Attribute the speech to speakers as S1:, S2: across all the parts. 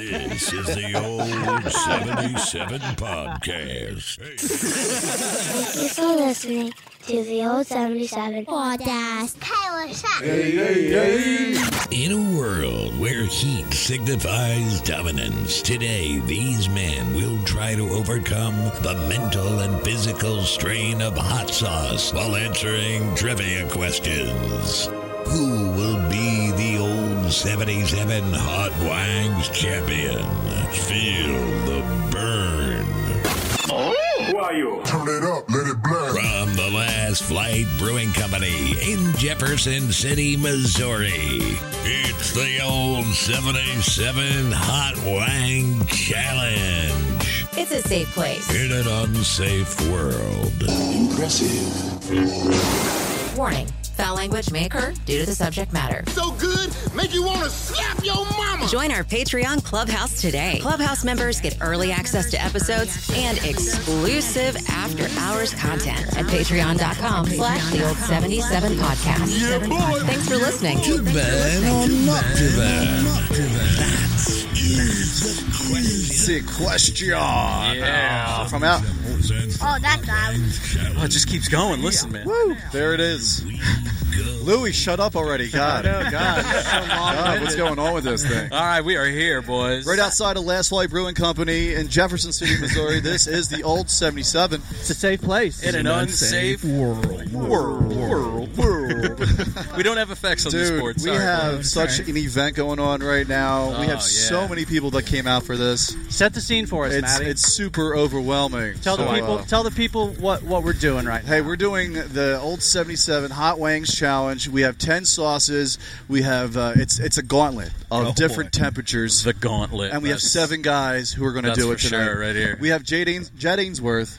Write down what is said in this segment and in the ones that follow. S1: This is the old 77 podcast.
S2: Thank you for listening to the Old 77 Podcast.
S3: 开我上。
S1: In a world where heat signifies dominance, today these men will try to overcome the mental and physical strain of hot sauce while answering trivia questions. Who will be the old 77 Hot Wags champion? Feel the burn.
S4: Turn it up, let it blast.
S1: From the Last Flight Brewing Company in Jefferson City, Missouri, it's the old 77 Hot Wang Challenge
S5: It's a safe place.
S1: in an unsafe world.
S5: Warning. Foul language may occur due to the subject matter.
S6: so good, make you want to slap your mama.
S5: Join our Patreon Clubhouse today. Clubhouse members get early access to episodes and exclusive after hours content at patreon.com slash the old 77 podcast. Thanks for listening.
S1: Too bad or not too bad? That is the question.
S7: Sick question. Yeah. From out.
S3: Oh, that's loud.
S7: Oh, it just keeps going. Listen, man. There it is. Louis, shut up already. God. God. God, what's going on with this thing?
S8: All right, we are here, boys.
S7: Right outside of Last Flight Brewing Company in Jefferson City, Missouri, this is the old 77.
S9: It's a safe place.
S8: in an unsafe.
S9: world.
S7: World, world, world.
S8: We don't have effects on this
S7: Dude,
S8: board.
S7: we
S8: Sorry.
S7: have such an event going on right now. we
S8: Oh,
S7: have
S8: yeah.
S7: so many people that came out for this.
S9: Set the scene for us,
S7: It's,
S9: Maddie.
S7: it's super overwhelming.
S9: tell
S7: So,
S9: the people.
S7: uh,
S9: tell the people what what we're doing right now.
S7: Hey, we're doing the old '77 Hot Wings challenge. We have ten sauces. We have uh, it's it's a gauntlet of
S8: Oh,
S7: different
S8: boy.
S7: temperatures,
S8: the gauntlet,
S7: and we have
S8: That's
S7: seven guys who are going to
S8: that's
S7: do it
S8: for
S7: tonight.
S8: sure, right here.
S7: We have Jade Ains- Jed Ainsworth,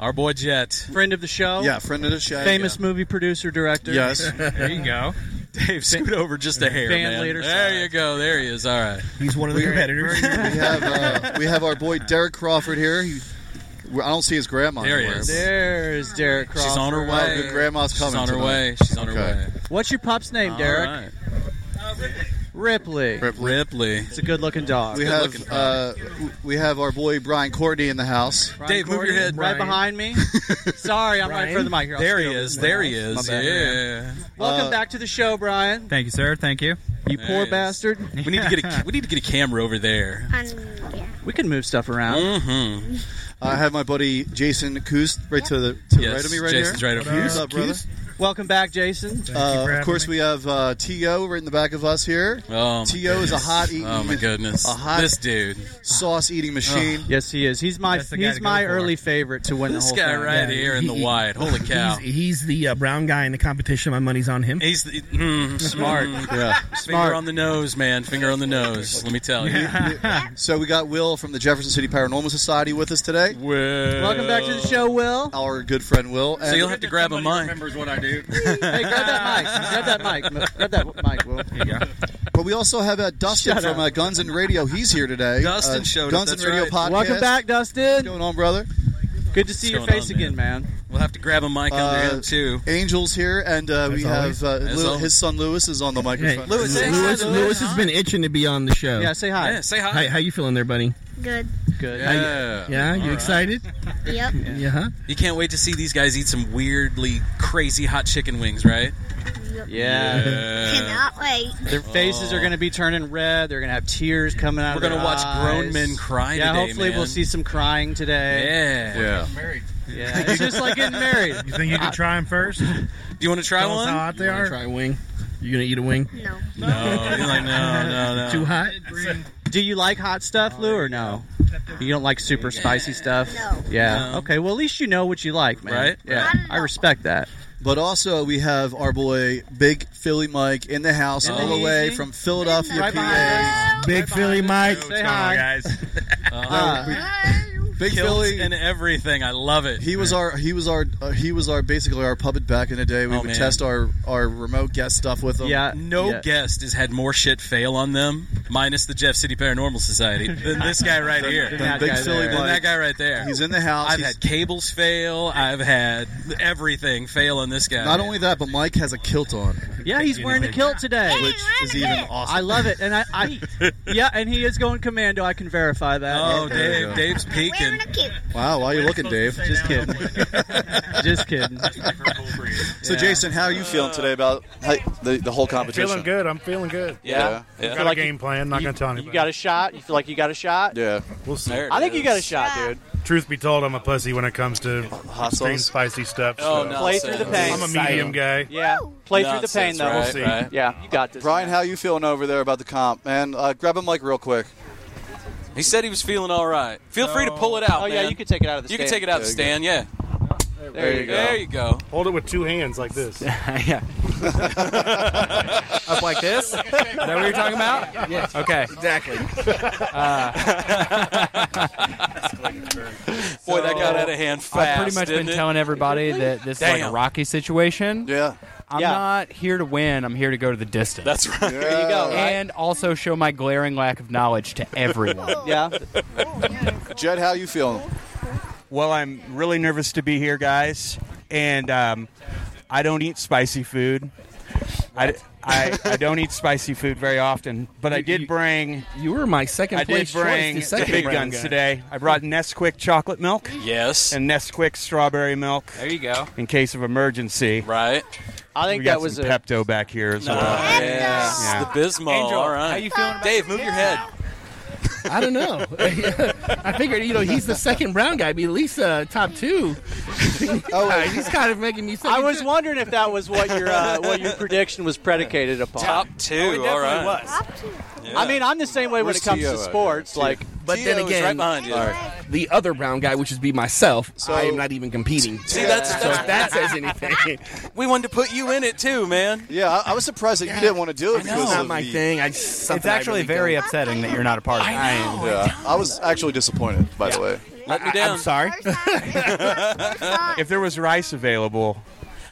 S8: Our boy Jet.
S9: Friend of the show.
S7: yeah, friend of the show,
S9: Famous movie producer director.
S7: Yes,
S9: There you go.
S8: Dave, scoot over just a hair,
S9: Van
S8: man.
S9: Leader
S8: there
S9: size.
S8: you go. There he is. All right.
S10: He's one of the competitors.
S7: we have uh, we have our boy Derek Crawford here. He, I don't see his grandma.
S8: There he
S7: anywhere.
S8: is.
S9: There's Derek Crawford.
S8: She's on her
S7: Wow,
S8: way.
S7: good grandma's coming
S8: She's on her
S7: tonight.
S8: way. She's on her
S7: Okay.
S8: way.
S9: What's your pup's name, Derek?
S8: All right.
S9: Ripley.
S7: Ripley.
S8: Ripley.
S9: It's a good-looking dog.
S7: We have uh, w- we have our boy Brian Courtney in the house.
S9: Brian
S8: Dave, move
S9: Gordon,
S8: your head,
S9: right behind
S10: Brian.
S9: me. Sorry, I'm right
S10: Brian.
S9: for the mic here. I'll
S8: There
S9: scoot
S8: he
S9: over.
S8: is. There he is.
S9: My bad.
S8: Yeah.
S9: Welcome
S7: Uh,
S9: back to the show, Brian.
S10: Thank you, sir. Thank you.
S9: You
S8: There
S9: poor
S8: he is.
S9: bastard.
S8: We need to get a we need to get a camera over there.
S3: Um, yeah.
S9: We can move stuff around.
S8: Mm-hmm.
S7: I have my buddy Jason Koost right to the to the
S8: Yes,
S7: right of me right
S8: Jason's
S7: here.
S8: right over here.
S7: What's up, brother?
S9: Welcome back, Jason.
S10: Thank you
S7: Uh,
S10: for
S7: of
S10: having
S7: course,
S10: me.
S7: we have uh, To right in the back of us here.
S8: Oh, my
S7: To is a
S8: goodness.
S7: hot eating,
S8: Oh my goodness.
S7: a hot
S8: This dude.
S7: sauce eating machine.
S9: Yes, he is. He's my
S10: That's the guy
S9: he's
S10: to go
S9: my
S10: for.
S9: early favorite to win
S8: This
S9: the whole
S8: guy
S9: thing.
S8: right here in the
S10: He-
S8: wide. Holy cow.
S10: He's, he's the uh, brown guy in the competition. My money's on him.
S8: He's the, mm, smart.
S7: Yeah.
S8: Finger on the nose, man. Finger on the nose. Let me tell you.
S7: So we got Will from the Jefferson City Paranormal Society with us today.
S9: Welcome back to the show, Will.
S7: Our good friend Will. And
S8: So you'll have to grab a mic.
S10: what I do.
S9: Hey, grab that mic. Grab that mic. Grab that mic, Will.
S7: but we also have uh, Dustin
S9: Shut
S7: from
S9: up.
S7: uh, Guns and Radio. He's here today.
S8: Dustin
S7: uh,
S8: showed up.
S7: Guns
S8: That's
S7: and Radio
S8: right.
S7: podcast.
S9: Welcome back,
S7: What's
S9: Dustin.
S7: going on, brother?
S9: Good to see your
S8: going on,
S9: face again, man.
S8: We'll have to grab a mic under
S7: Uh,
S8: him too.
S7: Angels here, and uh, we have uh,
S8: As
S7: Lew-
S8: always.
S7: his son Lewis is on the microphone.
S8: Lewis, hey,
S10: Lewis,
S8: hi,
S10: Lewis has been itching to be on the show.
S9: Yeah, say hi.
S8: Yeah, say
S10: Hi,
S8: hi.
S10: how you feeling there, buddy?
S3: Good.
S9: Good.
S8: Yeah.
S10: Yeah, you excited?
S3: Yep.
S10: Yeah. huh
S8: You can't wait to see these guys eat some weirdly crazy hot chicken wings, right?
S9: Yeah.
S8: Yeah.
S3: Cannot wait.
S9: Their faces are going to be turning red. They're going to have tears coming out.
S8: Oh. We're
S9: of
S8: gonna
S9: their
S8: watch grown
S9: eyes.
S8: men cry
S9: Yeah,
S8: today,
S9: hopefully we'll
S8: man.
S9: see some crying today.
S8: Yeah.
S7: Yeah.
S9: Yeah, it's just like getting married.
S10: You think you could try him first?
S8: Do you want to try one?
S10: hot they are. Try a wing. You gonna eat a wing?
S3: No.
S8: No. He's like, no, no, no.
S10: Too hot?
S9: Do you like hot stuff, Lou, or no? You don't like super spicy stuff?
S3: No.
S9: Yeah.
S8: No.
S9: Okay, well, at least you know what you like, man.
S8: Right?
S9: Yeah.
S3: Right.
S9: I respect that.
S7: But also, we have our boy Big Philly Mike in the house, all the way
S9: easy.
S7: from Philadelphia,
S9: Right
S7: PA.
S9: behind
S10: Big Philly
S7: Oh,
S10: Mike.
S9: Say hi. Uh,
S7: Big
S8: Kilts
S7: Philly,
S8: Uh-huh. and everything. I love it.
S7: he was our he was our uh, he was our basically our puppet back in the day. We
S8: Oh,
S7: would
S8: man.
S7: test our our remote guest stuff with him.
S9: Yeah.
S8: No
S9: yeah.
S8: guest has had more shit fail on them, minus the Jeff City Paranormal Society, than this guy right here.
S9: Than
S8: Than
S9: that
S7: Big
S9: guy
S7: Philly
S9: there.
S7: Mike.
S8: that guy right there.
S7: he's in the house.
S8: I've
S7: He's-
S8: had cables fail. I've had everything fail on this guy.
S7: not only that, but Mike has a kilt on.
S11: Yeah, he's wearing a kilt today,
S7: Which is even awesome.
S11: I love it, and I, I yeah, and he is going commando. I can verify that.
S7: Oh, There you Dave, go. Dave's
S11: peeking.
S7: Wow, why are you looking, Dave?
S11: Just kidding. Just kidding.
S7: So, Jason, how are you feeling today about how, the, the whole competition?
S12: Feeling good. I'm feeling good.
S7: Yeah, yeah.
S12: I've
S7: Feel
S12: Got
S7: like
S12: a game plan. Not gonna tell anybody.
S9: You got a shot? You feel like you got a shot?
S7: Yeah.
S12: We'll see.
S9: I think you got a shot, dude.
S12: Truth be told, I'm a pussy when it comes to extreme spicy stuff.
S9: Oh,
S12: so-
S9: no, Play through the pain.
S12: I'm a medium guy.
S9: Yeah. Play through the pain, though.
S12: We'll see.
S9: Yeah, you got this.
S7: Brian, how you feeling over there about the comp? Man, uh, grab him like real quick.
S8: He said he was feeling all right. Feel free to pull it out.
S9: Oh, yeah,
S8: man.
S9: you can take it out of the
S8: You can
S9: stand.
S8: take it out of the
S9: There
S8: stand. Yeah.
S9: There you go.
S8: There you go.
S12: Hold it with two hands like this.
S9: yeah.
S2: Up like this? Is that what you're talking about?
S9: Yes.
S2: Okay.
S9: Exactly.
S2: Uh,
S8: Boy, that got out of hand fast,
S2: I've pretty much
S8: didn't
S2: been
S8: it?
S2: telling everybody that this is like
S8: Damn.
S2: a rocky situation.
S7: Yeah.
S2: I'm
S8: Yeah.
S2: not here to win. I'm here to go to the distance.
S8: That's right. There you go, right?
S2: And also show my glaring lack of knowledge to everyone.
S9: yeah.
S7: Jed, how you feeling?
S13: Well, I'm really nervous to be here, guys, and um, I don't eat spicy food. I, I, I don't eat spicy food very often, but I did bring.
S10: You were my second
S13: I did
S10: place choice
S13: bring
S10: to
S13: the
S10: second
S13: big
S10: round
S13: guns
S10: guy.
S13: today. I brought Nesquik chocolate milk.
S8: Yes.
S13: And Nesquik strawberry milk.
S2: There you go.
S13: In case of emergency.
S8: Right.
S9: I
S8: think
S13: we got
S8: that was
S13: some
S8: a-
S13: Pepto back here as well.
S8: Yes.
S13: Yeah.
S8: The Bismol.
S13: Angel,
S8: all right.
S13: how you feeling about
S8: Dave, move your head.
S10: I don't know. I figured, you know, he's the second round guy, but at least uh, top two. oh, he's kind of making me.
S9: I was wondering if that was what your uh, what your prediction was predicated upon.
S8: Top
S12: Oh,
S8: two. all right.
S9: I mean, I'm the same way when
S8: Where's
S9: it comes
S8: T.O.
S9: to
S8: at?
S9: sports. Like,
S10: But then
S8: Tio's
S10: again,
S8: right behind you. All right.
S10: the other round guy, which would be myself, I am not even competing.
S8: See, that's,
S10: so
S8: that's
S10: if that says anything.
S8: we wanted to put you in it too, man.
S7: Yeah, I, I was surprised that you didn't want to do it because
S10: It's not
S7: of
S10: my
S7: the-
S10: thing. I just,
S2: it's actually very upsetting that you're not a part of it. I am.
S7: Yeah, I was actually disappointed. By the way,
S8: let me
S13: down. I'm
S10: sorry.
S13: if there was rice available.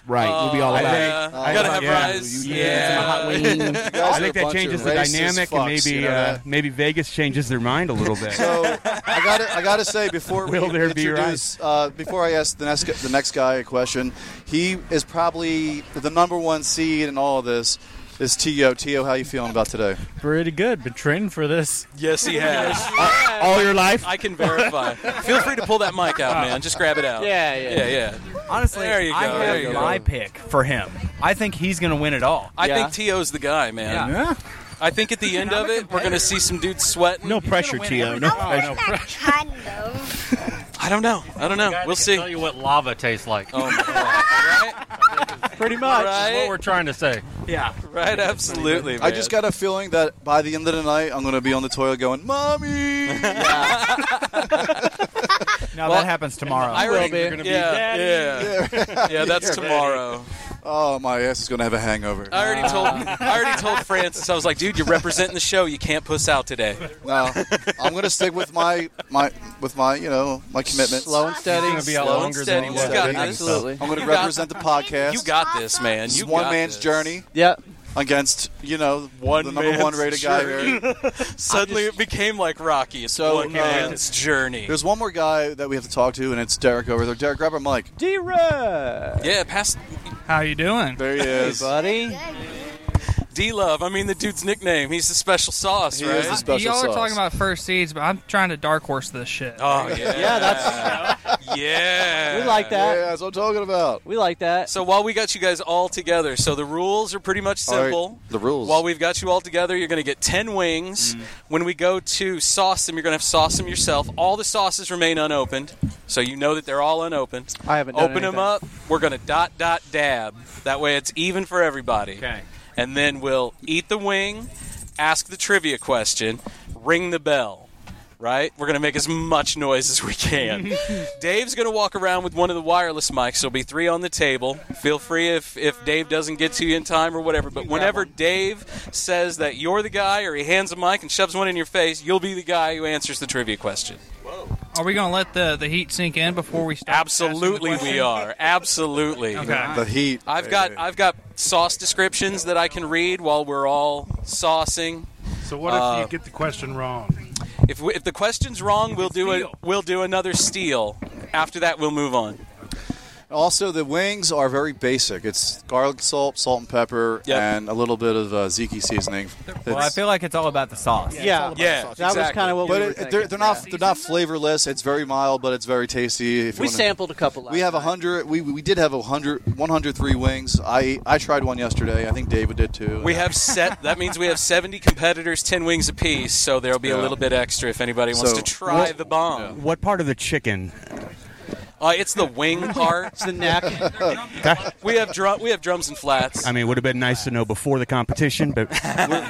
S10: Right,
S13: we'll be
S10: all about it.
S13: I think,
S10: Uh,
S13: I
S10: gotta
S13: think-
S10: have
S13: yeah.
S10: rice.
S13: Yeah.
S10: Yeah. Hot wings. You guys
S13: I
S10: are a
S13: think that
S10: bunch
S13: changes
S10: of
S13: the
S10: racist
S13: dynamic,
S10: fucks,
S13: and maybe
S10: you know
S13: uh,
S10: that?
S13: maybe Vegas changes their mind a little bit.
S7: So I got I got to say before we
S13: Will there be
S7: introduce, uh, before I ask the next gu- the next guy a question, he is probably the number one seed in all of this. Is Tio Tio? How you feeling about today?
S2: Pretty good. Been training for this.
S8: Yes, he has. Uh,
S2: all your life?
S8: I can verify. Feel free to pull that mic out, man. Just grab it out.
S2: Yeah, yeah.
S8: yeah, yeah.
S2: Honestly,
S8: there you go.
S2: I
S8: there you
S2: have
S8: go.
S2: my pick for him. I think he's going to win it all.
S8: I think T.O.'s the guy, man.
S2: Yeah. Yeah.
S8: I think at the end of it, we're going to see some dudes sweating. No
S10: pressure, T.O., no pressure.
S14: Kind of.
S8: I don't know. I don't know. We'll see.
S15: Tell you what lava tastes like.
S8: Oh my god!
S2: Pretty
S15: much.
S8: Right?
S15: what we're trying to say.
S2: Yeah.
S8: Right. Absolutely.
S7: I
S8: man.
S7: just got a feeling that by the end of the night, I'm going to be on the toilet going, "Mommy."
S2: Now
S7: Well,
S2: that happens tomorrow.
S7: I already- Will be. You're gonna be-
S8: Yeah,
S7: Daddy.
S8: yeah, yeah. That's
S7: You're
S8: tomorrow.
S7: Oh, my ass is going to have a hangover. Uh,
S8: I already told. I already told Francis. I was like, dude, you're representing the show. You can't puss out today.
S7: No, I'm going to stick with my my with my you know my commitments.
S8: Slow and steady. It's gonna be a lot
S7: Slow and
S8: longer than
S7: steady.
S8: all that. You got this.
S7: Absolutely. I'm going
S8: You
S7: to
S8: got-
S7: represent the podcast.
S8: You got this, man.
S7: This
S8: You
S7: is one
S8: got
S7: man's
S8: this.
S7: journey.
S9: Yep.
S7: Against you know one the number
S8: man's
S7: one rated guy
S8: journey.
S7: here.
S8: Suddenly, it became like Rocky. It's
S7: So,
S8: one
S7: uh,
S8: man's journey.
S7: There's one more guy that we have to talk to, and it's Derek over there. Derek, grab our mic.
S9: D-Rub.
S8: Yeah, pass.
S2: How you doing?
S7: There he
S8: Hey,
S7: is.
S9: buddy.
S8: D Love. I mean, the dude's nickname. He's the special sauce,
S7: He
S8: right?
S7: is the special
S16: Y'all are talking about first seeds, but I'm trying to dark horse this shit.
S8: Oh yeah,
S16: yeah,
S8: that's yeah.
S16: We like that.
S7: Yeah, that's what I'm talking about.
S9: We like that.
S8: So while we got you guys all together, so the rules are pretty much
S7: All right,
S8: simple.
S7: the rules. Mm.
S8: While we've got you all together, you're going to get ten wings. When we go to sauce them, you're going to have sauce them yourself. All the sauces remain unopened, so you know that they're all unopened.
S9: I haven't done
S8: Open them
S9: anything.
S8: up. We're going to dot dot dab. That way, it's even for everybody. Okay. And then we'll eat the wing, ask the trivia question, ring the bell. Right? We're going to make as much noise as we can. Dave's going to walk around with one of the wireless mics. There'll be three on the table. Feel free if, if Dave doesn't get to you in time or whatever. But whenever Dave says that you're the guy or he hands a mic and shoves one in your face, you'll be the guy who answers the trivia question.
S16: Are we gonna let the, the heat sink in before we start?
S8: Absolutely,
S16: asking the
S8: we are. Absolutely.
S16: Okay.
S7: The heat.
S8: I've got I've got sauce descriptions that I can read while we're all saucing. Uh,
S12: So what if you get the question wrong?
S8: If, we, if the question's wrong, we'll do a, we'll do another steal. After that, we'll move on.
S7: Also, the wings are very basic. It's garlic salt, salt and pepper,
S9: Yep.
S7: and a little bit of uh, ziki seasoning.
S9: Well, I
S7: It's-
S9: feel like it's all about the sauce.
S7: But it- they're, they're not they're not flavorless. It's very mild, but it's very tasty. If you
S15: We
S7: wanna-
S15: sampled a couple
S7: We
S15: last
S7: have a hundred. We, we did have a hundred 103 wings. I I tried one yesterday. I think David did too.
S8: We have set. That means we have 70 competitors, 10 wings apiece. So there'll be a
S7: Yeah.
S8: little bit extra if anybody wants
S7: So-
S8: to try
S7: Well-
S8: the bomb.
S17: What part of the chicken?
S8: Uh, it's the wing part. it's the neck. we have drum. We have drums and flats.
S17: I mean, it would have been nice to know before the competition, but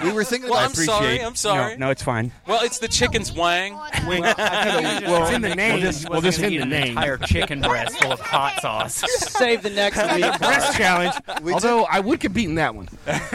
S8: we were thinking. Well,
S17: I
S8: I'm sorry.
S17: appreciate-
S8: I'm sorry.
S17: No, no, it's fine.
S8: Well, it's the chicken's wang.
S17: Well, it's in the name. We'll just- we'll just eat an entire
S9: chicken breast full of hot sauce.
S15: Save the next week.
S10: breast challenge.
S7: We
S10: Although I would compete in that one.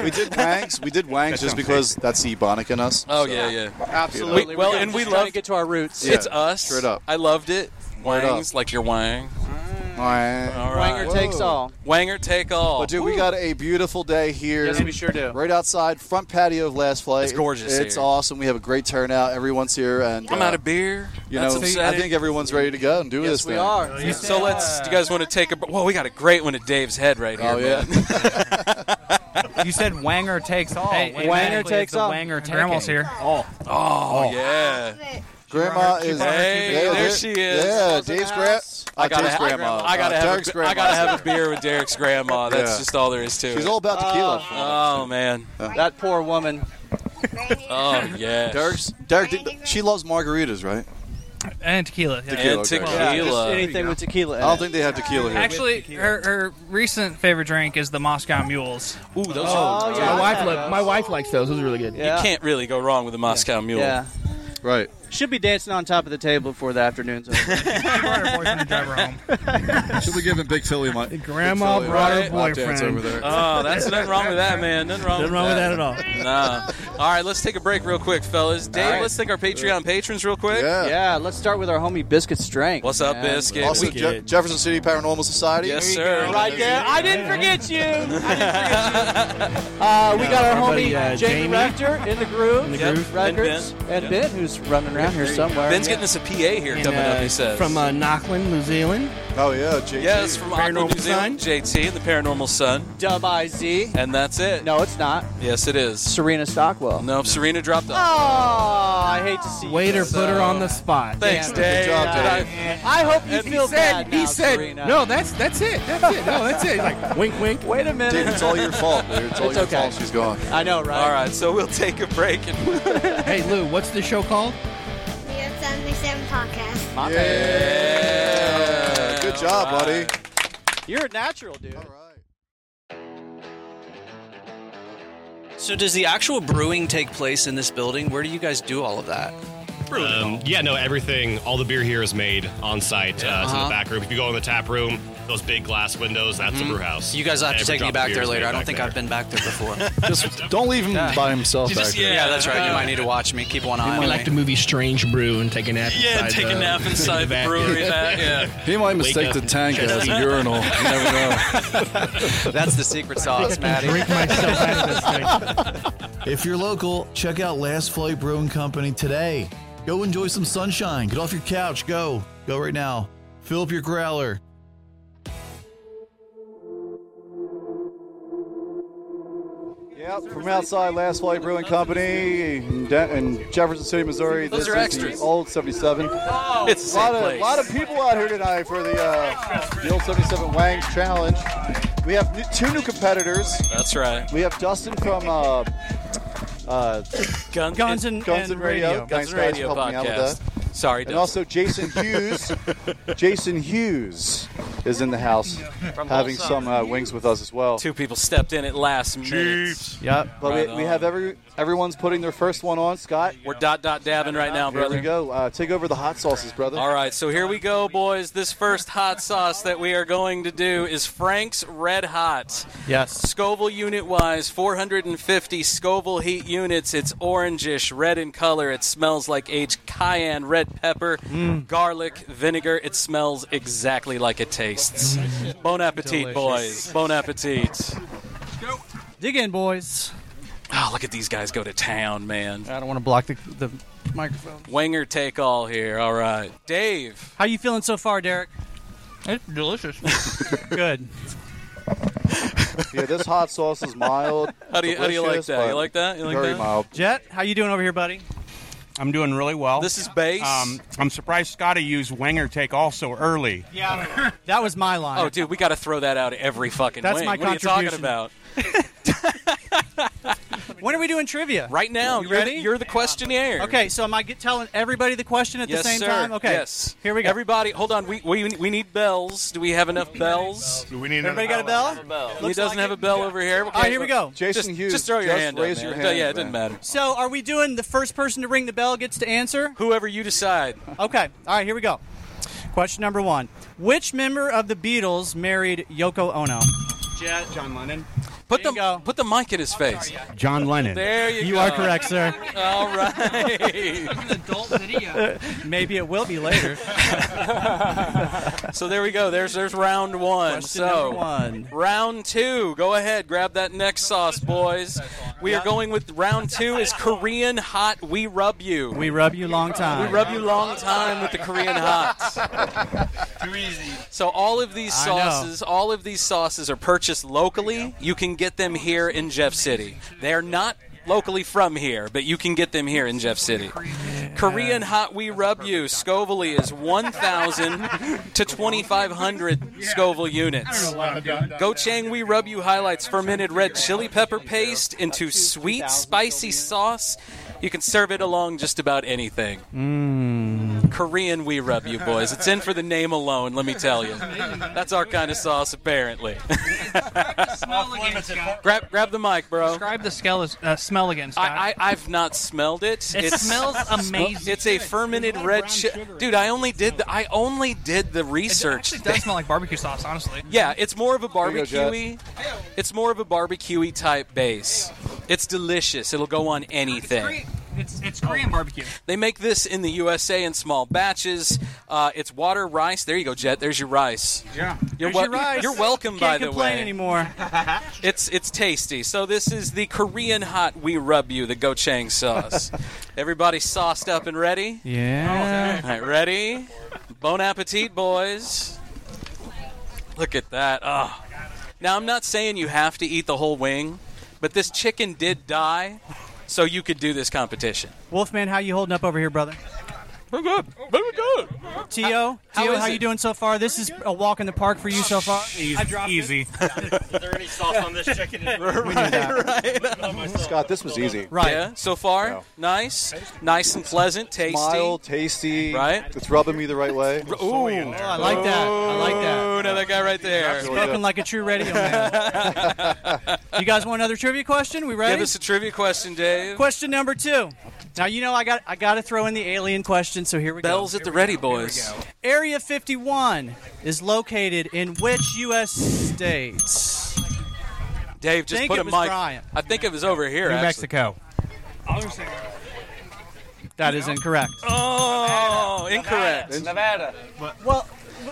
S7: we did wangs. We did wangs just because that's the Ebonic in us.
S8: Oh
S7: so.
S8: yeah, yeah.
S7: Absolutely.
S8: We- well,
S7: We're
S8: and we
S7: just trying
S8: love
S7: to get to our roots.
S8: It's
S7: Yeah,
S8: us.
S7: straight up.
S8: I loved it.
S7: Word up.
S8: Wangs like your wang. Mm. All right.
S7: Wanger takes Whoa. all.
S8: Wanger take all.
S7: But dude, we got a beautiful day here.
S8: Yes, we sure do.
S7: Right outside front patio of Last Flight.
S8: It's gorgeous
S7: It's
S8: here.
S7: awesome. We have a great turnout. Everyone's here, and
S8: I'm
S7: uh,
S8: out of beer.
S7: You
S8: That's
S7: know, I
S8: upsetting. Oh,
S7: think everyone's ready to go and do this. thing.
S8: So let's. Do you guys want to take a? br- Well, we got a great one at Dave's head right here.
S7: Oh, yeah.
S9: You said Wanger takes all.
S8: Hey,
S9: Well,
S8: Wanger
S9: technically, it's
S8: takes
S9: a
S8: all.
S9: Wanger
S8: And Grandma's
S9: taking.
S8: here.
S9: Oh.
S8: Oh, yeah.
S7: Grandma
S9: Keep
S7: is
S9: on her,
S8: Hey,
S7: yeah,
S8: there
S7: there-
S8: she is.
S7: Yeah, Dave's grandma.
S8: I gotta,
S7: Dave's
S8: ha-
S7: grandma.
S8: I gotta
S7: Uh,
S8: have.
S7: Derek's
S8: a,
S7: grandma.
S8: I gotta have a beer with Derek's grandma. That's
S7: Yeah.
S8: just all there is to it.
S7: She's all about tequila.
S8: Oh, man,
S15: that poor woman.
S8: Oh yeah.
S7: Derek's, Derek, did- she loves margaritas, right?
S18: and tequila. yeah.
S7: Tequila, okay.
S15: tequila.
S7: I don't think they have tequila here.
S18: Actually, her, her recent favorite drink is the Moscow Mules.
S8: Ooh, those
S10: Oh, yeah. My wife, lo- my wife likes those. Those are really good.
S8: You can't really go wrong with a Moscow Mule.
S15: Yeah.
S7: Right.
S15: Should be dancing on top of the table before the afternoon's over.
S19: Should be giving Big Philly my
S15: Grandma
S19: Big Philly
S15: brought
S19: my-
S15: her
S19: my dance
S15: boyfriend.
S19: over there.
S8: Oh, that's nothing wrong with that, man. Nothing wrong,
S19: Nothing
S8: with
S19: wrong with
S8: that. at all. Nah. All right, let's take a break real quick, fellas. Dave,
S15: right.
S8: let's thank our Patreon patrons real quick.
S15: Yeah. let's start with our homie Biscuit Strength.
S8: What's up, Biscuit?
S7: Also, Je- Jefferson City Paranormal Society.
S8: Yes, sir.
S15: Right there. I didn't forget you. I didn't forget you. Uh, we got our
S8: Our
S15: homie
S8: buddy, uh,
S15: Jamie
S8: Jamie.
S15: Rector in the groove.
S8: In the Yep. groove. And
S15: Records. And
S8: Ben.
S15: Ben,
S8: Yep.
S15: who's running around here somewhere.
S8: Ben's getting us a PA here coming up, he says.
S10: From uh, Knockland, New Zealand.
S7: Oh, yeah. JT.
S8: Yes, from Aqua New Zealand, JT and the Paranormal Sun.
S15: Dub IZ.
S8: And that's it.
S15: No, it's not.
S8: Yes, it is.
S15: Serena Stockwell.
S8: No, Serena dropped
S15: Oh,
S8: off.
S15: I hate to see
S10: Waiter
S15: this.
S10: put her on the spot.
S8: Thanks,
S15: Damn.
S8: Dave.
S15: Good job,
S8: Did I-
S15: I hope you
S10: he
S15: feel
S10: said,
S15: bad
S10: he
S15: now,
S10: said,
S15: Serena.
S10: no, that's that's it, that's it, no, that's it. He's Like wink, wink.
S15: Wait a minute.
S7: Dude, it's all your fault, dude. It's all
S10: It's
S7: your
S10: okay.
S7: fault. She's gone.
S15: I know, right?
S8: All right, so we'll take a break. And
S10: hey, Lou, what's the show called?
S20: The Earth 77 podcast.
S15: My
S7: Yeah. Good job, buddy.
S15: You're a natural, dude.
S21: So does the actual brewing take place in this building? Where do you guys do all of that?
S22: Um, yeah, no, everything, all the beer here is made on site. Uh, it's in
S21: Uh-huh.
S22: the back room. If you go in the tap room, those big glass windows, that's
S8: Mm-hmm.
S21: Mhm.
S22: the brew house.
S21: You guys will have to
S22: Every
S21: take me
S22: drop of
S21: back
S22: beer
S21: there
S22: is made
S21: later. I don't
S22: back
S21: think
S22: there.
S21: I've been back there before.
S7: Just don't leave him by himself.
S21: You just-
S7: back there.
S21: yeah, that's right. You might need to watch me. Keep one eye on
S13: I
S21: me.
S13: like the movie Strange Brew and take a nap.
S21: Yeah,
S13: inside
S21: take a
S13: the-
S21: nap inside the brewery back, yeah.
S7: He might
S13: Wake
S7: mistake
S13: up
S7: the
S13: and
S7: tank
S13: check
S7: as
S13: it
S7: a
S13: out.
S7: urinal. You never know.
S21: That's the secret sauce, Maddie.
S23: If you're local, check out Last Flight Brewing Company today. Go enjoy some sunshine. Get off your couch. Go. Go right now. Fill up your growler.
S7: Yep, from outside Last Flight Brewing Company in, De- in Jefferson City, Missouri.
S8: Those
S7: this
S8: are
S7: is
S8: extras.
S7: The old 77. Oh,
S8: It's the
S7: a lot
S8: same
S7: of
S8: place.
S7: lot of people out here tonight for the, uh, the old 77 Wangs Challenge. We have new, two new competitors.
S8: That's right.
S7: We have Dustin from uh, uh,
S8: Guns,
S7: Guns and, Radio.
S8: Guns
S7: Thanks,
S8: and
S7: guys,
S8: Radio
S7: for helping me out with
S8: podcast.
S7: that.
S8: Sorry,
S7: And also Jason Hughes. Jason Hughes is in the house, having some uh, wings with us as well.
S8: Two people stepped in at last minute.
S7: Yep, but
S8: Right
S7: we, we
S8: on.
S7: have every everyone's putting their first one on. Scott,
S8: We're dot dot dabbing right now,
S7: Here
S8: brother.
S7: we go. Uh, take over the hot sauces, brother.
S8: All right, so here we go, boys. This first hot sauce that we are going to do is Frank's Red Hot.
S13: Yes.
S8: Scoville unit wise, 450 Scoville heat units. It's orangish, red in color. It smells like aged cayenne, red pepper,
S13: Mm.
S8: garlic, vinegar. It smells exactly like it tastes. Bon appetit, boys. Bon appetit.
S13: Dig in, boys.
S8: Oh, look at these guys go to town, man.
S13: I don't want to block the, the microphone.
S8: Wanger take all here. All right. Dave.
S13: How you feeling so far, Derek?
S18: It's delicious. Good.
S7: yeah, this hot sauce is mild.
S8: How do you- how do you like
S7: delicious,
S8: that? You
S7: but
S8: like that? You like
S7: very
S8: that?
S7: mild.
S17: Jet, how you doing over here, buddy? I'm doing really well.
S8: This is base.
S17: Um, I'm surprised Scotty used Wanger take also early.
S9: Yeah, that was my line.
S8: Oh, dude, we got to throw that out every fucking
S9: That's
S8: wing.
S9: my
S8: what are you talking
S9: contribution.
S8: about?
S9: When are we doing trivia?
S8: Right now,
S9: You
S8: you're,
S9: ready?
S8: The, you're the questionnaire.
S9: Okay, so am I get, telling everybody the question at
S8: yes,
S9: the same
S8: sir.
S9: time? Okay.
S8: Yes.
S9: Here we go.
S8: Everybody, hold on. We, we, we need bells. Do we have enough bells? Do we need
S9: Everybody got a bell? bell.
S8: He doesn't have a bell over here.
S9: All right, here we go.
S8: just, Just throw your hand up, man. Yeah, it doesn't matter.
S9: So, are we doing the first person to ring the bell gets to answer?
S8: Whoever you decide.
S9: Okay. All right, here we go. Question number one Which member of the Beatles married Yoko Ono?
S17: Jet, John Lennon.
S8: Put the put the mic in his face.
S17: John Lennon.
S8: There you,
S9: You
S8: go.
S9: are correct, sir.
S8: All right.
S9: Maybe it will be later.
S8: so there we go. There's there's round one. so round two. Go ahead, grab that neck sauce, boys. We are going with round two is Korean hot. We rub you.
S9: We rub you long time.
S8: We rub you long time with the Korean hots. Too easy. So all of these
S9: I know.
S8: sauces, all of these sauces are purchased locally. You can get them here in Jeff City. They're not locally from here, but you can get them here in Jeff City. Korean hot we rub you. Scoville is 1,000 to 2,500 Scoville units. Gochang we rub you highlights fermented red chili pepper paste into sweet spicy sauce. You can serve it along just about anything.
S3: Mm.
S8: Korean we rub you boys. It's in for the name alone, let me tell you. That's our kind of sauce, apparently. grab, grab the mic, bro.
S18: Describe the scale as, uh, smell again, Scott.
S8: I, I, I've not smelled it.
S18: It smells amazing.
S8: It's a fermented red chi- dude. I only did the, I only did the research.
S18: it does smell like barbecue sauce, honestly.
S8: yeah, it's more of a
S18: There you go, Jet.
S8: barbecuey. It's more of a barbecuey type base. It's delicious. It'll go on anything.
S18: It's, it's Korean barbecue.
S8: They make this in the USA in small batches. Uh, it's water rice. There you go, Jet. There's your rice.
S9: Yeah.
S8: You're,
S9: There's your
S8: wel-
S9: rice.
S8: you're welcome.
S9: Can't
S8: by the
S9: complain
S8: way,
S9: anymore.
S8: It's it's tasty. So this is the Korean hot we rub you the gochang sauce. Everybody sauced up and ready.
S9: Yeah.
S8: All right, ready? Bon appetit, boys. Look at that. Oh. Now, I'm not saying you have to eat the whole wing, but this chicken did die, so you could do this competition.
S9: Wolfman, how you holding up over here, brother?
S8: We're good. We're good.
S9: Tio,
S8: how
S9: Tio,
S8: is
S9: how you
S8: it?
S9: doing so far? This is a walk in the park for you so far.
S12: Easy.
S24: Is there any sauce on this chicken?
S7: Scott, this was easy.
S8: Right. Yeah, so far, nice. Nice and pleasant, tasty.
S7: Mild, tasty.
S8: Right?
S7: It's rubbing me the right way.
S8: Ooh. I
S9: like that. I like that.
S8: Oh, now that guy right there.
S9: Spoken like a true radio man. you guys want another trivia question? We ready?
S8: Give us a trivia question, Dave.
S9: question number two. Now you know I got I got to throw in the alien question, so here we
S8: Bells
S9: go.
S8: at the ready, boys.
S9: Area 51 is located in which U.S. states?
S8: Dave, just
S9: Think
S8: put
S9: it
S8: a
S9: was
S8: mic.
S9: Bryant.
S8: I think it was over here.
S9: New
S8: actually.
S9: Mexico. That is incorrect.
S8: Oh, incorrect.
S9: Nevada. Well,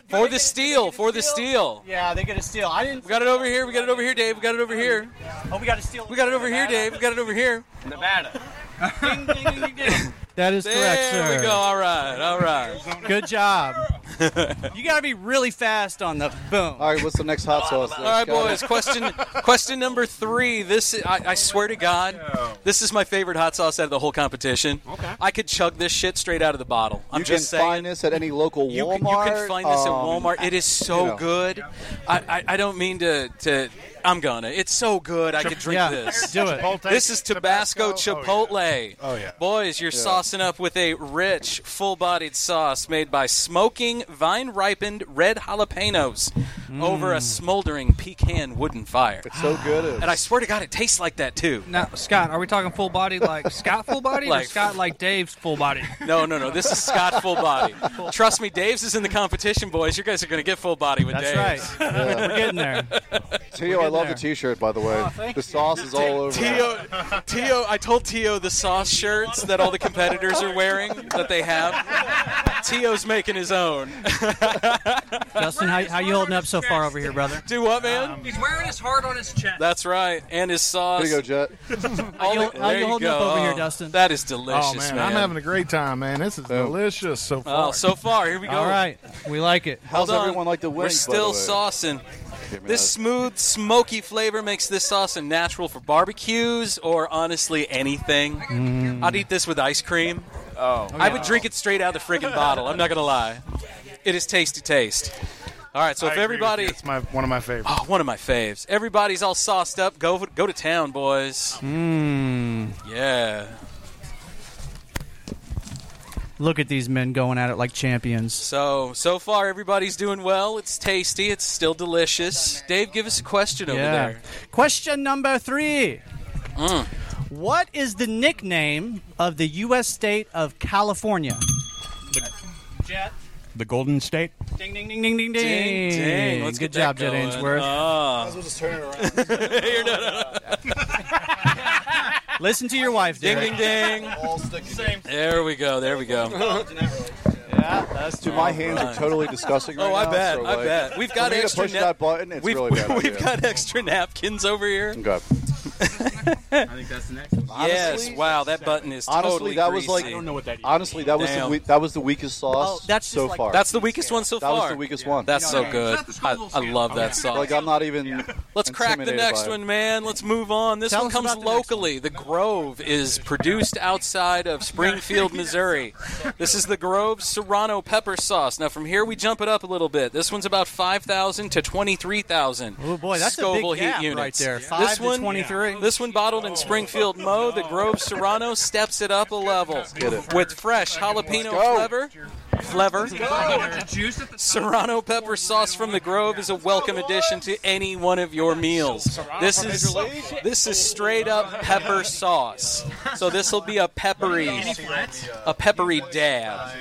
S8: For the steal, for the steal.
S9: yeah, they get a steal. I didn't.
S8: We got it over here. We got it over here, Dave. We got it over here.
S9: Oh, we got a steal.
S8: We got it over here, Dave. We got it over here.
S9: Nevada. That is correct, sir.
S8: There we go. All right. All right.
S9: Good job. you got to be really fast on the boom.
S7: All right, what's the next hot sauce?
S8: All right, boys. Question question number three. This I, I swear to God, this is my favorite hot sauce out of the whole competition. Okay. I could chug this shit straight out of the bottle. I'm
S7: you
S8: just
S7: can
S8: saying.
S7: find this at any local
S8: You,
S7: Walmart.
S8: can- you can find this at
S7: um,
S8: Walmart. It is so
S7: you know.
S8: good. I, I, I don't mean to, to. I'm gonna. It's so good. I could drink
S9: Yeah,
S8: this.
S9: do it. Chipotle,
S8: This is Tabasco, Chipotle.
S9: Oh, yeah.
S8: Boys, you're
S9: Yeah.
S8: saucing up with a rich, full-bodied sauce made by smoking, vine-ripened red jalapenos
S9: Mm.
S8: over a smoldering pecan wooden fire. It's
S7: so good.
S8: And I swear to God, it tastes like that too.
S18: Now, Scott, are we talking full body like Scott full body
S8: Like-
S18: or Scott like Dave's full body?
S8: No, no, no. This is Scott full body. Trust me, Dave's is in the competition, boys. You guys are going to get full body with Dave.
S9: That's right. We're getting there.
S7: Tio, I love the T-shirt by the way. the sauce is all over.
S8: Tio, Tio, I told Tio the sauce shirts that all the competitors are wearing that they have. Tio's making his own.
S9: Justin, how, how you holding up so far over here, brother.
S8: Do what,
S2: Um,
S8: man?
S24: He's wearing his heart on his chest.
S8: That's right, and his sauce.
S7: Here you go, Jet.
S24: How
S8: All
S24: you-
S8: the-
S24: how
S8: there
S24: you holding up
S8: go.
S24: over here,
S8: Oh,
S24: Dustin?
S8: That is delicious,
S24: Oh, man,
S8: man.
S24: I'm
S12: having a great time, man. This is delicious so far.
S8: Oh, so far, here we go.
S12: All right.
S9: We like it.
S12: How's
S8: Hold on.
S12: everyone like the
S8: We're
S12: wings, by
S8: still
S12: the way?
S8: saucing.
S7: me
S8: This
S7: that.
S8: smooth, smoky flavor makes this sauce a natural for barbecues or honestly anything.
S12: Mm-hmm.
S8: I'd eat this with ice cream. Oh, I would drink it straight out of the freaking bottle. I'm not gonna lie, it is tasty taste. All right, so
S12: I
S8: if
S12: agree with you.
S8: everybody,
S12: it's my one of my favorites.
S8: oh, one of my faves, everybody's all sauced up. Go go to town, boys.
S9: Mmm.
S8: Yeah.
S9: Look at these men going at it like champions.
S8: So so far, everybody's doing well. It's tasty. It's still delicious. Dave, give us a question over there. Mm.
S9: Question number three. What is the nickname of the U.S. state of California?
S24: Jet.
S17: The Golden State.
S9: Ding, ding, ding, ding, ding, ding.
S17: Ding, ding. Let's
S9: Good
S17: get
S9: job,
S17: that
S9: Jed
S17: going.
S9: Ainsworth.
S17: Ah. Might as
S7: well just turn
S8: around. You're not-
S9: Listen to your wife,
S8: Ding,
S9: Derek.
S8: ding, ding.
S7: All sticking.
S24: Same.
S8: There we go. There we go.
S7: Yeah, that's too. My hands are
S8: Alright.
S7: totally disgusting right
S8: Oh, I
S7: now,
S8: bet.
S7: so,
S8: I
S7: like,
S8: bet. We've
S7: for
S8: got
S7: me to
S8: extra
S7: push
S8: nap-
S7: that button. It's
S8: we've,
S7: really bad.
S8: We've
S7: idea.
S8: got extra napkins over here.
S7: Okay.
S8: I think that's the next. One. Yes.
S7: Honestly-
S8: Wow. That button is
S7: honestly
S8: totally
S7: that was like
S8: greasy.
S7: honestly that was the
S8: Damn.
S7: we- that was the weakest sauce so far.
S8: That's the weakest one so
S7: that
S8: far.
S7: was the weakest one.
S8: That's so good. I, I love that sauce.
S7: Like I'm not even.
S8: Let's crack the
S7: intimidated by
S8: next
S7: it.
S8: one, man. Let's move on. This
S7: Tell
S8: one
S7: us
S8: comes
S7: about the next
S8: locally. The Grove is produced outside of Springfield, Missouri. This is the Grove Serrano pepper sauce. Now, from here, we jump it up a little bit. This one's about 5,000 to 23,000.
S9: Oh, boy, that's a big
S8: Scoville
S9: gap
S8: heat units.
S9: right there.
S8: this
S9: Five to
S8: one,
S9: 23.
S8: This one bottled in Springfield, Mo. The Grove Serrano steps it up a level with fresh jalapeno flavor. Flavor. Serrano pepper sauce from the Grove is a welcome addition to any one of your meals. This is this is straight up pepper sauce. So this will be a peppery a peppery dab.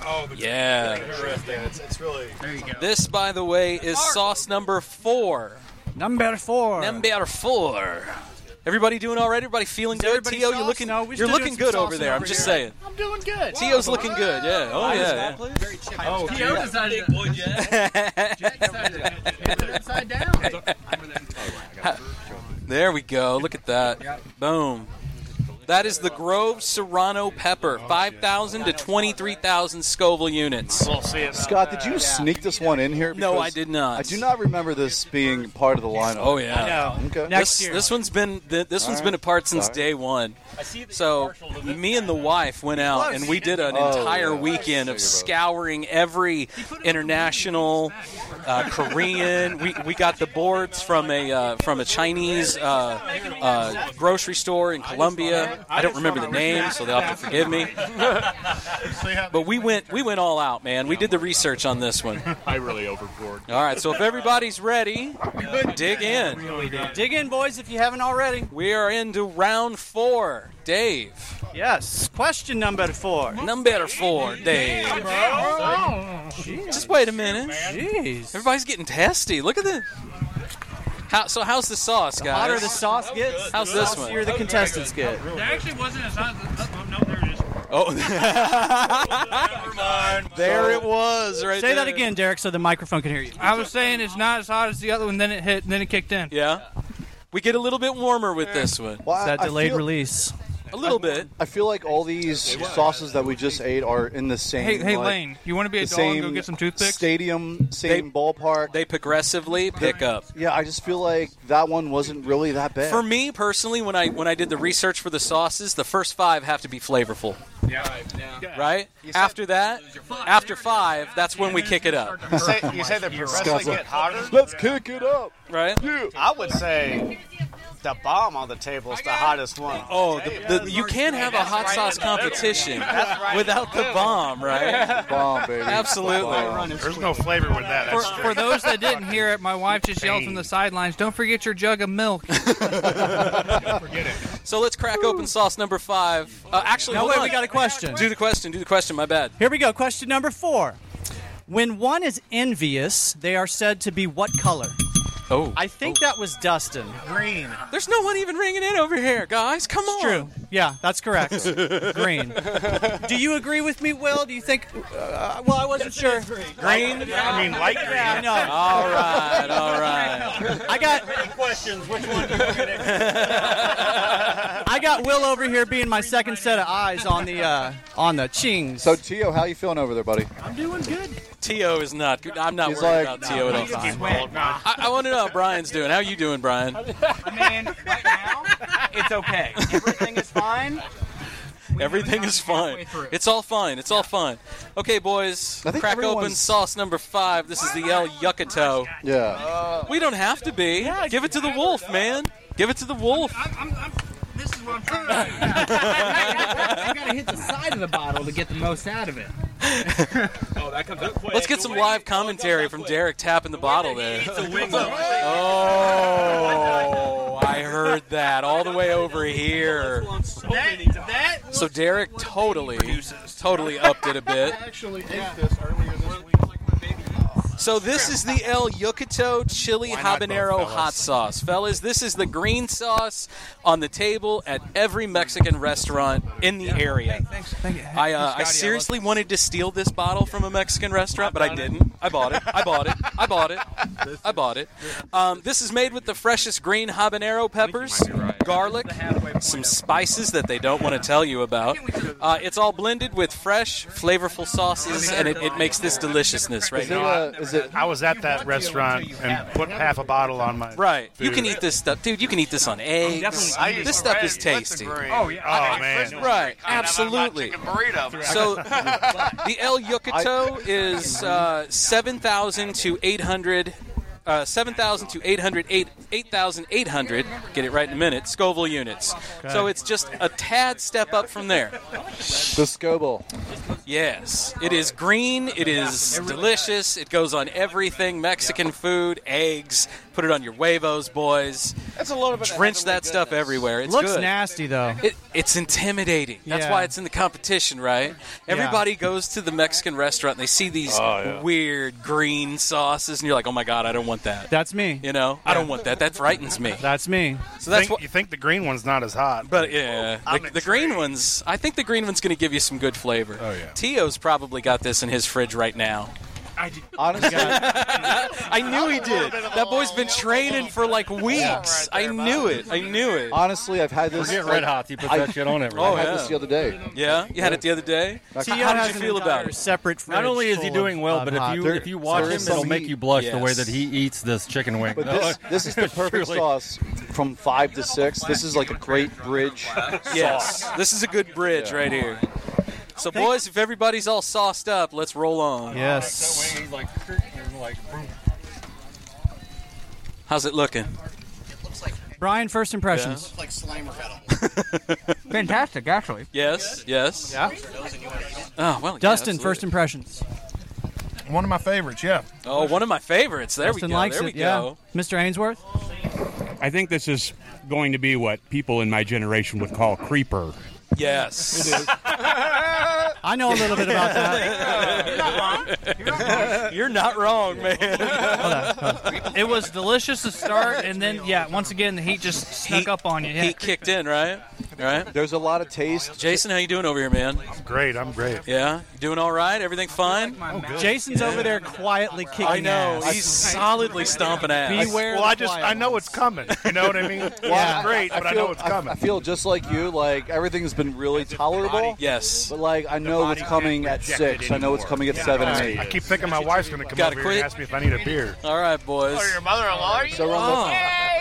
S24: Oh,
S8: Yeah.
S12: It's, it's really. There you go.
S8: This by the way is sauce number 4.
S9: Number 4.
S8: Number 4. Everybody doing all right? Everybody feeling good? Tio, you're looking
S9: No, we
S8: you're
S9: still
S8: looking
S9: doing some
S8: good
S9: sauce
S8: over there.
S9: over
S8: I'm just
S9: here.
S8: saying.
S10: I'm doing good.
S8: Tio's looking good. Yeah. Oh yeah.
S24: Oh, Theo decided to. Boy,
S10: Upside down.
S8: There we go. Look at that. Boom. That is the Grove Serrano pepper,
S24: Oh,
S8: 5,000 to 23,000 Scoville units.
S7: Scott, did you sneak this one in here?
S8: No,
S7: Because
S8: I did not.
S7: I do not remember this being part of the lineup.
S8: Oh yeah.
S7: Okay.
S8: this, this one's been th- this one's
S7: All
S8: been
S7: right.
S8: apart since
S7: All right.
S8: day one. So me and the wife went out and we did an
S7: Oh,
S8: entire
S7: yeah.
S8: weekend of scouring every international uh, Korean. We, we got the boards from a uh, from a Chinese uh, uh, grocery store in Colombia. I don't remember the name, so they'll have to forgive me. But we went we went all out, man. We did the research on this one.
S12: I really overboard.
S8: All right, so if everybody's ready, dig in.
S9: Dig in, boys, if you haven't already.
S8: We are into round four. Dave.
S9: Yes. Question number four.
S8: Number four, Dave. Just wait a minute.
S9: Jeez.
S8: Everybody's getting testy. Look at the. How, so how's the sauce, guys?
S9: hotter the sauce gets,
S8: How's
S9: the
S8: this one?
S9: saucier the contestants get.
S24: That actually wasn't as hot as. Oh, no, there it is.
S8: Oh.
S24: Never mind.
S8: There it was, right
S9: Say that
S8: there.
S9: again, Derek, so the microphone can hear you.
S18: I was saying it's not as hot as the other one. Then it hit, and then it kicked in.
S8: Yeah. We get a little bit warmer with this one.
S7: Well, I- I feel-
S9: release.
S8: A little bit.
S7: I feel like all these sauces that we just ate are in the same.
S18: Hey, hey,
S7: like,
S18: Lane, you want to be a
S7: the
S18: dog and go
S7: same
S18: get some toothpicks?
S7: Stadium, same ballpark.
S8: They progressively pick up.
S7: Yeah, I just feel like that one wasn't really that bad.
S8: For me personally, when I when I did the research for the sauces, the first five have to be flavorful, right? After that, after five, that's when we kick it up.
S2: You say, you say the progressively
S8: Scott's like,
S2: get hotter.
S7: Let's kick it up,
S8: right?
S2: I would say the bomb on the table is the hottest one.
S8: Oh, the, the, you can't have a hot sauce competition without the bomb, right?
S7: Bomb, baby.
S8: Absolutely.
S12: There's no flavor with that.
S18: For,
S12: That's straight.
S18: for those that didn't hear it, my wife just yelled from the sidelines, "Don't forget your jug of milk."
S8: So let's crack open sauce number five. Uh, actually,
S9: No,
S8: hold
S9: wait,
S8: on.
S9: we got a question.
S8: Do the question. Do the question. My bad.
S9: Here we go. Question number four. When one is envious, they are said to be what color?
S8: Oh.
S9: I think that was Dustin. Green.
S8: There's no one even ringing in over here, guys. Come on.
S9: True. Yeah, that's correct. Green. Do you agree with me, Will? Do you think? Uh, well, I wasn't sure.
S24: Green? I mean, light green.
S9: Yeah, I know.
S24: All
S8: right, all right.
S9: I got
S24: questions. Which one do you want me to
S9: I got Will over here being my second set of eyes on the uh, on the chings.
S7: So Tio, how you feeling over there, buddy?
S8: I'm doing good. T.O. is not good. I'm not
S7: He's
S8: worried
S7: like-
S8: about T.O.
S7: Nah,
S8: at
S7: he's
S8: all.
S7: just
S24: Oh,
S8: I, I want to know how Brian's doing. How you doing, Brian?
S24: I mean, right now, it's okay. Everything is fine.
S8: Everything is fine. It's all fine. It's all fine. Okay, boys.
S7: I think
S8: Crack open
S7: everyone's-
S8: sauce number five. This is the El Yucato.
S7: Yeah.
S8: Uh, We don't have to be. Give it to the wolf, man. Give it to the wolf.
S25: This is what I'm trying to do. I gotta hit the side of the bottle to get the most out of it.
S24: Oh, that comes up quick.
S8: Let's get some live commentary from Derek tapping the bottle there. Oh, I heard that all the way over here. So Derek totally, totally upped it a bit.
S19: actually ate this earlier this week.
S8: So this is the El Yucato Chili
S19: Why not both,
S8: Habanero
S19: fellas?
S8: Hot Sauce, fellas. This is the green sauce on the table at every Mexican restaurant in the area. I, uh, I seriously wanted to steal this bottle from a Mexican restaurant, but I didn't. I bought it. I bought it. I bought it. I bought it. Um, this is made with the freshest green habanero peppers, garlic, some spices that they don't want to tell you about. Uh, it's all blended with fresh, flavorful sauces, and it, it makes this deliciousness right
S12: Is it,
S8: now.
S12: uh, I was at that restaurant and put half a bottle on my.
S8: Right. You
S12: food.
S8: can eat this stuff, dude. You can eat this on eggs.
S12: definitely- I
S8: This
S12: just-
S8: stuff is
S12: Let's
S8: tasty.
S12: agree. Oh, yeah. Oh, man.
S8: Right. Absolutely. So the El Yucato is uh, seven thousand to eight hundred. Uh, 7,000 to 800, eight- 8,800, get it right in a minute, Scoville units. So it's just a tad step up from there.
S7: The Scoble.
S8: Yes, it is green. It is delicious. It goes on everything: Mexican food, eggs. Put it on your huevos, boys.
S9: That's a little bit of
S8: Drench that stuff everywhere. It's
S9: Looks
S8: good.
S9: nasty though.
S8: It, it's intimidating. That's
S9: Yeah.
S8: why it's in the competition, right? Everybody goes to the Mexican restaurant and they see these weird green sauces, and you're like, "Oh my god, I don't want that."
S9: That's me.
S8: You know, I don't want that. That frightens me.
S9: That's me.
S8: So that's
S12: Think-
S8: what
S12: you think the green one's not as hot,
S8: but yeah, the, the green one's. I think the green one's going to give you some good flavor. Oh yeah. Tio's probably got this in his fridge right now.
S7: Honestly,
S8: I knew he did. That boy's been training for like weeks. I knew it. I knew it.
S7: honestly, I've had this.
S8: We're getting
S7: like,
S8: red hot. You put
S7: I-
S8: that shit on everything.
S7: I
S8: Oh,
S7: had
S8: yeah.
S7: this the other day.
S8: Yeah, you had it the other day.
S7: That's-
S8: How did you feel about it?
S9: Separate.
S3: Not only is he doing well, but if you
S7: There-
S3: if you watch
S7: there
S3: him,
S7: is
S3: it'll
S7: some
S3: make
S7: heat.
S3: you blush the
S7: Yes.
S3: way that he eats this chicken wing.
S7: But this, this is the perfect sauce from five to six. This is like a great bridge.
S8: Yes,
S7: sauce.
S8: this is a good bridge
S7: Yeah.
S8: right here. So, boys, if everybody's all sauced up, let's roll on.
S9: Yes.
S8: How's it looking?
S9: Brian, first impressions.
S8: Yeah.
S9: Fantastic, actually.
S8: Yes. Yes.
S9: Yeah.
S8: Oh well. yeah,
S9: Dustin,
S8: absolutely.
S9: first impressions.
S5: One of my favorites, yeah.
S8: Oh, one of my favorites. There
S9: Dustin
S8: we go.
S9: likes
S8: there
S9: it.
S8: we
S9: Yeah.
S8: go.
S9: Mr. Ainsworth.
S17: I think this is going to be what people in my generation would call creeper.
S8: Yes.
S9: I know a little bit about
S8: that. You're not wrong. You're not wrong, man.
S25: It was delicious to start, and then yeah, once again the heat just snuck up on you. Yeah.
S8: He kicked in, right? Right.
S7: There's a lot of taste.
S8: Jason, how you doing over here, man? I'm
S12: great. I'm great.
S8: Yeah. You doing all right? Everything fine?
S9: Jason's over there quietly kicking
S8: I know.
S9: ass.
S8: He's solidly stomping ass.
S9: Beware
S12: Well,
S9: the
S12: I just I know it's coming. You know what I mean? Well,
S7: Yeah.
S12: it's great, but I,
S7: feel-
S12: know it's coming.
S7: I feel just like you. Like everything's been really tolerable.
S8: Yes.
S7: But like I know what's coming at six. I know what's coming at seven and
S12: I
S7: eight.
S12: keep thinking my wife's going to come
S8: Gotta
S12: over
S8: quit.
S12: here and ask me if I need a beer.
S8: All right, boys.
S2: Oh,
S24: mother-in-law?
S7: So we're on,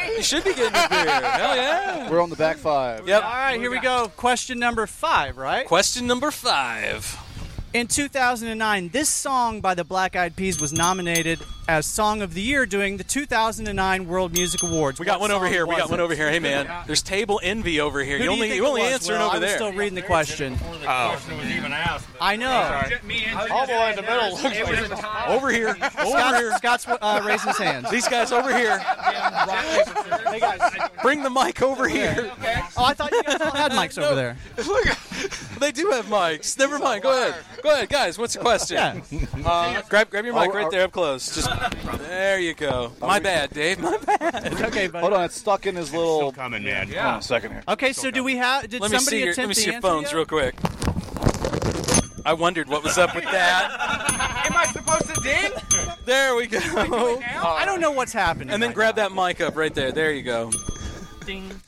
S7: the,
S8: You should be getting a beer. Hell yeah.
S7: we're on the back five.
S8: Yep.
S9: All right, here we go. Question number five, right?
S8: Question number five.
S2: Oh.
S9: In 2009, this song by the Black Eyed Peas was nominated as Song of the Year during the 2009 World Music Awards.
S8: We got one over here. We got one over here. Hey, man. There's table envy over here.
S9: Who do
S8: You
S9: you
S8: only
S9: think
S8: you only
S9: it was,
S8: answering
S9: Will?
S8: over
S9: I was
S8: there.
S9: still reading the question.
S12: Oh.
S9: I know.
S24: All
S8: boy in the middle looks Over here. Over
S9: Scott's,
S8: here.
S9: Scott's uh, raising his hand.
S8: These guys over here. Bring the mic over here.
S9: Oh, I thought you guys all had mics over there.
S8: They do have mics. Never mind. Go ahead. Go ahead, guys. What's the question? Uh, grab grab your mic
S7: Are-
S8: right
S7: are-
S8: there up close. Just there you go. My bad, Dave. My bad.
S7: okay, buddy. Hold on, it's stuck in his little. Still
S8: coming, man.
S7: Hold on a second here.
S9: Okay, so do we have? Uh, Did
S8: let me
S9: somebody
S8: see your,
S9: attempt
S8: let me
S9: to
S8: see your
S9: answer
S8: phones
S9: yet?
S8: real quick. I wondered what was up with that.
S24: Am I supposed to ding?
S8: There we go.
S9: I don't know what's happening.
S8: And then grab that mic up right there. There you go.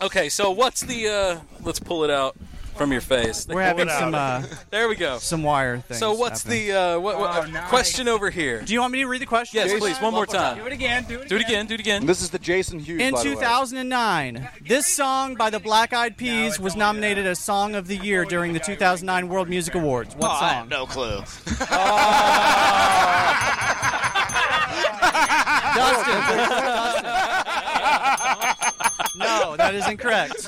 S8: Okay, so what's the? uh Let's pull it out from your face.
S9: We're having some. Uh,
S8: there we go.
S9: Some wire things.
S8: so what's
S9: happening.
S8: the uh, what, what- question over here?
S9: Do you want me to read the question?
S8: Yes, please. One more time.
S9: it again. Do
S8: Do it again. Do it again.
S7: This is the Jason Hughes.
S9: In
S7: by the way.
S9: 2009, this song by the Black Eyed Peas was nominated as Song of the Year during the 2009 World Music Awards. What
S2: Oh, I
S9: song?
S2: have no clue.
S9: No, that is incorrect.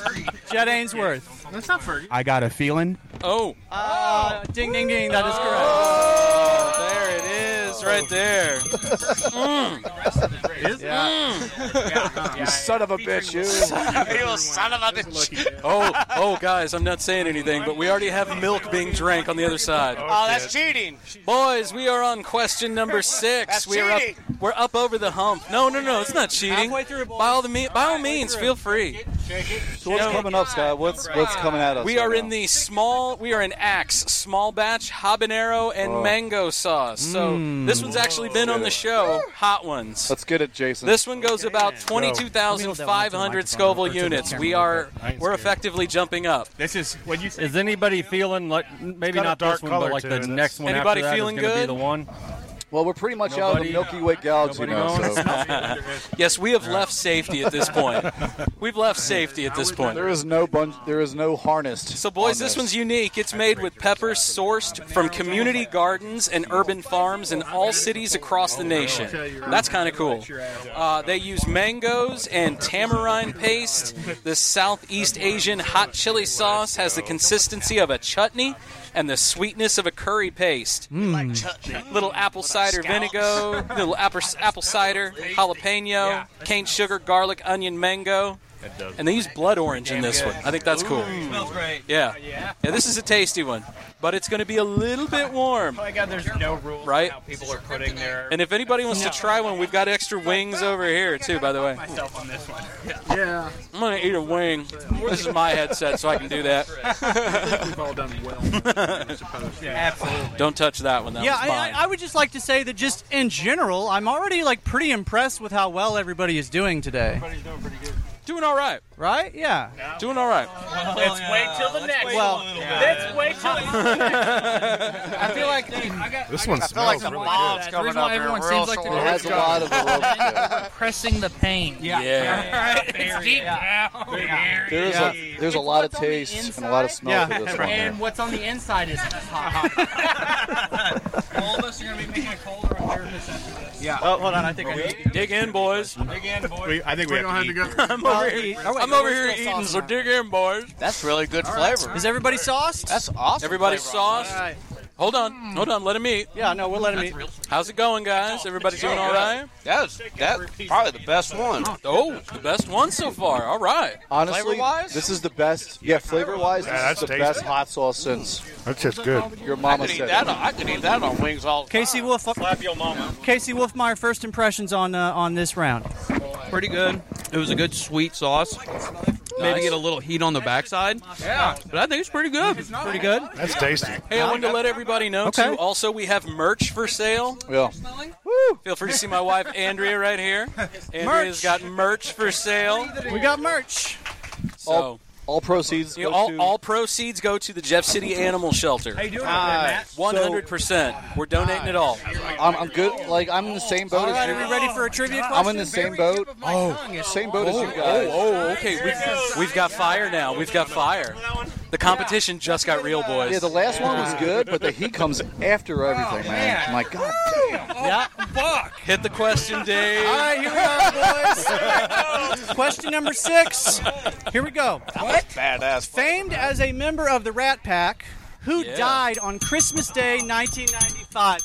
S9: Jed Ainsworth. That's not Fergie.
S17: I got a feeling.
S8: Oh.
S9: Uh, ding, ding, ding. That is correct.
S8: Oh. there it is, right there. Mm.
S2: Mm.
S7: You son of a bitch, you.
S8: you son of a bitch. Oh, oh, guys, I'm not saying anything, but we already have milk being drank on the other side.
S24: Oh, that's cheating.
S8: Boys, we are on question number six.
S24: That's
S8: we are
S24: cheating.
S8: up. We're up over the hump. No, no, no, it's not cheating. By all the me- by all means, feel free.
S7: So what's coming up, Scott? What's what's coming at us?
S8: We are in the small. We are in Axe small batch habanero and
S7: Whoa.
S8: mango sauce. So
S7: Oh. Mm.
S8: this one's actually been on the show. Hot ones.
S7: Let's get it, Jason.
S8: This one goes about twenty-two thousand five hundred Scoville units. We are we're effectively jumping up.
S17: This is what you.
S3: Is anybody feeling like maybe
S8: Got a
S3: not
S8: dark
S3: this one, but
S8: color
S3: like
S8: to
S3: the
S8: it.
S3: next one?
S8: Anybody
S3: after that is
S8: feeling
S3: gonna Be
S8: good?
S3: the one.
S7: Well, we're pretty much out of the Milky Way galaxy now.
S3: going?
S7: So.
S8: yes, we have left safety at this point. We've left safety at this point.
S7: there is no bun- There is no harnessed.
S8: So, boys, this one's unique. It's made with peppers sourced from community gardens and urban farms in all cities across the nation. That's kind of cool. Uh, they use mangoes and tamarind paste. The Southeast Asian hot chili sauce has the consistency of a chutney and the sweetness of a curry paste. Little apple cider vinegar, little apple, apple cider, jalapeno, cane sugar, garlic, onion, mango. And they use blood orange in this one. I think that's cool.
S24: Smells great. Oh,
S8: Yeah. yeah. this is a tasty one, but it's going to be a little bit warm.
S24: Oh My God, there's no rules
S8: Right.
S24: how people are putting their
S8: And if anybody wants to try one, we've got extra wings over here too. By the way,
S24: myself on this one.
S8: yeah, I'm gonna eat a wing. This is my headset, so I can do that.
S24: We've all done well.
S9: Absolutely.
S8: Don't touch that one. That
S9: yeah,
S8: was
S9: I, I,
S8: mine.
S9: I would just like to say that just in general, I'm already like pretty impressed with how well everybody is doing today.
S8: Doing all right,
S9: right? Yeah.
S8: Doing all right.
S24: Let's wait till the next
S9: Well,
S24: one. Let's wait till I
S25: feel like
S5: This one
S25: I feel like
S5: smells
S25: the
S5: really
S25: bomb's
S5: good.
S25: coming up here real short. It has a lot of
S18: Pressing the pain.
S25: Yeah.
S7: Yeah.
S18: It's deep now.
S7: There is a there's a lot of taste and a lot of smell
S18: Yeah.
S7: for this one.
S25: And what's on the inside is hot.
S24: All of us are gonna be making a colder and nervous after this.
S25: Yeah.
S8: Oh, hold on. I think I dig in, boys.
S24: Dig in, boys.
S8: I think
S24: we have
S8: to go. I'm
S24: Well,
S8: over here.
S24: eat. Oh, wait,
S8: I'm over
S24: there's
S8: here
S24: no sauce
S8: eating,
S24: on
S8: so
S24: it.
S8: dig in, boys.
S1: That's really good flavor.
S9: Is everybody sauced? That's
S1: awesome.
S8: Everybody
S1: flavor.
S8: sauced. Hold on, hold on. Let him eat.
S9: Hmm. Yeah, no, we'll let him eat.
S8: How's it going, guys? Everybody doing all right?
S1: That's that probably the best one.
S8: Oh, the best one so far. All right.
S7: Honestly,
S1: Flavor-wise?
S7: this is the best. Yeah, flavor wise,
S1: Yeah,
S7: this
S1: that's
S7: is the
S1: tasty.
S7: best hot sauce since.
S5: That's just good.
S7: Your
S1: I
S7: mama
S1: could eat
S7: said.
S1: that. On, I could eat that on wings all.
S9: Casey Wolf. Slap
S1: your mama.
S9: Casey Wolfmeyer, first impressions on uh, on this round.
S1: Pretty good. It was a good sweet sauce. Maybe get a little heat on the backside.
S24: Yeah.
S1: But I think it's pretty good.
S9: Pretty good.
S5: That's tasty.
S8: Hey, I wanted to let everybody know
S1: Okay.
S8: too. Also, we have merch for sale.
S7: Yeah.
S8: Feel free to see my wife Andrea right here. Andrea's got merch for sale.
S9: We got merch.
S8: So.
S7: All proceeds.
S8: You know, all, all proceeds go to the Jeff City Animal Shelter. How
S24: you doing,
S7: Matt?
S8: One hundred percent. We're donating it all.
S7: I'm, I'm good. Like I'm in the same boat.
S8: All right,
S7: as you.
S8: are we ready for a trivia
S7: I'm
S8: question?
S7: in the same boat. Oh, same boat as you guys.
S8: oh, okay. We've, we've got fire now. We've got fire. The competition just got real, boys.
S7: Yeah, the last one was good, but the heat comes after everything, man. My God.
S8: Yeah. Fuck. Hit the question, Dave.
S9: All right, here we are, boys. Question number six. Here we go. What?
S2: Badass.
S9: Famed as a member of the Rat Pack, who
S2: Yeah.
S9: died on Christmas Day, 1995?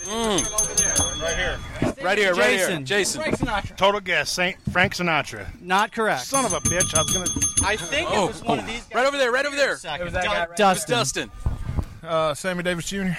S24: Right here.
S9: Right here, right here. Jason.
S8: Jason.
S5: Total guess. Saint Frank Sinatra.
S9: Not correct.
S5: Son of a bitch. I was gonna.
S9: I think
S8: Oh,
S5: it was one
S8: of these. Right over there. Right over there.
S9: Dustin.
S8: Dustin.
S5: uh, Sammy Davis Jr.?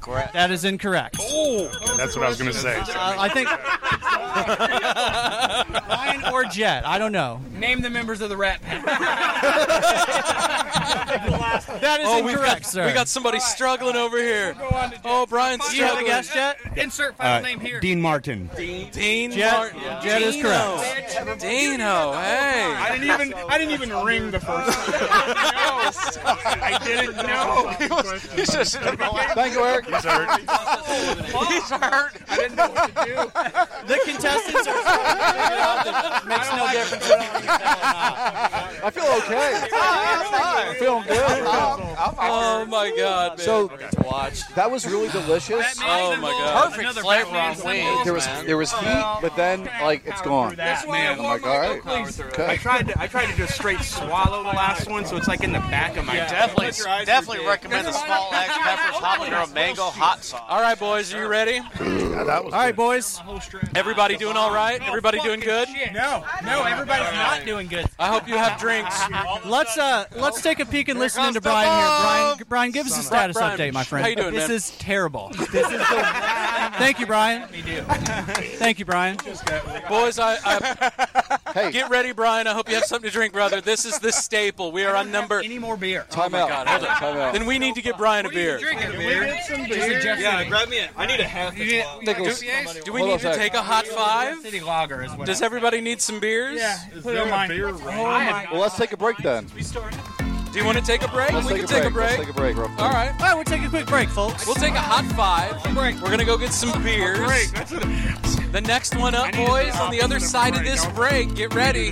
S9: Correct. That is incorrect.
S5: Oh, that's what I was going to say.
S9: Uh, I think Ryan or Jet. I don't know.
S24: Name the members of the Rat Pack.
S9: that is
S8: oh, we've
S9: incorrect,
S8: got,
S9: sir.
S8: We got somebody struggling over here. Oh, Brian's
S9: Do you have a
S8: struggling.
S9: guess, Jet?
S24: Insert
S17: Uh, Dean Martin. Dean,
S8: Jet- Jet is correct. Dino, hey.
S5: I didn't even I didn't even ring the first. I didn't know.
S2: You should have
S7: Thank you, Eric.
S5: He's hurt.
S2: He's hurt. I didn't know what to do.
S9: The contestants are. makes no difference.
S7: I feel okay. I'm feeling good.
S8: Oh my god, man.
S7: So-
S8: to watch.
S7: That was really delicious.
S8: Oh my god.
S1: Perfect flavor on wings.
S7: There was
S1: man.
S7: there was heat, but then like it's gone.
S24: That's why I
S7: I'm like, all right, okay.
S6: I tried to I tried to just straight swallow the last one, so it's like in the back of my
S2: Yeah,
S6: tongue.
S2: definitely, definitely recommend the small egg peppers habanero mango hot sauce.
S8: All right, boys, are you ready?
S9: All right, boys.
S8: Everybody doing all right? Everybody doing good?
S24: No, no, everybody's not doing good.
S8: I hope you have drinks.
S9: Let's uh let's take a peek and listen into
S8: comes the
S9: Brian here.
S8: bomb!
S9: Brian, Brian, give us a
S8: Son of-
S9: status
S8: Brian,
S9: update, my friend.
S8: how you doing,
S9: this
S8: man?
S9: is terrible. This is the. Thank you, Brian. Thank you, Brian.
S8: Boys, I, I get ready, Brian. I hope you have something to drink, brother. This is the staple. We are on number. Any
S24: more beer?
S8: Time oh my
S24: out.
S8: God, hold on.
S24: Time out.
S8: Then we need to get Brian a beer.
S24: Yeah, grab me. I need a half. Nicholas,
S8: Do, do we need to take a hot five?
S24: City lager is what.
S8: Does everybody need some beers?
S24: Yeah, Is put it there on a mine. beer Oh my
S7: Well, let's take a break then.
S8: Do you want to take a break?
S7: Let's
S8: we
S7: take
S8: can
S7: a break. Let's take a break. real quick.
S8: All right. All
S9: right, we'll take a quick break, folks.
S8: We'll take a hot five. Break. We're gonna go get some beers.
S5: break.
S8: The next one up, boys, on the other side of this break. Get ready.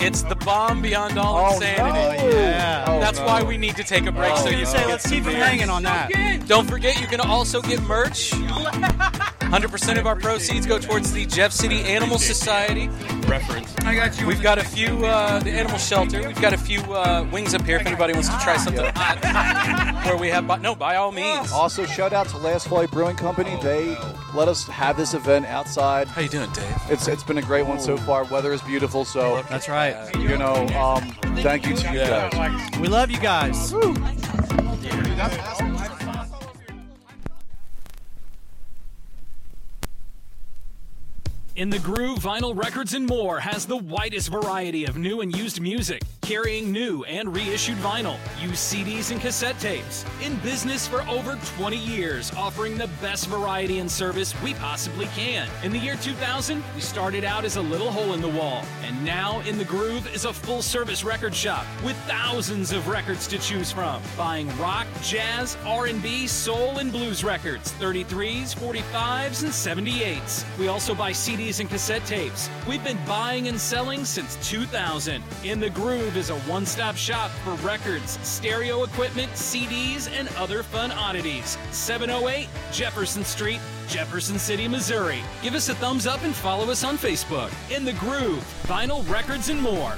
S8: It's the bomb beyond all insanity.
S9: Yeah. Oh,
S8: That's
S9: no.
S8: why we need to take a break.
S9: I was
S8: so
S9: gonna
S8: you
S9: say,
S8: can
S9: let's
S8: get some
S9: keep 'em
S8: beers.
S9: hanging on that.
S8: Don't forget, you can also get merch. 100% of our proceeds go towards the Jeff City Animal Society. Reference.
S24: I got you.
S8: We've got a few, uh, the animal shelter. We've got a few uh, wings up here if anybody wants to try something hot. Where we have, bu- no, by all means.
S7: Also, shout out to Last Flight Brewing Company. They let us have this event outside. How
S8: you doing, Dave?
S7: It's it's been a great one so far. Weather is beautiful, so
S9: that's right.
S7: You know, um, thank you to you guys.
S9: We love you guys.
S26: In the Groove Vinyl Records and More has the widest variety of new and used music, carrying new and reissued vinyl, used CDs and cassette tapes. In business for over 20 years, offering the best variety and service we possibly can. In the year 2000, we started out as a little hole in the wall, and now In the Groove is a full service record shop with thousands of records to choose from, buying rock, jazz, R&B, soul and blues records, 33s, 45s and 78s. We also buy CDs and cassette tapes. We've been buying and selling since 2000. In the Groove is a one-stop shop for records, stereo equipment, CDs and other fun oddities. 708 Jefferson Street, Jefferson City, Missouri. Give us a thumbs up and follow us on Facebook. In the Groove, vinyl records and more.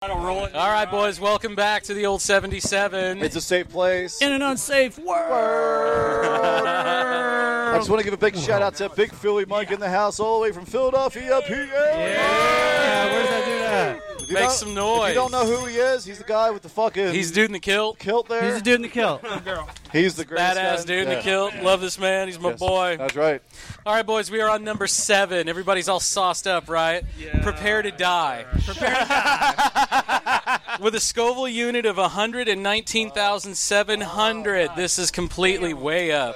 S8: All right, boys, welcome back to the old 77.
S7: It's a safe place.
S9: In an unsafe world.
S7: I just want to give a big shout out to Big Philly Mike in the house, all the way from Philadelphia up here. Yeah,
S9: where's that dude at?
S7: If you
S8: Make
S7: don't-
S8: some noise.
S7: If you don't know who he is, he's the guy with the fucking.
S8: He's dude in the kilt.
S7: Kilt there.
S9: He's the dude in the kilt.
S7: He's the greatest
S8: Badass
S7: guy.
S8: dude in
S7: Yeah.
S8: the kilt. Love this man. He's my
S7: Yes,
S8: boy.
S7: That's right.
S8: All right, boys, we are on number seven. Everybody's all sauced up, right? Prepare to die. Prepare to die. With a Scoville unit of 119,700, this is completely way up.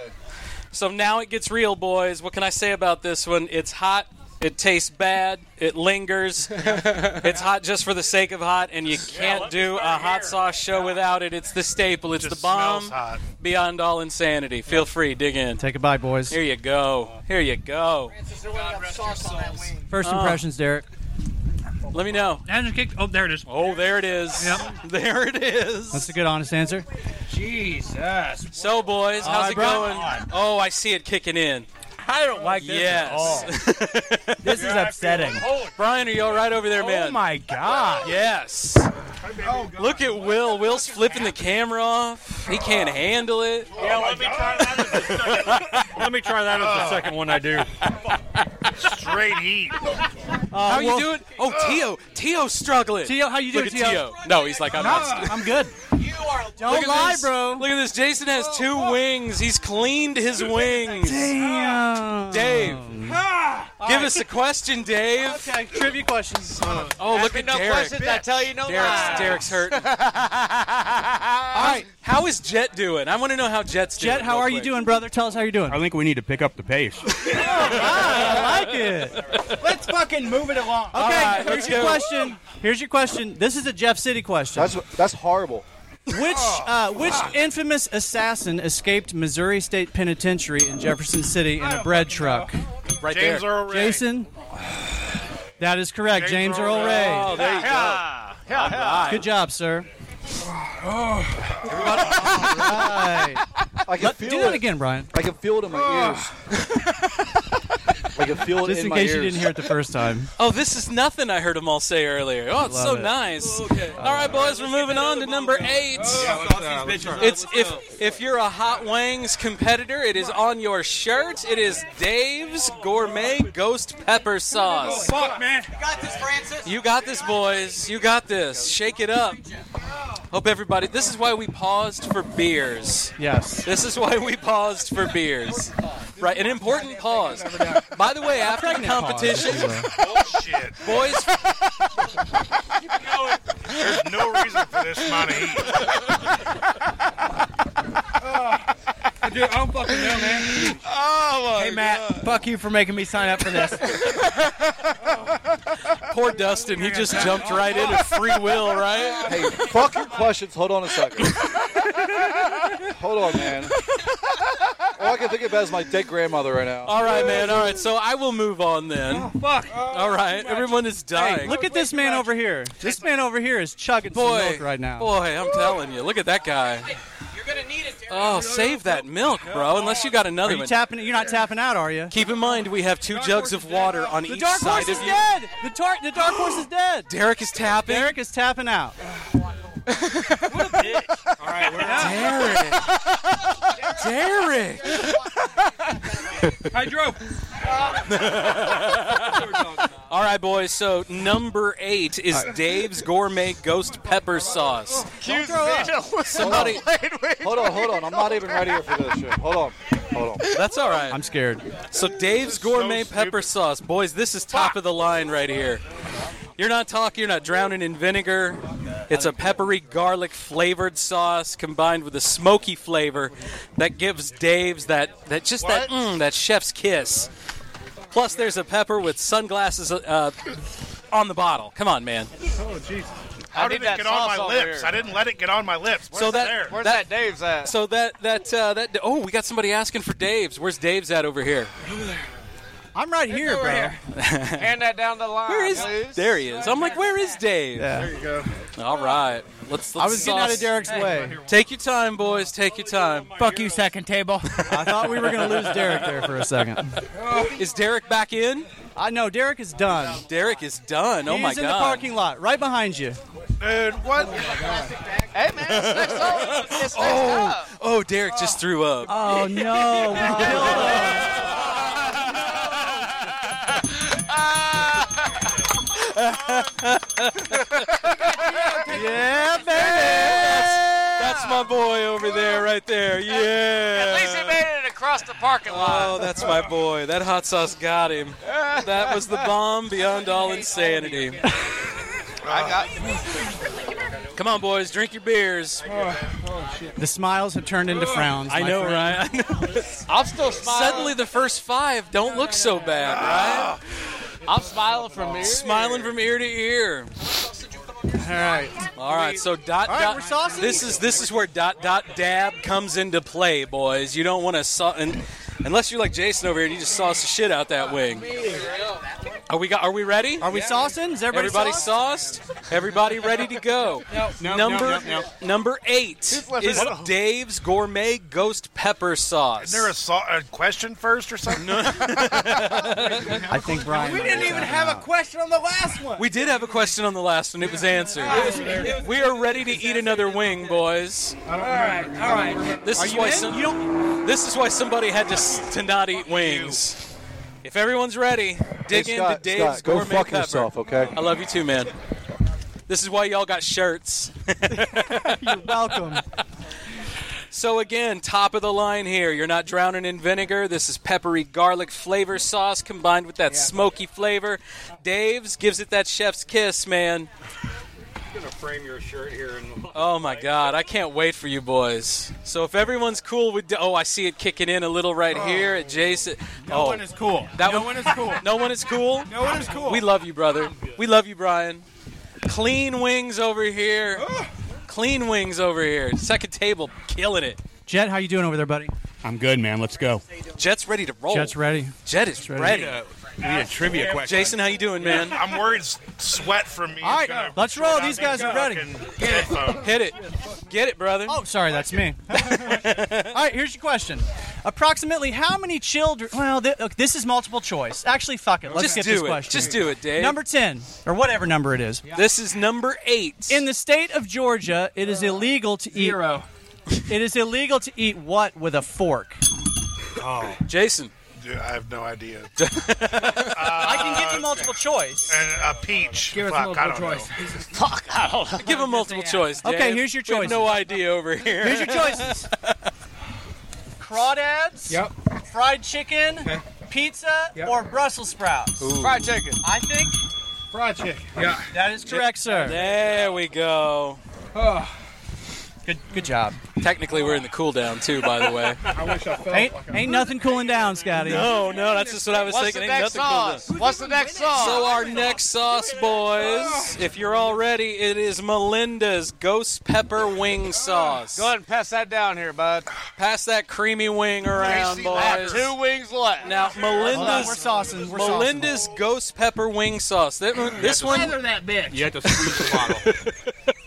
S8: So now it gets real, boys. What can I say about this one? It's hot. It tastes bad. It lingers. it's hot just for the sake of hot, and you can't do a hot sauce show without it. It's the staple. It's the bomb. Beyond all insanity. Feel free. Dig in.
S9: Take a bite, boys.
S8: Here you go. Here you go.
S9: First
S8: Oh.
S9: impressions, Derek.
S8: Let me know.
S18: Oh, there it is.
S8: Oh, there it is.
S18: Yep.
S8: There it is.
S9: That's a good, honest answer.
S24: Jesus.
S8: So, boys,
S24: All
S8: how's
S24: right,
S8: it
S24: bro.
S8: going? Oh, I see it kicking in.
S24: I don't like this at all.
S8: Yes.
S9: this is upsetting.
S8: Brian, are you all right over there, man?
S9: Oh my god.
S8: Yes. Look at Will. Will's flipping the camera off. He can't handle it.
S5: Yeah, let me try that.
S3: Let me try that as the second one I do.
S5: Straight heat.
S8: how you doing? Oh, Tio, Tio's struggling.
S21: Tio, how you doing,
S8: Look at
S21: Tio?
S8: Tio? No, he's like, I'm not. st-
S21: I'm good.
S8: Don't lie, bro. Look at this. Jason has two wings. He's cleaned his wings. Damn. Dave, give us a question, Dave.
S25: Okay, trivia questions. Oh,
S8: Oh, look at Derek. Derek's, Derek's hurt. All right, how is Jet doing? I want to know how Jet's doing.
S9: Jet, how are you doing, brother? Tell us how you're doing.
S17: I think we need to pick up the pace.
S9: Ah, I like it.
S24: Let's fucking move it along.
S9: Okay, here's your question. Here's your question. This is a Jeff City question.
S7: That's that's horrible.
S9: Which uh, which
S8: Ah.
S9: infamous assassin escaped Missouri State Penitentiary in Jefferson City in a bread truck?
S8: Right
S9: there.
S8: James Earl Ray.
S9: Jason. That is correct. James, Earl, Ray.
S8: Oh, there you go.
S9: All right. Oh. Good job, sir.
S7: I can
S9: Let-
S7: feel
S9: do that
S7: it.
S9: again, Brian. Oh.
S7: I can feel it in my ears. I can feel it
S9: Just in,
S7: my
S9: case
S7: ears.
S9: you didn't hear it the first time.
S8: Oh, this is nothing I heard them all say earlier. Oh, it's
S9: Love
S8: so
S9: it.
S8: nice. All right, boys, we're moving on to number eight. It's if if you're a Hot Wings competitor, it is on your shirt. It is Dave's Gourmet Ghost Pepper Sauce.
S24: Fuck, man. You got this, Francis.
S8: You got this, boys. You got this. Shake it up. Hope everybody. This is why we paused for beers.
S9: Yes.
S8: This is why we paused for beers. Right, an important pause. By the way, after the competition,
S12: Bullshit.
S8: boys,
S12: There's no reason for this amount of heat.
S24: Dude, I don't fucking know, man. Oh,
S25: Hey, Matt, fuck you for making me sign up for this.
S8: poor Dustin, he just jumped right in at free will, right?
S7: Hey, fuck your questions. Hold on a second. Hold on, man. All I can think about is my dead grandmother right now.
S8: All right, man. All right, so I will move on then.
S9: Oh, Fuck.
S8: All right, everyone is dying.
S9: Hey, look at this man over here. This man over here is chugging some
S8: boy
S9: milk right now.
S8: Boy, I'm telling you, look at that guy. Oh, save that milk, bro. Unless you got
S9: Are
S8: another
S9: you
S8: one.
S9: tapping it? You're not tapping out, are you?
S8: Keep in mind, we have two jugs of water on
S9: The
S8: each
S9: dark horse
S8: side of
S9: is
S8: you.
S9: dead. The, tar- the dark horse is dead.
S8: Derek is tapping.
S9: Derek is tapping out.
S8: Derek.
S24: I drove.
S8: All right, boys. So number eight is Dave's gourmet ghost pepper sauce.
S7: Don't throw up.
S8: Somebody-
S7: Hold on, hold on. I'm not even ready here for this shit. Hold on, hold on.
S8: That's all right.
S9: I'm scared.
S8: So Dave's gourmet pepper sauce, boys. This is top of the line right here. You're not talking. You're not drowning in vinegar. It's a peppery garlic flavored sauce combined with a smoky flavor that gives Dave's that that just that mm, that chef's kiss. Plus, there's a pepper with sunglasses uh, on the bottle. Come on, man.
S12: Oh, Jesus. How
S2: I
S12: did
S2: need
S12: it
S2: that
S12: get on
S2: sauce
S12: my
S2: over
S12: lips?
S2: here.
S12: I didn't let it get on my lips. Where's
S8: So that-
S12: there?
S2: Where's
S8: that-
S2: that, Dave's at?
S8: So that that uh, that oh, we got somebody asking for Dave's. Where's Dave's at over here?
S9: I'm right here, bro.
S2: Hand that down the line.
S8: Where is
S2: please.
S8: there he is? I'm like, where is Dave?
S2: There you go.
S8: All right, let's. let's
S9: I was getting out of Derek's way.
S8: Take your time, boys. Take your time.
S25: Fuck you, second table.
S9: I thought we were going to lose Derek there for a second.
S8: Is Derek back in?
S9: I know Derek is done.
S8: Derek is done. Oh
S9: He's
S8: my
S9: in the
S8: god.
S9: parking lot, right behind you.
S2: Dude, what? Oh hey, man, it's next up. It's next up.
S8: Oh, Derek just threw up.
S9: Oh no! We killed him. yeah,
S8: That's my boy over there, right there. Yeah.
S20: At least he made it across the parking lot.
S8: Oh, that's my boy. That hot sauce got him. That was the bomb beyond all insanity.
S2: I got.
S8: Come on, boys, drink your beers.
S9: The smiles have turned into frowns.
S8: I
S9: my
S8: know,
S9: friend.
S8: right? I know.
S20: I'm still smiling.
S8: Suddenly, the first five don't look so bad, right?
S20: I'm smiling from here.
S8: Smiling from ear to ear.
S9: All right.
S8: All right, so dot
S9: All right,
S8: dot.
S9: we're saucing.
S8: This is this is where dot dot dab comes into play, boys. You don't want to saw and, unless you're like Jason over here and you just sauce the shit out that wing. Are we got? Are we ready?
S9: Are we saucing? Is everybody,
S8: Everybody
S9: sauced?
S8: sauced? Everybody ready to go?
S9: no,
S8: number
S9: no, no,
S8: number eight
S12: Who's left
S8: is
S12: alone?
S8: Dave's gourmet ghost pepper sauce.
S12: Is there a, so- a question first or something?
S9: I think Brian.
S24: We didn't even have a question on the last one.
S8: We did have a question on the last one. It was answered. We are ready to eat another wing, boys.
S24: All right, all right.
S8: This
S24: Are
S8: is
S24: you
S8: why
S24: in?
S8: some, This is why somebody had to s- to not eat wings. If everyone's ready, Dig
S7: Hey,
S8: into
S7: Scott,
S8: Dave's
S7: Scott, go
S8: gourmet
S7: fuck
S8: pepper.
S7: yourself, okay?
S8: I love you too, man. This is why y'all got shirts. You're
S9: welcome.
S8: So again, top of the line here. You're not drowning in vinegar. This is peppery garlic flavor sauce combined with that smoky flavor. Dave's gives it that chef's kiss, man.
S3: gonna frame your shirt here in
S8: Oh my God, I can't wait for you boys. So if everyone's cool with, oh, I see it kicking in a little right here at Jason.
S6: Oh. No
S8: oh.
S6: one is cool.
S8: That
S6: no one is cool.
S8: No one is cool.
S6: No one is cool.
S8: We love you, brother. We love you, Brian. Clean wings over here. Clean wings over here. Second table, killing it.
S13: Jet, how you doing over there, buddy? I'm good, man. Let's go.
S8: Jet's ready to roll.
S13: Jet's ready.
S8: Jet is
S13: ready.
S8: ready.
S13: We need a-
S12: we need a trivia question.
S8: Jason, how you doing, man?
S12: I'm worried s- sweat from me.
S8: All right, let's roll. These guys are ready.
S12: Hit
S8: it. Get it, brother.
S13: Oh,
S9: sorry, that's me. All right, here's your question. Approximately how many children? Well, th- look, this is multiple choice. Actually, fuck it. Let's
S8: Just
S9: skip
S8: do
S9: this
S8: it.
S9: question.
S8: Just do it, Dave.
S9: Number ten, or whatever number it is.
S8: This is number eight.
S9: In the state of Georgia, it is illegal to eat. Zero. It is illegal to eat what with a fork?
S12: Oh.
S8: Jason.
S12: I have no idea.
S9: I can give you multiple choice.
S12: And a peach.
S9: Give us
S12: Fuck, I don't
S9: multiple choice.
S12: know.
S9: Fuck. I don't know.
S8: Give him multiple choice. Dave.
S9: Okay, here's your
S8: We have
S9: choices.
S8: no idea over here.
S9: Here's your choices. Crawdads.
S8: Yep.
S9: Fried chicken, pizza, or Brussels sprouts.
S8: Ooh. Fried chicken.
S9: I think. Fried chicken.
S8: Yeah.
S9: That is correct, sir.
S8: There we go.
S9: Good, good job.
S8: Technically, we're in the cool down too, by the way.
S9: I wish I felt ain't, ain't nothing cooling down, Scotty.
S8: No, no, that's just what I was
S9: What's the
S8: thinking. Ain't
S9: next
S8: nothing cool
S9: sauce?
S8: down.
S9: What's the next sauce?
S8: So our next sauce, boys, if you're all ready, it is Melinda's Ghost Pepper Wing Sauce.
S2: Go ahead and pass that down here, bud.
S8: Pass that creamy wing around,
S2: I
S8: boys.
S2: have two wings left.
S8: Now,
S2: Hold on, we're
S8: Melinda's
S2: saucing. We're
S8: Melinda's Ghost Pepper Wing Sauce. That- This one,
S25: Feather that bitch.
S6: You have to squeeze the bottle.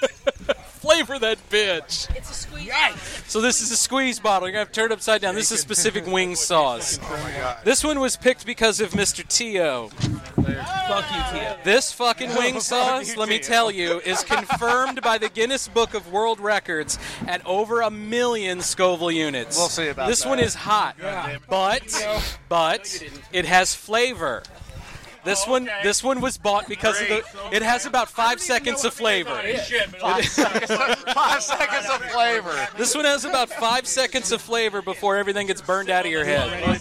S8: flavor that bitch. It's a squeeze. So this is a squeeze bottle. You're gonna have to turn it upside down. This is specific wing sauce.
S2: Oh
S8: This one was picked because of Mr. Tio.
S1: Fuck you, Tia.
S8: This fucking wing
S1: Fuck
S8: sauce,
S1: you,
S8: let me
S1: Tio.
S8: tell you, is confirmed by the Guinness Book of World Records at over a million Scoville units.
S2: We'll see about
S8: This
S2: that.
S8: one is hot,
S2: Yeah.
S8: but but it has flavor. This
S2: Oh,
S8: one, this one was bought because of the. It has about five seconds of flavor.
S2: Five seconds of- five seconds of flavor.
S8: This one has about five seconds of flavor before everything gets burned out of your head.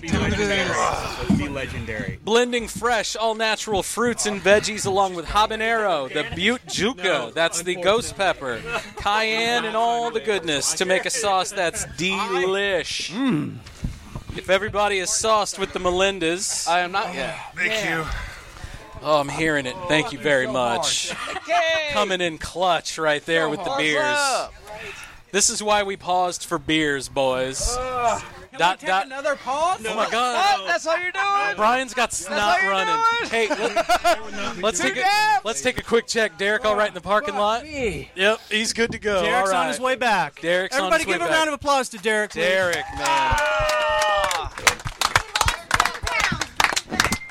S6: Be legendary.
S8: Blending fresh, all natural fruits and veggies along with habanero, the butte juca, that's the ghost pepper, cayenne, and all the goodness to make a sauce that's delish. If everybody is sauced with the Melindas, I am not yet.
S12: Ah, Thank you.
S8: Oh, I'm hearing it. Thank you very much. Coming in clutch right there with the
S2: What's
S8: beers.
S2: up?
S8: This is why we paused for beers, boys. Dot dot.
S24: Another pause?
S8: Oh my God.
S24: What? That's how you're doing?
S8: Brian's got snot
S24: how you
S8: running. Hey, let, let's take a, let's take a quick check. Derek, all right in the parking lot? Yep, he's good to go.
S9: Derek's
S8: all right.
S9: on his way back.
S8: Derek's on
S9: Everybody
S8: his way
S9: give a
S8: back.
S9: round of applause to Derek. please.
S8: Derek, man.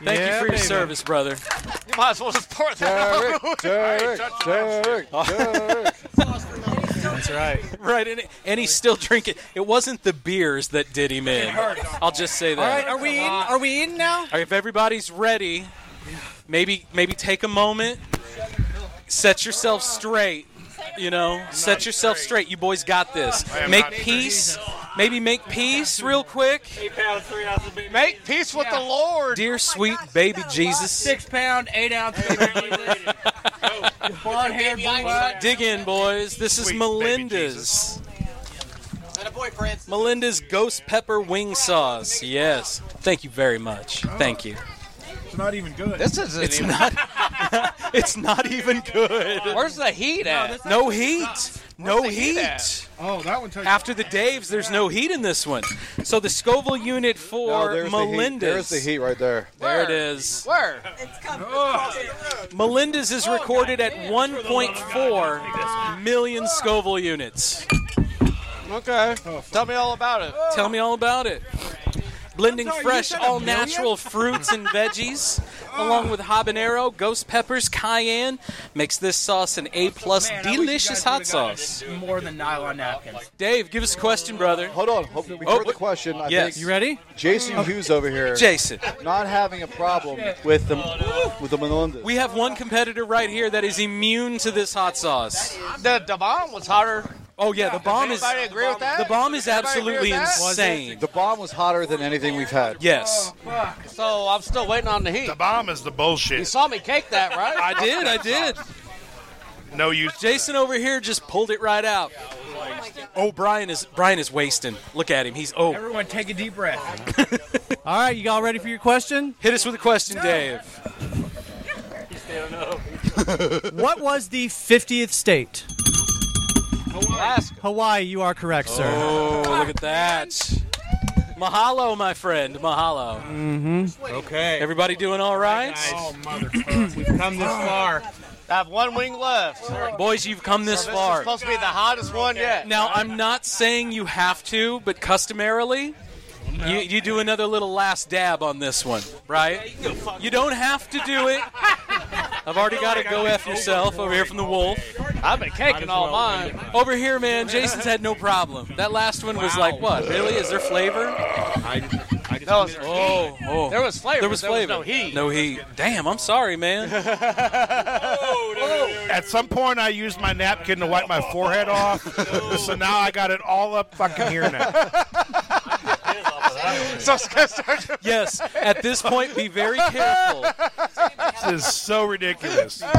S8: Thank you
S2: Yeah,
S8: for your
S2: baby.
S8: service, brother.
S2: You might as well just pour that.
S8: Derek, Derek, Derek, That's right. Right, and, and he's still drinking. It wasn't the beers that did him in. I'll just say that.
S9: All right, are we in? Are we in now?
S8: All right, if everybody's ready, maybe maybe take a moment, set yourself straight. You know, set yourself straight. You boys got this.
S2: I am
S8: Make
S2: not
S8: peace. Maybe make peace real quick.
S2: Make peace with the Lord.
S8: Dear sweet baby Jesus,
S25: Six pound, eight ounce. Blonde hair, blue eyes.
S8: dig in, boys. This is
S25: Sweet baby
S8: Melinda's. Melinda's ghost pepper wing sauce. Yes. Thank you very much. Thank you.
S5: It's not even good.
S2: This isn't
S8: It's
S2: even-
S8: not. it's not even good.
S2: Where's the heat at?
S8: No, heat. No
S2: Where's the heat
S8: heat.
S2: at?
S5: Oh, that one takes.
S8: After the Daves, there's no heat in this one. So the Scoville unit
S7: No,
S8: for
S7: there's
S8: Melinda's.
S7: The heat. There's the heat right there.
S8: There it is.
S2: Where?
S8: Melinda's is recorded at 1.4 million Scoville units.
S2: Okay. Tell me all about it.
S8: Tell me all about it. Blending
S2: I'm sorry, you
S8: fresh,
S2: said a
S8: all
S2: million? Oh.
S8: natural fruits and veggies along with habanero, ghost peppers, cayenne, makes this sauce an A plus delicious hot sauce.
S25: More than nylon napkins.
S8: Dave, give us a question, brother.
S7: Hold on. Hope we
S8: Oh,
S7: heard the question. I
S8: yes.
S7: think
S8: You ready?
S7: Jason Hughes over here.
S8: Jason.
S7: Not having a problem with the with the Menendez.
S8: We have one competitor right here that is immune to this hot sauce.
S2: The, the bomb was hotter.
S8: Oh yeah, the bomb
S2: Does
S8: is
S2: anybody agree with that?
S8: the bomb is
S2: Everybody
S8: absolutely
S2: agree with that?
S8: insane.
S7: The bomb was hotter than anything we've had.
S8: Yes.
S2: So I'm still waiting on the heat. The
S12: bomb is the bullshit.
S2: You saw me cake that, right?
S8: I did, I did.
S12: No you
S8: Jason over here just pulled it right out. Oh, Brian is Brian is wasting. Look at him. He's oh.
S25: Everyone, take a deep breath.
S8: All right, you all ready for your question? Hit us with a question, Dave.
S9: what was the 50th state?
S2: Alaska.
S9: Hawaii, you are correct, sir.
S8: Oh, look at that. Mahalo, my friend. Mahalo.
S9: Mm-hmm.
S8: Okay. Everybody doing all right?
S2: Oh, motherfucker. We've come this far. I have one wing left.
S8: Boys, you've come this
S2: so
S8: far.
S2: This is supposed to be the hottest one yet.
S8: Now, I'm not saying you have to, but customarily, you, you do another little last dab on this one, right? You don't have to do it. I've already got to go F yourself over here from the wolf.
S2: I've been caking all mine.
S8: Over here, man, Jason's had no problem. That last one was like, what? Really? Is there flavor?
S2: That was,
S8: oh, oh.
S2: There was flavor.
S8: There was
S2: but there was
S8: flavor.
S2: no heat.
S8: No heat. Damn, I'm sorry, man.
S12: At some point, I used my napkin to wipe my forehead off, so now I got it all up fucking here now.
S2: so it's gonna start to-
S8: yes, at this point, be very careful.
S12: This is so ridiculous.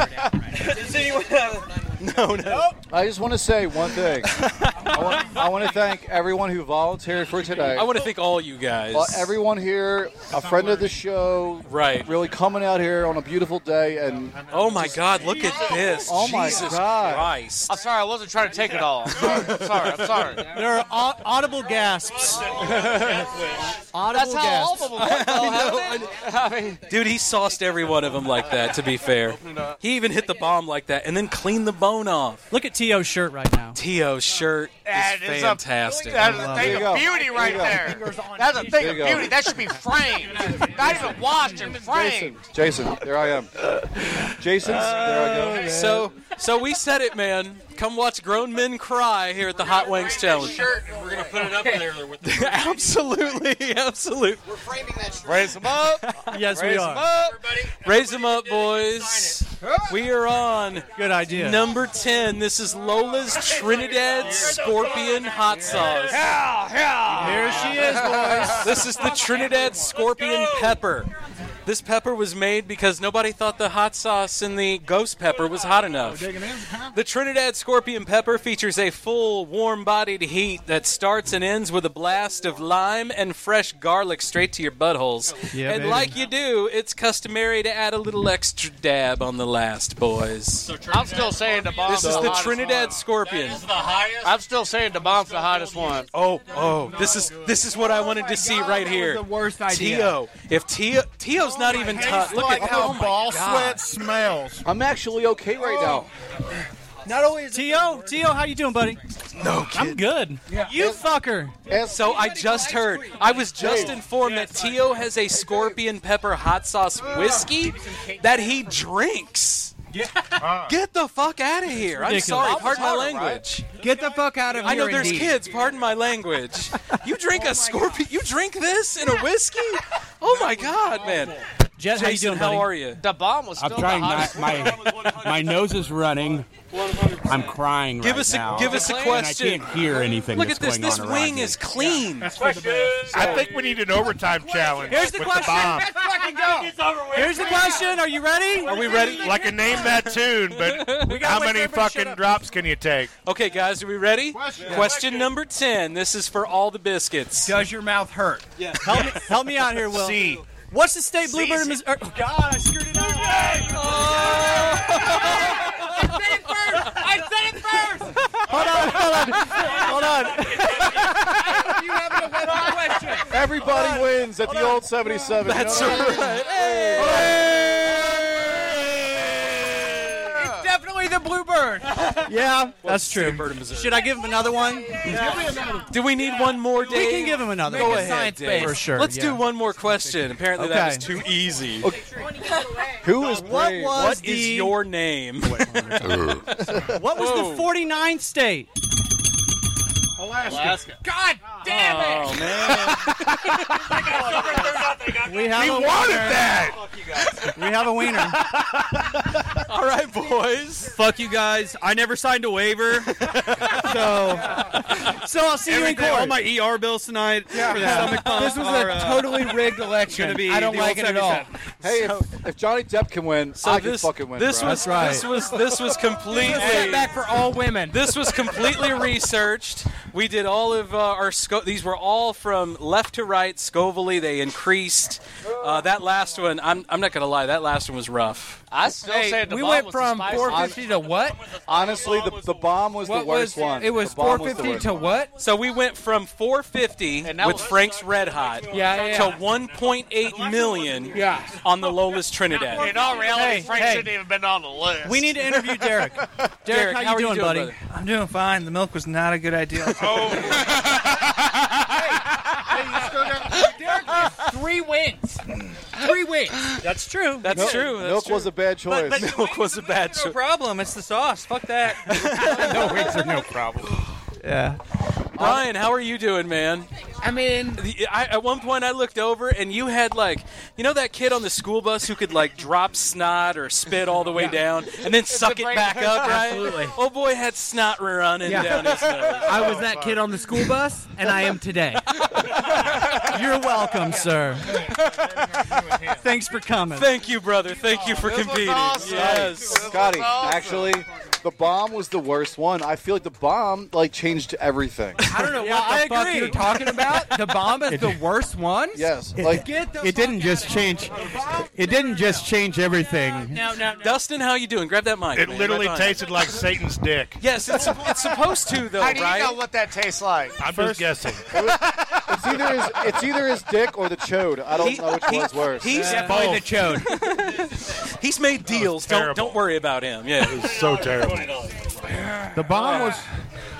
S8: No, no.
S7: I just want to say one thing. I, want, I want to thank everyone who volunteered for today.
S8: I want to thank all you guys.
S7: Well, everyone here, a friend of the show,
S8: Right.
S7: Really coming out here on a beautiful day, and
S8: Oh my God! Look at this.
S7: Oh my
S8: Jesus
S7: God.
S8: Christ!
S2: I'm sorry, I wasn't trying to take it all. I'm sorry, I'm sorry. I'm sorry.
S9: There are au- audible gasps. audible
S2: That's how all of them look, though, haven't they? I mean,
S8: Dude, he sauced every one of them like that. To be fair, he even hit the bomb like that, and then cleaned the bone off.
S9: Look at T.O.'s shirt right now.
S8: To's shirt
S2: That
S8: is
S2: is a-
S8: fantastic.
S2: That's
S8: I
S2: a
S8: love
S2: thing
S8: it.
S2: of beauty right there. That's a thing
S7: There
S2: of
S7: you go.
S2: beauty. That should be framed. Not even washed and framed.
S7: Jason, Jason, there I am. Jason's, there I go.
S8: Uh, So, so we said it, man. Come watch grown men cry here at the Hot Wings Challenge.
S3: and we're gonna put it up there with the
S8: absolutely, absolutely.
S2: Raise them up.
S9: Yes,
S2: Raise
S9: we are.
S2: them up.
S8: Raise them up, boys. We are on.
S9: Good idea.
S8: Number 10. This is Lola's Trinidad Scorpion Hot Sauce.
S9: Here she is, boys.
S8: This is the Trinidad Scorpion Pepper. This pepper was made because nobody thought the hot sauce in the ghost pepper was hot enough. The Trinidad Scorpion Pepper features a full, warm bodied heat that starts and ends with a blast of lime and fresh garlic straight to your buttholes.
S9: Yeah,
S8: and
S9: baby.
S8: like you do, it's customary to add a little extra dab on the last, boys.
S2: I'm still saying the bomb.
S8: This is the Trinidad Scorpion.
S2: highest. I'm still saying the bomb's the hottest one.
S8: Oh, oh, this is this is what I wanted to see right here.
S25: was the worst idea.
S8: Tio, if Tio, Tio's not
S2: Oh
S8: even tough. Look at how
S5: ball
S8: God.
S5: sweat smells.
S7: I'm actually okay right now.
S9: Not only is T.O., T.O., how you doing, buddy?
S8: No, kid.
S9: I'm good. You fucker.
S8: So I just heard. I was just informed that Tio has a scorpion pepper hot sauce
S9: Ah.
S8: whiskey that he drinks. Get the fuck out of here! I'm
S9: Ah. Ridiculous.
S8: sorry. Pardon my
S2: Alright.
S8: language.
S9: Get the fuck out of
S8: I
S9: here.
S8: know there's
S9: indeed. Oh
S8: kids. Pardon my language. You drink a scorpion. You drink this in a whiskey? Oh my god, man!
S9: Jet, how you
S8: Jason,
S9: doing,
S8: how
S9: buddy?
S8: are you?
S2: The bomb was still
S13: I'm trying
S2: the
S13: my
S2: hottest.
S13: my, my nose is running. I'm crying
S8: Give
S13: right
S8: us a-
S13: now.
S8: give us a
S13: And
S8: question.
S13: I can't hear anything.
S8: Look at
S13: that's
S8: this.
S13: Going
S8: This
S13: on around
S8: wing
S13: here.
S8: is clean.
S12: I think we need an overtime challenge
S9: Here's the
S12: with
S9: question.
S12: the bomb.
S9: Here's the question. Are you ready?
S12: Are we ready? Like a name that tune, but how many fucking drops can you take?
S8: Okay, guys, are we ready? Question, number 10. This is for all the biscuits.
S25: Does your mouth hurt?
S9: Help me, help me out here, Will.
S12: C.
S9: What's the state bluebird in Missouri?
S25: God, I screwed it up.
S9: Oh.
S2: I said it first.
S9: Hold on, hold on, hold on.
S25: You haven't a question.
S7: Everybody wins at the old 77.
S8: That's
S7: you know?
S8: right. Hey!
S25: It's definitely
S18: Harry the Bluebird.
S9: Yeah, that's
S8: true.
S9: Should I give him another one?
S8: Do we need one more, Dave?
S9: We can give him another
S8: Go
S9: one.
S8: ahead, Dave.
S9: For sure.
S8: Let's
S9: yeah.
S8: do one more question. Apparently that
S9: Okay.
S8: was too easy.
S7: Who is
S9: What
S8: Wait,
S9: was
S8: what
S9: the,
S8: is your name?
S9: What was the 49th state?
S5: Alaska.
S9: Alaska.
S5: God damn it!
S9: Oh, man. We have
S5: We
S9: a
S5: wanted
S9: wiener.
S5: that.
S9: We have a wiener.
S8: All right, boys.
S1: Fuck you guys. I never signed a waiver.
S9: so, so I'll see you in
S1: Everything-
S9: court.
S1: All my ER bills tonight. For the stomach pump
S9: This was
S1: are,
S9: a
S1: uh,
S9: totally rigged election.
S1: gonna be
S9: I don't
S1: the
S9: like
S1: old
S9: it at all.
S1: 77.
S7: Hey, if, if Johnny Depp can win, I can fucking win.
S8: this
S7: bro.
S8: was this was this was completely
S18: Back for all women.
S8: This was completely researched. We did all of uh, our sco- these were all from left to right Scovely. They increased. Uh, that last one, I'm, I'm not gonna lie, that last one was rough.
S20: I still
S9: Hey,
S20: say the
S9: we
S20: bomb
S9: went
S20: was
S9: from
S20: the spice.
S9: 450 to what?
S7: Honestly, the, the bomb was the worst one. The bomb was the worst one.
S9: what?
S8: So we went from 450
S9: that
S8: with
S9: was-
S8: Frank's Red Hot
S9: Yeah, yeah,
S8: to
S9: yeah.
S8: 1.8 million
S9: Yeah.
S8: on the Lola's Trinidad.
S2: In all reality,
S9: Hey,
S2: Frank
S9: hey.
S2: shouldn't even been on the list.
S9: We need to interview Derek. Derek,
S8: Derek,
S9: how,
S8: how
S9: you
S8: are you
S9: doing,
S8: doing,
S9: buddy?
S8: brother? Oh,
S18: I'm doing fine. The milk was not a good idea.
S25: Derek has three wins. Three wins.
S8: That's true. That's
S7: Milk-
S8: true. That's
S7: milk
S8: true.
S7: was a bad choice.
S8: But, but milk was a bad
S18: no
S8: choice.
S18: problem. It's the sauce. Fuck that.
S6: no wigs are no problem.
S8: Yeah. Brian, how are you doing, man?
S25: I mean,
S8: I, at one point I looked over and you had like, you know that kid on the school bus who could like drop snot or spit all the way down and then suck it
S25: great-
S8: back up, right?
S25: Absolutely.
S8: Old boy had snot running down his nose.
S25: I was that kid on the school bus,
S9: And I am today. You're welcome, sir. Thanks for coming.
S8: Thank you, brother. Thank you for competing. Yes.
S7: Scotty, actually, the bomb was the worst one. I feel like the bomb like changed everything.
S9: I don't know what the fuck you're talking about. The bomb is the worst one.
S7: Yes,
S9: like get the
S17: It didn't just change. It didn't just change everything.
S8: No, no, Dustin, how you doing? Grab that mic.
S12: It
S8: man.
S12: literally
S8: Grab that mic.
S12: tasted like Satan's dick.
S8: Yes, it's, it's supposed to though,
S2: How do you
S8: right?
S2: know what that tastes like?
S12: I'm
S7: First-
S12: just guessing.
S7: it's either his, it's either his dick or the chode. I don't
S8: He-
S7: know which
S8: he-
S7: one's worse.
S8: He's
S9: Definitely the chode.
S8: He's made deals. Don't don't worry about him. Yeah, it
S12: was so terrible.
S27: The bomb was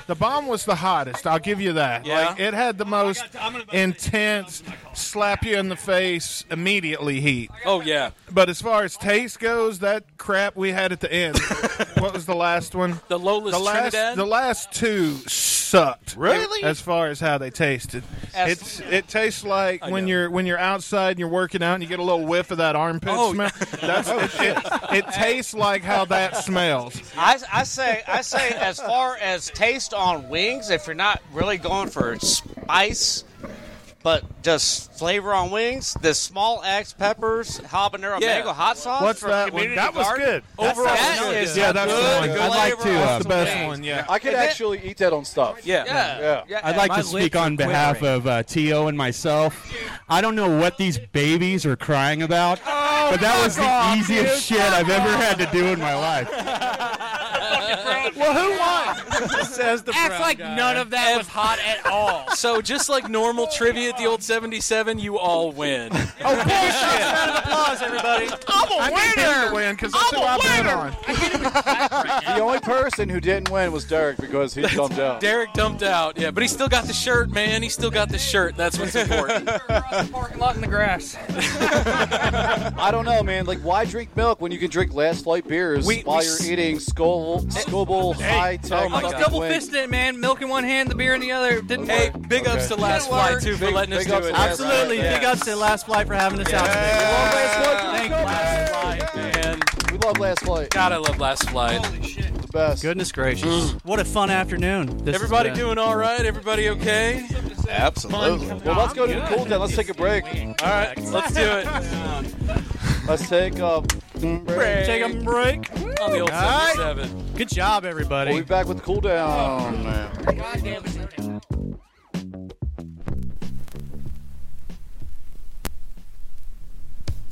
S27: the bomb was the hottest. I'll give you that.
S8: Yeah?
S27: Like it had the most intense slap you in the face immediately heat.
S8: Oh yeah.
S27: But as far as taste goes, that crap we had at the end. what was the last one?
S8: The Lola's
S27: the last,
S8: Trinidad?
S27: The last two sucked.
S8: Really?
S27: As far as how they tasted, it's it tastes like
S8: I
S27: when
S8: know.
S27: you're when you're outside and you're working out and you get a little whiff of that armpit
S8: Oh,
S27: smell. That's it, it, it tastes like how that smells.
S2: I, I say I say as far as taste on wings, if you're not really going for spice, but just flavor on wings, the small X peppers, habanero
S5: Yeah.
S2: mango hot sauce.
S27: What's
S2: for
S27: that
S2: community
S27: one? That was
S2: garden.
S27: good.
S2: Overall,
S27: That
S2: that
S27: sounds
S2: is
S27: good. Yeah,
S2: a
S27: that's the
S2: good
S27: one.
S2: flavor
S27: I'd like to,
S2: on
S27: uh,
S2: some
S27: the best
S2: wings.
S27: one, yeah.
S7: I could
S2: And then-
S7: actually eat that on stuff.
S8: Yeah.
S7: Yeah.
S17: I'd like to speak on behalf of uh, T.O. and myself. I don't know what these babies are crying about,
S13: Oh,
S17: but that was the
S5: off,
S17: easiest
S5: dude.
S17: shit I've ever had to do in my life.
S5: well, who won?
S8: Says the
S5: Acts like none of
S9: uh,
S5: that was hot at all.
S8: So just like normal trivia at the old 77, you all win.
S5: Oh, bullshit!
S8: Applause, everybody.
S5: I'm a winner.
S27: that's
S5: I'm a winner.
S7: The only person who didn't win was Derek because he jumped out.
S8: Derek dumped out, yeah, but he still got the shirt, man. He still got the shirt. That's what's important.
S18: Parking lot in the grass.
S7: I don't know, man. Like, why drink milk when you can drink last flight beers
S8: We-
S7: while
S8: we
S7: you're
S8: s-
S7: eating Scoble, Scoble high tech?
S18: I was oh double fisted it, man. Milk in one hand, the beer in the other. Didn't
S8: Hey,
S18: work.
S8: big ups to Last
S18: Didn't work.
S8: Flight, too, for letting us
S7: big
S8: do
S7: ups
S8: it.
S7: to Last
S9: Absolutely.
S8: Yeah.
S9: Big ups to Last Flight for having us out. today.
S7: Thank you.
S8: Man,
S7: We love last flight.
S8: God, I love Last Flight.
S7: The best.
S9: Goodness gracious. What a fun afternoon. This has
S8: Mm. Everybody
S9: been.
S8: doing all right? Everybody okay?
S7: Absolutely. Well, let's go to the cool down. Let's take a break.
S8: All right, let's do it.
S7: Let's take a break.
S9: Take a break.
S8: On the old
S9: All right.
S8: 77.
S9: Good job, everybody.
S7: We'll be back with cool down.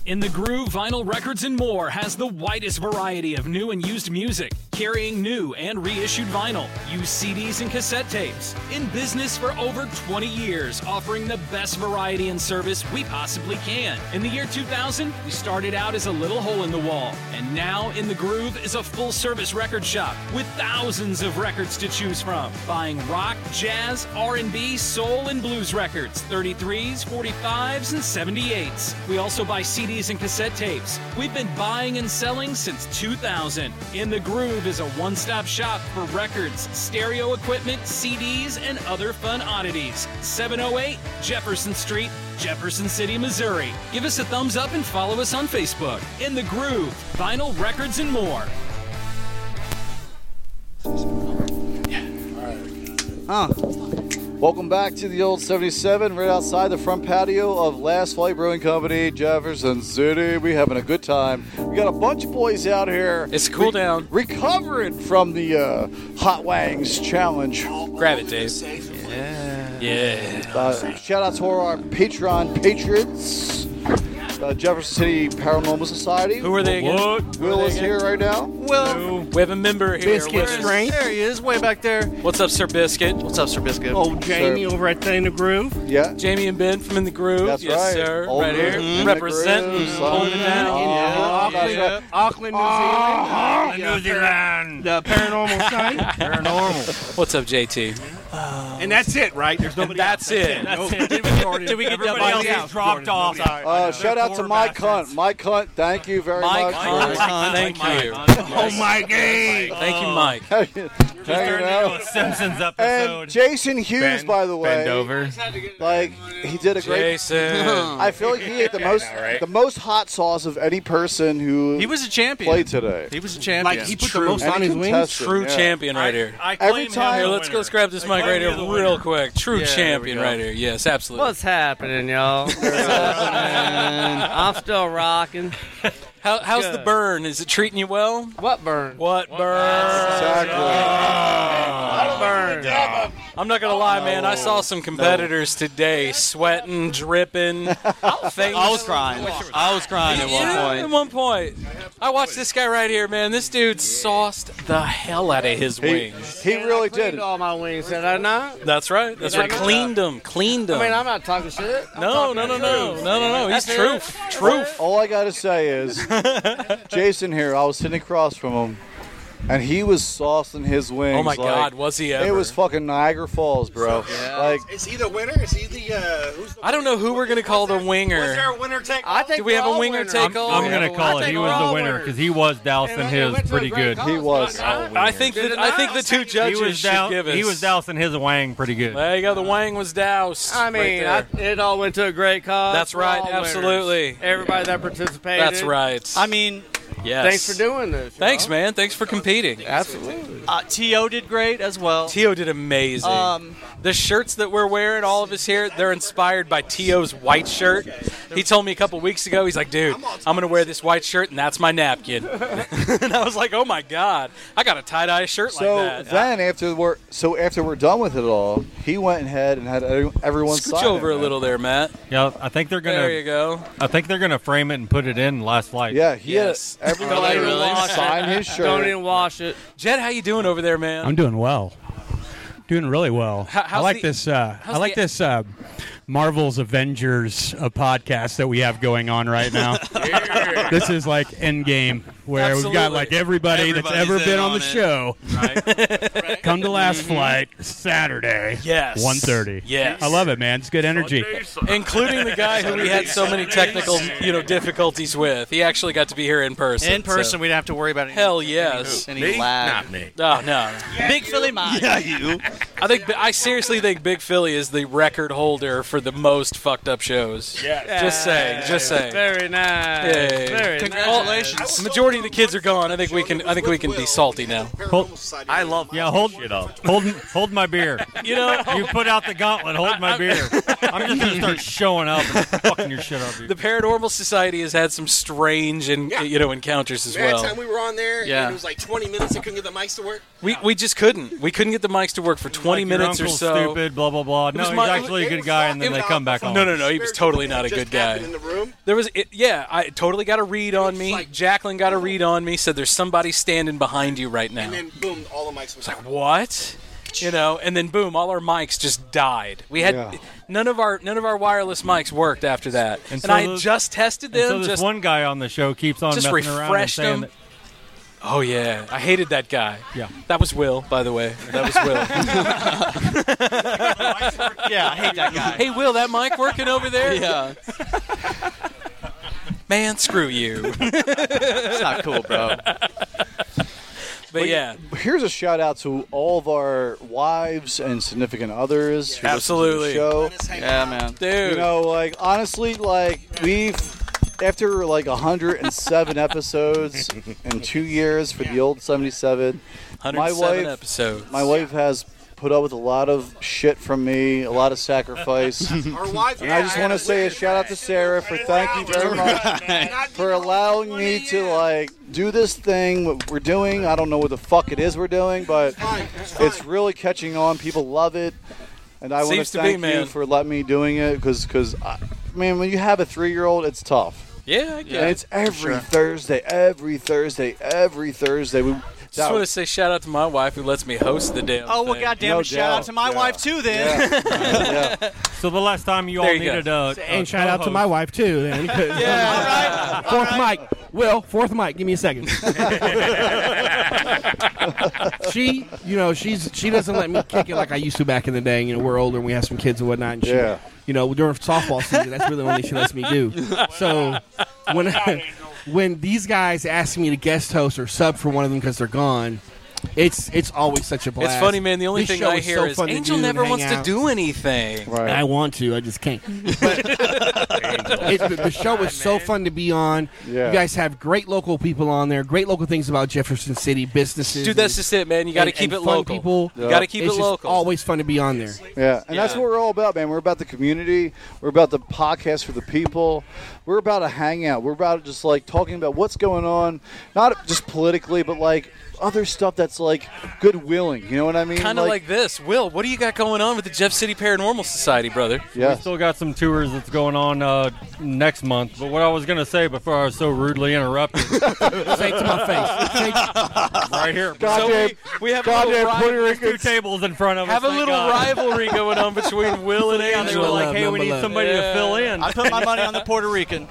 S26: In the Groove Vinyl Records and More has the widest variety of new and used music, carrying new and reissued vinyl, used CDs and cassette tapes. In business for over 20 years, offering the best variety and service we possibly can. In the year 2000, we started out as a little hole in the wall, and now In the Groove is a full service record shop with thousands of records to choose from. Buying rock, jazz, R&B, soul, and blues records, 33s, 45s, and 78s. We also buy CDs and cassette tapes. We've been buying and selling since 2000. In the Groove is a one-stop shop for records, stereo equipment, CDs, and other fun oddities. 708 Jefferson Street, Jefferson City, Missouri. Give us a thumbs up and follow us on Facebook. In the Groove, vinyl records and more.
S7: Huh. Welcome back to the old 77, right outside the front patio of Last Flight Brewing Company, Jefferson City. we having a good time. We got a bunch of boys out here.
S8: It's cool down.
S7: Recovering from the uh, Hot Wangs challenge.
S8: Grab it, Dave. Yeah. Yeah.
S7: Uh, shout out to all our Patreon patrons. Uh, Jefferson City Paranormal Society.
S8: Who are they again? What? Who
S7: Will
S8: are they
S7: is
S8: again?
S7: here right now.
S8: Well, we have a member here.
S7: Biscuit
S8: with us.
S7: Strength.
S8: There he is, way back there. What's up, Sir Biscuit? What's up, Sir Biscuit?
S7: Old
S10: Jamie over at In the Groove.
S7: Yeah.
S8: Jamie and Ben from In the Groove.
S10: That's
S8: yes,
S10: right.
S8: sir.
S10: Old
S8: right here.
S10: Groove, In the
S8: Representing.
S10: Groove,
S8: holding it down.
S10: Auckland, Auckland, New Zealand.
S8: Ah, New Zealand.
S10: The paranormal site.
S8: Paranormal. What's up, JT?
S10: and that's it, right? There's
S8: nobody. That's it. Did we get that
S24: Everybody else is dropped off.
S7: Uh, shout out to Mike Hunt. Mike Hunt, thank you very
S8: Mike
S7: much.
S8: Hunt, thank you.
S7: Oh, Mikey!
S8: Thank you, Mike.
S7: Hanging out.
S24: Simpsons
S7: And Jason Hughes, by the way,
S24: bend over.
S7: like he did a great.
S8: Jason.
S7: I feel like he ate the most, the most hot sauce of any person who
S8: He was a champion.
S7: Played today.
S8: He was a champion.
S7: Like, he put the True. most on
S8: Any
S7: his wings?
S8: contestant, True
S7: Yeah.
S8: champion right here.
S7: I claim Every him time-
S8: Here,
S7: the
S8: let's, let's grab this mic right here real quick.
S20: Yeah,
S8: True
S20: there we
S8: champion
S20: go.
S8: right here. Yes, absolutely.
S20: What's happening, y'all? I'm still rocking.
S8: How, how's the
S20: Good.
S8: burn? Is it treating you well?
S20: What burn?
S8: What burn?
S7: Exactly.
S8: What burn? I'm not gonna lie, man. I saw some competitors today sweating, dripping.
S2: I was crying. I was crying at one
S8: Yeah,
S2: point.
S8: At one point, I watched this guy right here, man. This dude sauced the hell out of his wings.
S7: He really did.
S20: All my wings, did I not?
S8: That's right. That's right.
S20: Yeah.
S8: Cleaned him. Cleaned him.
S20: I mean, I'm not talking shit. I'm
S8: no,
S20: talking
S8: no, no,
S20: the
S8: no, no,
S20: truth.
S8: no, no. He's
S20: That's
S8: true.
S20: it.
S7: Truth. All I gotta say is, Jason here. I was sitting across from him, and he was saucing his wings.
S8: Oh my
S7: like-
S8: God, was he ever?
S7: It was fucking Niagara Falls, bro. Like
S15: Is he the winner? Is he the uh, who's the?
S8: I don't know who we're gonna call the
S15: Is there
S8: winger.
S15: a winner take?
S20: I think
S8: Do we
S20: we're
S8: have a
S20: all
S8: winger
S20: winners.
S8: take all?
S15: I'm
S8: Yeah,
S15: gonna
S8: but
S15: call it.
S8: I think
S15: He
S8: we're
S15: was
S8: all
S15: the winner
S8: winners.
S15: because he was dousing his pretty good.
S7: He was.
S8: I think that I think the two judges
S15: he was
S8: should
S15: dou-
S8: give us.
S15: He was dousing his wang pretty good.
S8: There you go. The wang was doused.
S20: I
S8: right
S20: mean,
S8: there.
S20: I, it all went to a great cause.
S8: That's
S20: We're
S8: right,
S20: all winners.
S8: absolutely.
S20: Everybody that participated.
S8: that's right.
S17: I mean,
S8: Yes.
S20: Thanks for doing this.
S8: Thanks, man. Thanks for competing.
S20: Absolutely.
S17: uh, To did great as well.
S8: Tio did amazing.
S17: Um,
S8: the shirts that we're wearing, all of us here, they're inspired by Tio's white shirt. He told me a couple weeks ago, he's like, dude, I'm going to wear this white shirt, and that's my napkin. and I was like, oh my God, I got a tie dye shirt
S7: So
S8: like that. uh,
S7: then after we're so after we're done with it all, he went ahead and had every- everyone
S8: Scooch
S7: sign
S8: over
S7: it,
S8: a
S7: man.
S8: little there, Matt.
S15: Yeah, I think they're gonna.
S8: There you go.
S15: I think they're gonna frame it and put it in last flight.
S7: Yeah, he
S8: Yes.
S7: had everyone
S20: Don't even wash
S7: sign
S20: it.
S7: his shirt.
S20: Don't even wash it.
S8: Jed, how you doing over there, man?
S13: I'm doing well. Doing really well.
S8: How-
S13: I
S8: how's
S13: like
S8: the-
S13: this. Uh, I
S8: how's
S13: like
S8: the-
S13: this uh, Marvel's Avengers uh, podcast that we have going on right now. this is like Endgame, where we've got
S8: Absolutely.
S13: like everybody that's
S8: Everybody's
S13: ever
S8: in
S13: been on,
S8: on
S13: the
S8: it. Mm-hmm.
S13: show. Come to Last
S20: Mm-hmm.
S13: Flight Saturday.
S8: Yes.
S13: 1.30.
S8: Yes.
S13: I love it, man. It's good energy.
S8: Including the guy who we had so many technical, you know, difficulties with. He actually got to be here in person.
S17: In person,
S8: so-
S17: we don't have to worry about any,
S8: Hell yes.
S17: any, any lag.
S8: Oh no.
S17: Big Philly Mike.
S8: Yeah, you. I think I seriously think Big Philly is the record holder for the most fucked up shows. Yeah. Just saying. Just saying.
S20: Very nice.
S8: Yay.
S20: Very
S8: Congratulations. majority of the kids are gone. I think we can. I think we can be salty now.
S15: I love. Yeah, hold shit up. Hold, hold my beer.
S8: You know,
S15: you put out the gauntlet. Hold my beer. I'm just gonna start showing up and fucking your shit up. Dude.
S8: The Paranormal Society has had some strange and
S19: Yeah.
S8: you know encounters as well.
S19: That time we were on there,
S8: Yeah.
S19: and it was like 20 minutes. I couldn't get the mics to work.
S8: we, we just couldn't. We couldn't get the mics to work for 20
S15: Like, your
S8: minutes or
S15: uncle's
S8: so.
S15: Stupid, blah blah blah.
S8: It
S15: No,
S8: was
S15: he's
S8: my-
S15: actually a good guy, and then they come back on.
S8: No, no, no. He was totally not a good guy. There was, it, yeah, I totally got a read on me. Jacqueline got a read on me. Said there's somebody standing behind you right now.
S19: And then boom, all the mics was like,
S8: what? You know, and then boom, all our mics just died. We had
S15: Yeah.
S8: none of our none of our wireless mics worked after that. And,
S15: so
S8: I had
S15: those-
S8: just tested
S15: And
S8: them.
S15: so this
S8: just
S15: one guy on the show keeps on
S8: just
S15: messing around and
S8: refreshed
S15: saying
S8: them.
S15: that-
S8: Oh yeah, I hated that guy.
S15: Yeah.
S8: that was Will, by the way. That was Will.
S2: Yeah, I hate that guy.
S8: Hey Will, that mic working over there? Yeah. Man, screw you.
S2: It's not cool, bro.
S8: But yeah,
S7: Here's a shout out to all of our wives and significant others. who listen to the
S8: Absolutely.
S7: show.
S8: Yeah, man. Dude.
S7: You know, like honestly, like we've after like 107 episodes in two years for the old 77. My
S8: 107
S7: wife,
S8: episodes.
S7: My wife has put up with a lot of shit from me, a lot of sacrifice.
S19: Our wives
S7: and I just want to say a shout out to Sarah for thank you very much for allowing me to like do this thing what we're doing. I don't know what the fuck it is we're doing, but it's really catching on. People love it. And I want
S8: Seems to be,
S7: thank you
S8: man.
S7: for letting me doing it because because I, I mean when you have a three year old, it's tough.
S8: Yeah, I get
S7: And
S8: it.
S7: it's every
S8: Sure.
S7: Thursday, every Thursday, every Thursday. We
S8: just want to say shout out to my wife who lets me host the damn.
S9: Oh well,
S8: thing.
S9: goddamn! it, shout out to my wife too. Then
S15: So the last time you
S8: There
S15: all
S8: you uh, go.
S15: needed a,
S10: And shout out to my wife too. Then. yeah, Fourth mic, Will. Fourth mic. Give me a second. she, you know, she's she doesn't let me kick it like I used to back in the day. You know, we're older and we have some kids and whatnot. And she,
S7: Yeah.
S10: You know, during softball season, that's really the only she lets me do. So when when these guys ask me to guest host or sub for one of them because they're gone. It's it's always such a blast.
S8: It's funny, man. The only
S10: This
S8: thing
S10: show
S8: I
S10: so
S8: hear is
S10: fun to
S8: Angel
S10: do and
S8: never
S10: hang
S8: wants to
S10: out.
S8: do anything.
S10: I want to. I just can't. But it, the, the show is so fun to be on.
S8: Yeah.
S10: You guys have great local people on there. Great local things about Jefferson City businesses.
S8: Dude, that's
S10: and-
S8: just it, man. You got to
S10: and-
S8: keep
S10: and
S8: it
S10: fun
S8: local.
S10: People.
S8: You got to keep
S10: It's
S8: it
S10: just
S8: local.
S10: Always fun to be on there.
S7: Yeah, and that's what we're all about, man. We're about the community. We're about the podcast for the people. We're about a hangout. We're about just like talking about what's going on, not just politically, but like other stuff that's like goodwilling. You know what I mean?
S8: Kind of like, this. Will, what do you got going on with the Jeff City Paranormal Society, brother?
S15: We still got some tours that's going on uh, next month. But what I was gonna say before I was so rudely interrupted.
S10: Say it to my face. Say it-
S15: right here.
S8: Goddamn-
S15: So we, we have
S8: goddamn
S15: a little rival-
S8: Puerto
S15: there's two tables in front of us.
S8: Have a
S15: thank
S8: little
S15: God.
S8: rivalry going on between Will and
S15: Yeah,
S8: Angel.
S15: they were like, "Hey, we need somebody to fill in."
S9: I put my money on the Puerto Rican.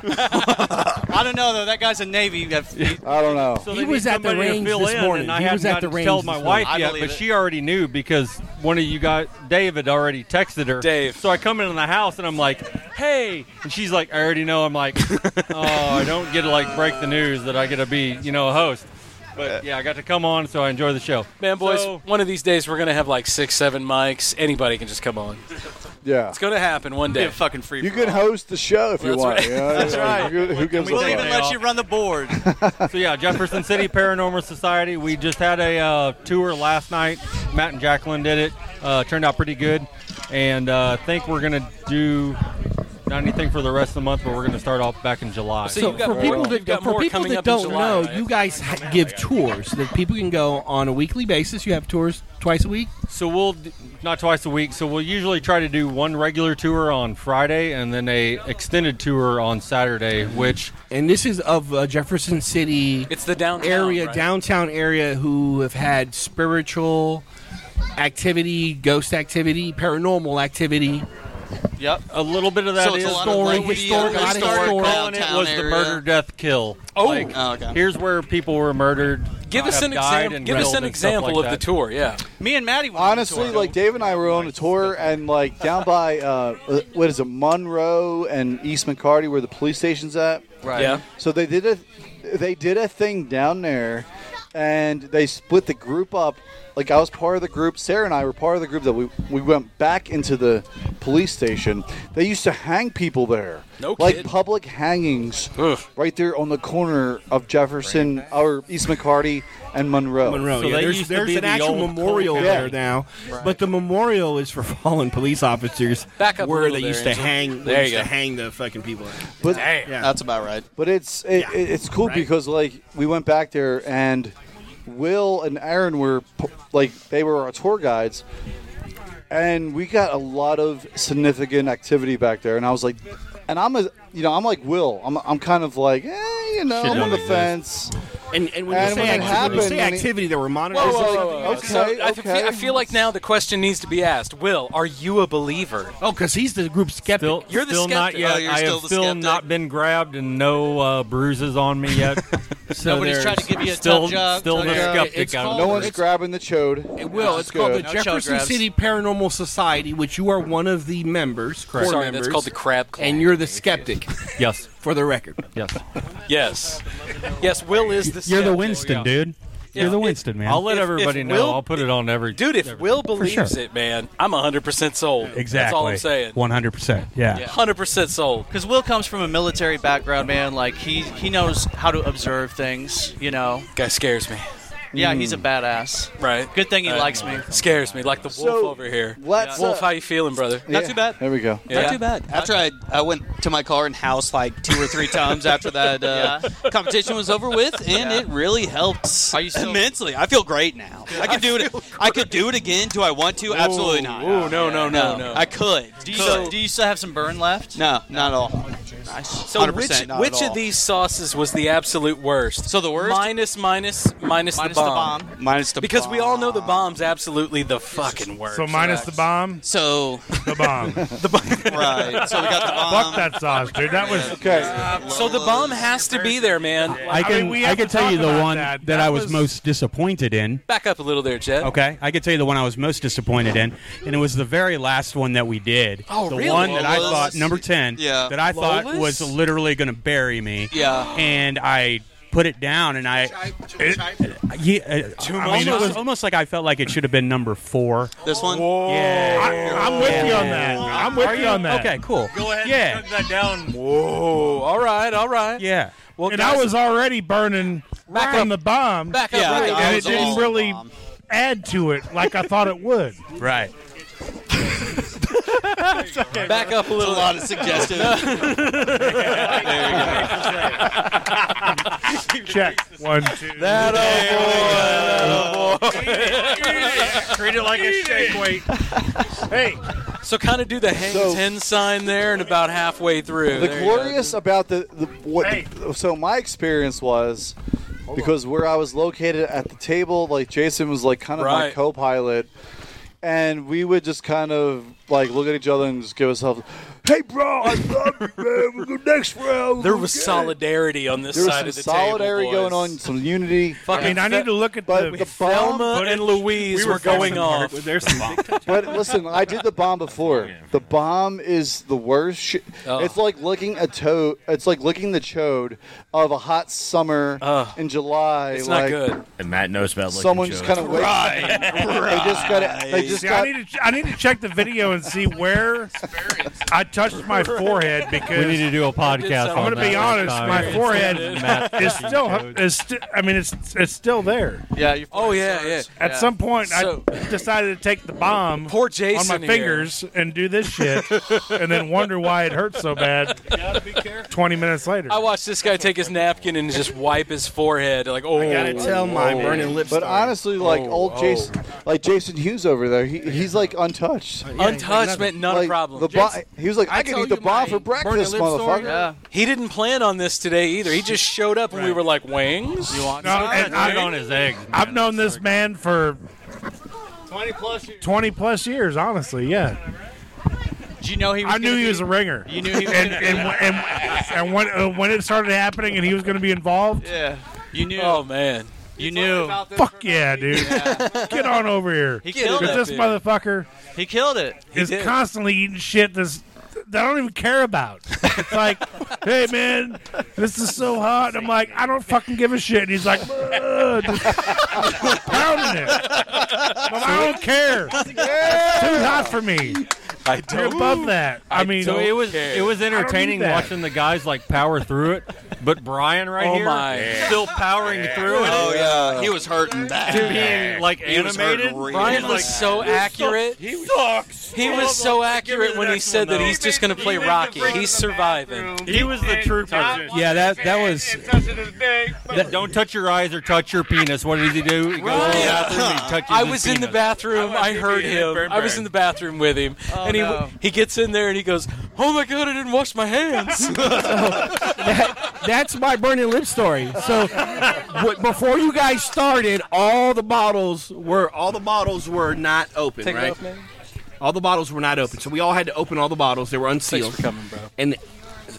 S9: I don't know though. That guy's a Navy. You have-
S7: I don't know.
S15: So
S9: He
S15: they
S9: was
S15: need
S9: at the
S15: somebody to
S9: range
S15: fill
S9: this
S15: in,
S9: morning.
S15: And I
S9: He
S15: haven't
S9: was at
S15: gotten
S9: the
S15: to tell
S9: range
S15: my
S9: this morning.
S15: wife
S9: I
S15: yet,
S9: believe
S15: but
S9: it.
S15: she already knew because one of you guys, Dave, had already texted her. Dave. So I come in the house and I'm like, "Hey," and she's like, "I already know." I'm like, "Oh, I don't get to like break the news that I get to be, you know, a host." But yeah, I got to come on, so I enjoy the show.
S8: Uh, Man, boys,
S15: So-
S8: one of these days we're gonna have like six, seven mics. Anybody can just come on.
S7: Yeah.
S8: It's gonna happen one day. fucking free.
S7: You can host the show if you
S8: That's
S7: want.
S8: right.
S7: you know?
S8: That's
S7: Like,
S8: right.
S7: who- Who gives a
S8: We'll
S7: fuck?
S8: even let
S15: you run the board. so yeah, Jefferson City Paranormal Society. We just had a uh, tour last night. Matt and Jacqueline did it. Uh, turned out pretty good, and uh, I think we're gonna do not anything for the rest of the month, but we're gonna start off back in July. uh,
S10: So, for people that, for people that don't know, you guys ha- give tours that people can go on a weekly basis. You have tours twice a week.
S15: So we'll d- not twice a week. So we'll usually try to do one regular tour on Friday and then a extended tour on Saturday. Which
S10: and this is of uh, Jefferson City.
S8: It's the downtown
S10: area,
S8: right?
S10: downtown area, who have had spiritual activity, ghost activity, paranormal activity.
S15: Yep, a little bit of that
S10: So it's
S15: is
S10: a lot of Historic, like historic,
S15: I
S10: historic
S15: started calling it
S10: downtown
S15: was the
S10: area.
S15: murder, death, kill.
S8: Oh.
S15: Like,
S8: Oh, okay.
S15: here's where people were murdered.
S8: Give us
S15: have
S8: an
S15: died
S8: example.
S15: and
S8: Give us
S15: killed
S8: an
S15: and stuff
S8: example
S15: like
S8: of the
S15: that.
S8: tour. Yeah.
S9: Me and Maddie. Went
S7: Honestly, like Dave and I were on a tour, and like down by uh, uh, what is it, Monroe and East McCarty, where the police station's at.
S8: Right. Yeah.
S7: So they did a they did a thing down there, and they split the group up. Like I was part of the group. Sarah and I were part of the group that we we went back into the police station, they used to hang people there.
S8: No
S7: like
S8: kidding.
S7: public hangings right there on the corner of Jefferson or East McCarty and Monroe.
S10: Monroe. yeah, there's there's an actual memorial there now, but the memorial is for fallen police officers
S7: Back up a
S10: where
S7: little
S10: they
S7: there,
S10: used to
S7: Angel.
S10: hang.
S7: There
S10: They used
S7: you
S10: to
S7: go.
S10: hang the fucking people.
S7: But
S10: that's
S7: about right. But it's it, it- it's cool
S10: Right.
S7: because like we went back there and Will and Aaron were p- like they were our tour guides, and we got a lot of significant activity back there. And I was like, and I'm a you know I'm like Will. I'm I'm kind of like eh, you know
S10: Shit
S7: I'm
S10: don't
S7: on the
S10: exist.
S7: fence.
S10: And, and when you say
S7: it
S10: acti- when you
S7: happened,
S10: say
S7: and it-
S10: activity, they were monitoring.
S7: Whoa, whoa,
S10: something.
S7: whoa, whoa. Okay,
S8: So I, f-
S7: okay.
S8: I feel like now the question needs to be asked. Will, are you a believer?
S10: Oh, because he's the group skeptic.
S8: you're the
S13: still
S8: skeptic.
S13: not yet. I have still not been grabbed and no uh, bruises on me yet. so
S8: Nobody's
S13: there's
S8: trying to give you a tough
S13: still,
S8: job.
S13: Still the
S10: Yeah.
S13: skeptic.
S10: It's
S13: out of
S10: called-
S13: the
S7: No
S13: group.
S7: one's grabbing the chode.
S10: It will. It's called the Jefferson City Paranormal Society, which you are one of the members. Correct.
S8: Sorry, that's called the Crab Clan.
S10: And you're the skeptic.
S13: yes.
S10: For the record.
S13: Yes.
S8: Yes. Yes, Will is the
S13: You're the
S8: skeptic.
S13: Winston, dude. You're the Winston, man.
S8: I'll let If- if everybody know. Will- I'll
S13: put it on every
S8: Dude, if Will
S13: For sure.
S8: believes it, man, I'm 100% sold.
S13: Exactly.
S8: That's all I'm saying.
S13: 100%. Yeah.
S8: 100% sold.
S21: Because Will comes from a military background, man. Like he he knows how to observe things. You know,
S8: guy scares me. Mm.
S21: Yeah, he's a badass.
S8: Right.
S21: Good thing he
S8: Uh,
S21: likes me.
S8: Scares me like the wolf
S21: So,
S8: over here.
S21: let's,
S8: wolf,
S21: uh,
S8: how you feeling, brother?
S21: Not too bad.
S7: There we go.
S8: Yeah.
S22: Not too bad. After I, I went to my car and housed like two or three times after that uh, competition was over with, and it really helped immensely. I feel great now. I could do it. I could do it again. Do I want to? Absolutely not.
S8: Ooh, no, no,
S21: Oh,
S8: no, no.
S22: I could.
S21: Do you,
S22: Could.
S21: still, do you still have some burn left?
S22: No, not at all.
S8: So which
S22: 100% not
S8: which
S22: at
S8: of
S22: all.
S8: these sauces was the absolute worst? So the worst minus minus minus,
S22: Minus
S8: the
S22: the
S8: bomb.
S22: Minus the
S8: because we all know the bomb's absolutely the fucking worst.
S22: So minus the
S8: bomb.
S22: So
S8: the bomb. the bomb.
S22: Right. So we got the bomb.
S12: Fuck that sauce, dude. That was
S8: So the bomb has to be there, man.
S13: I can I, can tell you the one that, I was, most disappointed in.
S8: Back up a little there, Jed.
S13: Okay, I can tell you the one I was most disappointed in, and it was the very last one that we did.
S8: Oh,
S13: the
S8: really?
S13: one that I
S8: Lola's?
S13: thought number ten.
S8: Yeah.
S13: That I thought
S8: Lola's?
S13: was literally going to bury me.
S22: Yeah.
S13: And I put it down, and I. It- yeah, uh,
S12: Too
S13: I
S12: much?
S13: mean, it was almost like I felt like it should have been number four.
S22: This one?
S12: Yeah. I, am with you on that. I'm with
S13: Are
S12: you,
S13: you?
S12: on that.
S13: Okay, cool.
S12: Go ahead.
S13: Yeah.
S12: And that down.
S8: Whoa. All right. All right.
S13: Yeah.
S8: Well,
S12: and
S8: guys-
S12: I was already burning
S8: Back
S12: from
S8: up.
S12: the bomb.
S8: Back up, Yeah, right. that
S12: And it
S8: was
S12: didn't
S8: all
S12: really add to it like I thought it would.
S13: Right.
S8: Back up a little.
S22: a lot of suggestive.
S12: Check. One, two.
S8: That
S12: old boy.
S6: Treat it like a shake weight.
S12: Hey.
S8: So kind of do the hang ten sign there, and about halfway through.
S7: The
S8: There you go.
S7: glorious about the, the what? So my experience was because where I was located at the table, like Jason was like kind of my
S8: Right.
S7: co-pilot, and we would just kind of like look at each other and just give ourselves, "Hey, bro, I love you, man. We'll go next round."
S8: There was solidarity on this
S7: There was
S8: side
S7: some
S8: of the
S7: solidarity
S8: table. boys.
S7: going on, some unity.
S8: Fucking I mean, I need fe- to
S12: look at
S7: but the, bomb.
S8: Thelma and Louise were, going off.
S7: But listen, I did the bomb before. The bomb is the worst. Sh-
S8: Oh.
S7: It's like licking a toad. It's like licking the chode of a hot summer in July. like,
S23: And Matt knows about licking
S7: Someone's
S23: chode.
S7: kind of waiting. They just got. They just
S12: See,
S7: got.
S12: I need to I need to check the video and see where I touched my forehead because
S13: We need to do a
S12: I'm
S13: podcast on
S12: going to be
S13: that
S12: honest.
S13: next time.
S12: My forehead
S13: Matt
S12: is still is sti- I mean it's it's still there.
S21: Yeah. Your
S8: oh yeah, yeah.
S12: At
S8: Yeah.
S12: some point,
S8: So-
S12: I decided to take the bomb
S8: Poor
S12: on
S8: Jason
S12: my
S8: here.
S12: fingers and do this shit, and then wonder why it hurts so bad. Twenty minutes later,
S8: I watched this guy take his napkin and just wipe his forehead. Like, oh, oh.
S7: But honestly, like
S8: Oh,
S7: old
S8: oh.
S7: Jason, like Jason Hughes over there, he, he's like untouched.
S8: Untouched meant not a
S7: Like,
S8: problem.
S7: The bo- he was like, I, can eat the bomb for breakfast, motherfucker.
S8: He didn't plan on this today either. He just showed up and we were like, wings? You want
S12: No, some? and I- on
S13: his eggs.
S12: I've known this man for
S21: 20 plus years.
S12: twenty plus years. Honestly, yeah.
S21: Do you know he was
S12: I knew
S21: gonna
S12: he
S21: be-
S12: was a ringer.
S21: You knew he was
S12: and
S21: gonna be-
S12: and, and, and when uh, when it started happening and he was going to be involved,
S21: Yeah. You knew.
S8: Oh, man.
S21: You knew.
S12: fuck yeah, dude, get on over here.
S21: He killed
S12: Because
S21: it,
S12: this
S21: dude.
S12: motherfucker
S21: He killed it.
S12: is constantly eating shit that's that I don't even care about. It's like, hey man, this is so hot. And I'm like, I don't fucking give a shit. And he's like, "Ugh," just pounding it. I'm like, I don't care. It's too hot for me.
S8: I
S12: You're
S8: don't.
S12: above that. I, mean,
S15: so it was
S12: care.
S15: it was
S12: I don't need
S15: entertaining
S12: that.
S15: watching the guys like power through it, but Brian right
S8: Oh
S15: here
S8: my.
S15: still powering through it.
S22: Oh, yeah. He was hurting bad.
S15: To being like
S8: He was hurting
S15: animated.
S8: real Brian was so accurate.
S15: He sucks.
S8: He was so accurate when he said that he's just going to play Rocky. He's surviving.
S15: He was the true
S8: not
S15: person. Yeah, that that was. don't touch your eyes or touch your penis. What did he do? He goes to the bathroom and he touches
S8: I
S15: his
S8: was in the
S15: penis.
S8: bathroom. I, heard
S15: Vivian
S8: him. I was
S15: Bernberg.
S8: in the bathroom with him,
S15: Oh,
S8: and he
S15: no.
S8: he gets in there and he goes, "Oh my god, I didn't wash my hands."
S10: Oh. That's my burning lip story. So w- before you guys started, all the bottles were all the bottles were not open,
S22: Take it
S10: right?
S22: off, man.
S10: All the bottles were not open, so we all had to open all the bottles. They were unsealed.
S22: for coming, bro.
S10: And